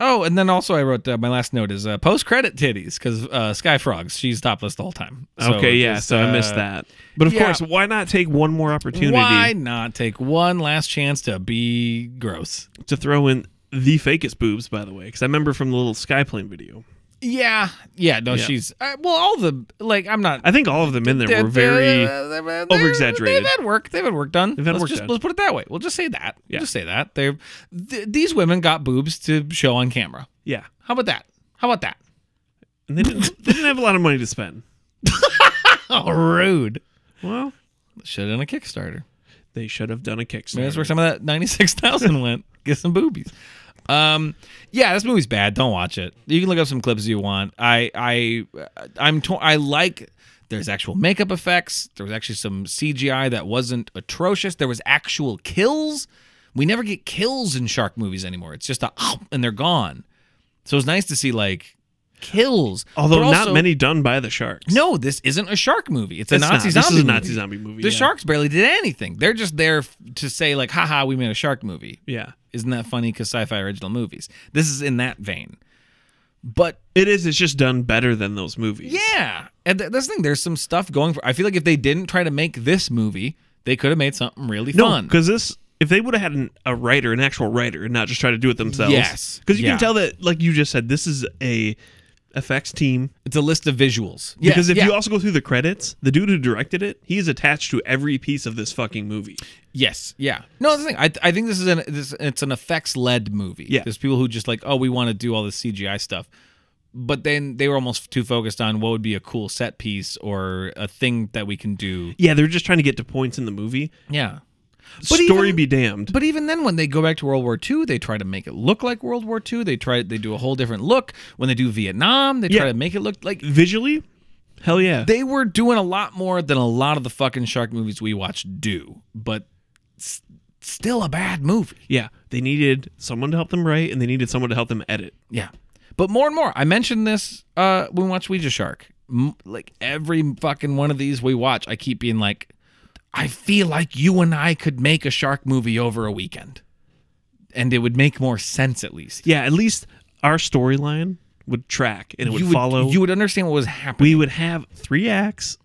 B: Oh, and then also I wrote uh, my last note is uh, post credit titties because uh, Sky Frogs, she's topless the whole time. So
A: okay, yeah.
B: just,
A: so I
B: uh,
A: missed that. But of
B: yeah.
A: course, why not take one more opportunity
B: Why not take one last chance to be gross?
A: to throw in the fakest boobs, by the way? Because I remember from the little Skyplane video.
B: Yeah, yeah. No,
A: Yeah.
B: she's uh, well. All the like, I'm not.
A: I think all of them in there
B: They're-
A: were very
B: they're- they're- they're-
A: over exaggerated.
B: They've had work. They've had work done.
A: They've had
B: let's
A: work
B: just
A: done.
B: let's put it that way. We'll just say that. We'll just say that. They're th- these women got boobs to show on camera.
A: Yeah.
B: How about that? How about that?
A: And they didn't, they didn't have a lot of money to spend.
B: Oh, rude.
A: Well,
B: should have done a Kickstarter.
A: They should have done a Kickstarter.
B: Maybe that's where some of that ninety six thousand
A: [LAUGHS]
B: went. Get some boobies. Um, yeah, this movie's bad. Don't watch it. You can look up some clips if you want. I, I, I'm. To- I like. There's actual makeup effects. There was actually some CGI that wasn't atrocious. There was actual kills. We never get kills in shark movies anymore. It's just a and they're gone. So it's nice to see like kills,
A: Although
B: But
A: not
B: also-
A: many done by the shark.
B: no, this isn't a shark movie. It's a
A: It's not.
B: Nazi
A: This
B: zombie.
A: is a
B: movie.
A: Nazi zombie movie,
B: The
A: yeah.
B: sharks barely did anything. They're just there f- to say like, "Haha, we made a shark movie."
A: Yeah.
B: isn't that funny? Because sci-fi original movies. This is in that vein. But
A: it is. It's just done better than those movies.
B: Yeah, and th- that's the thing. There's some stuff going for. I feel like if they didn't try to make this movie, they could have made something really
A: No,
B: fun.
A: because this, if they would have had an, a writer, an actual writer, and not just try to do it themselves.
B: Yes.
A: Because you
B: Yeah.
A: can tell that, like you just said, this is a effects team.
B: It's a list of visuals. Yeah,
A: Because if
B: yeah.
A: you also go through the credits, the dude who directed it, he is attached to every piece of this fucking movie.
B: Yes. Yeah. No, that's the thing. I, I think this is an this it's an effects led movie. Yeah. There's people who just like, oh, we want to do all the CGI stuff, but then they were almost too focused on what would be a cool set piece or a thing that we can do.
A: Yeah, they're just trying to get to points in the movie.
B: Yeah.
A: Story
B: even-
A: be damned.
B: But even then, when they go back to World War II, they try to make it look like World War II. They try they do a whole different look. When they do Vietnam, they try
A: Yeah.
B: to make it look like
A: visually. Hell yeah.
B: They were doing a lot more than a lot of the fucking shark movies we watch do, but s- still a bad movie.
A: Yeah, they needed someone to help them write, and they needed someone to help them edit.
B: Yeah. But more and more, I mentioned this uh, when we watched Ouija Shark. M- like every fucking one of these we watch, I keep being like, I feel like you and I could make a shark movie over a weekend. And it would make more sense at least.
A: Yeah, at least our storyline would track and it would,
B: You would-
A: follow.
B: you would understand what was happening.
A: We would have three acts.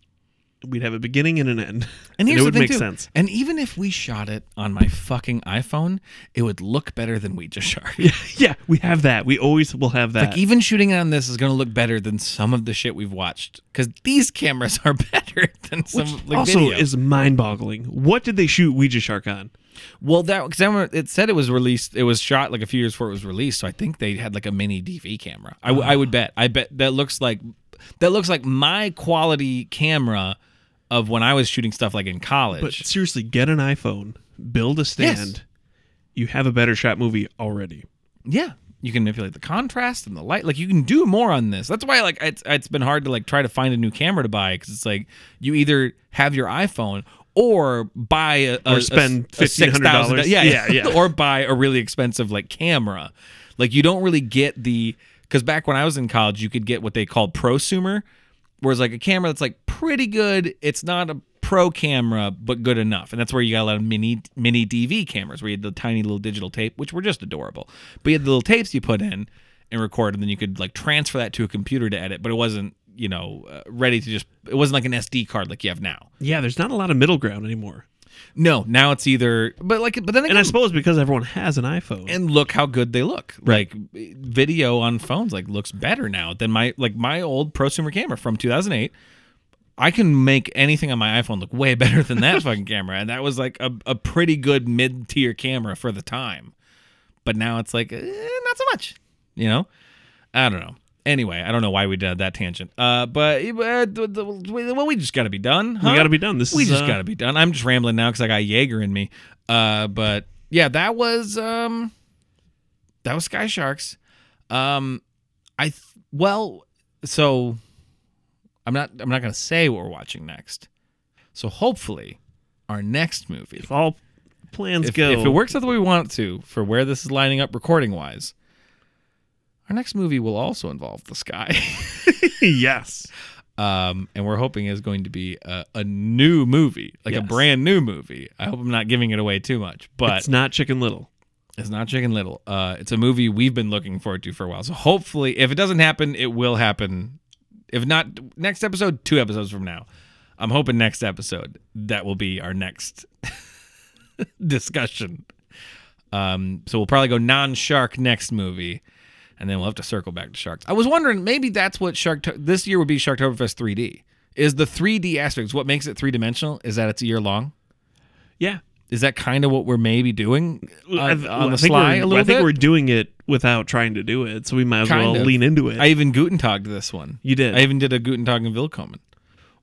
A: We'd have a beginning [LAUGHS] and an end.
B: And here's
A: it
B: the
A: would
B: thing
A: make
B: too.
A: sense. [LAUGHS]
B: And even if we shot it on my fucking iPhone, it would look better than Ouija Shark.
A: Yeah, we have that. We always will have that.
B: Like even shooting on this is going to look better than some of the shit we've watched because these cameras are [LAUGHS] better than some.
A: Which
B: like,
A: also
B: video.
A: is mind-boggling. What did they shoot Ouija Shark on?
B: Well, that because it said it was released. It was shot like a few years before it was released. So I think they had like a mini DV camera. I, w- I
A: Ah.
B: would bet. I bet that looks like that looks like my quality camera of when I was shooting stuff like in college.
A: But seriously, get an iPhone, build a stand. You have a better shot movie already.
B: Yeah, you can manipulate the contrast and the light. Like you can do more on this. That's why like it's it's been hard to like try to find a new camera to buy because it's like you either have your iPhone or buy a, a
A: Or spend
B: a- a $6,000
A: $1,500. Yeah,
B: Yeah, yeah, yeah. [LAUGHS]
A: yeah.
B: or buy a really expensive like camera. Like you don't really get the because back when I was in college, you could get what they called prosumer, whereas like a camera that's like pretty good. It's not a pro camera, but good enough, and that's where you got a lot of mini mini DV cameras where you had the tiny little digital tape, which were just adorable. But you had the little tapes you put in and record, and then you could like transfer that to a computer to edit. But it wasn't you know uh, ready to just. It wasn't like an SD card like you have now.
A: Yeah, there's not a lot of middle ground anymore.
B: No, now it's either but like but then
A: and I suppose because everyone has an iPhone.
B: and look how good they look. Like video on phones like looks better now than my like my old prosumer camera from 2008. I can make anything on my iPhone look way [LAUGHS] better than that fucking camera, and that was like a, a pretty good mid tier camera for the time. But now it's like eh, not so much, you know. I don't know. Anyway, I don't know why we did that tangent. Uh, but uh, the- the- well, we just got to be done.
A: We
B: huh?
A: gotta be done. This
B: we
A: is,
B: just
A: uh,
B: got to be done. I'm just rambling now because I got Jaeger in me. Uh, but yeah, that was um, that was Sky Sharks. Um, I th- well, so I'm not I'm not gonna say what we're watching next. So hopefully, our next movie, if
A: all plans
B: if,
A: go.
B: if it works out the way we want it to for where this is lining up recording wise, our next movie will also involve the sky.
A: [LAUGHS]
B: [LAUGHS]
A: yes.
B: Um, and we're hoping is going to be a, a new movie, like a
A: Yes.
B: brand new movie. I hope I'm not giving it away too much, but
A: It's not Chicken Little.
B: It's not Chicken Little. Uh, it's a movie we've been looking forward to for a while. So hopefully, if it doesn't happen, it will happen. If not next episode, two episodes from now. I'm hoping next episode that will be our next [LAUGHS] discussion. Um, so we'll probably go non-shark next movie, and then we'll have to circle back to sharks. I was wondering maybe that's what Shark this year would be Sharktoberfest 3D. Is the 3D aspects what makes it three dimensional? Is that it's a year long?
A: Yeah.
B: Is that kind of what we're maybe doing on,
A: I th-
B: on
A: I
B: the
A: think
B: sly
A: we're-
B: a little
A: I think
B: bit?
A: we're doing it without trying to do it, so we might as well lean into it.
B: I even Guten Tag this one.
A: You did.
B: I even did a Guten Tag and Willkommen.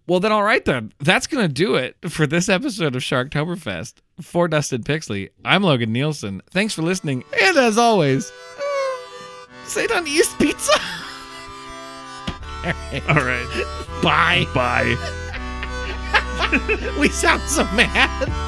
B: Well, then, all right, then. That's going to do it for this episode of Sharktoberfest. For Dustin Pixley, I'm Logan Nielsen. Thanks for listening. And as always, uh, say it on East Pizza.
A: [LAUGHS]
B: [LAUGHS]
A: All right.
B: Bye.
A: Bye.
B: we sound so mad. [LAUGHS]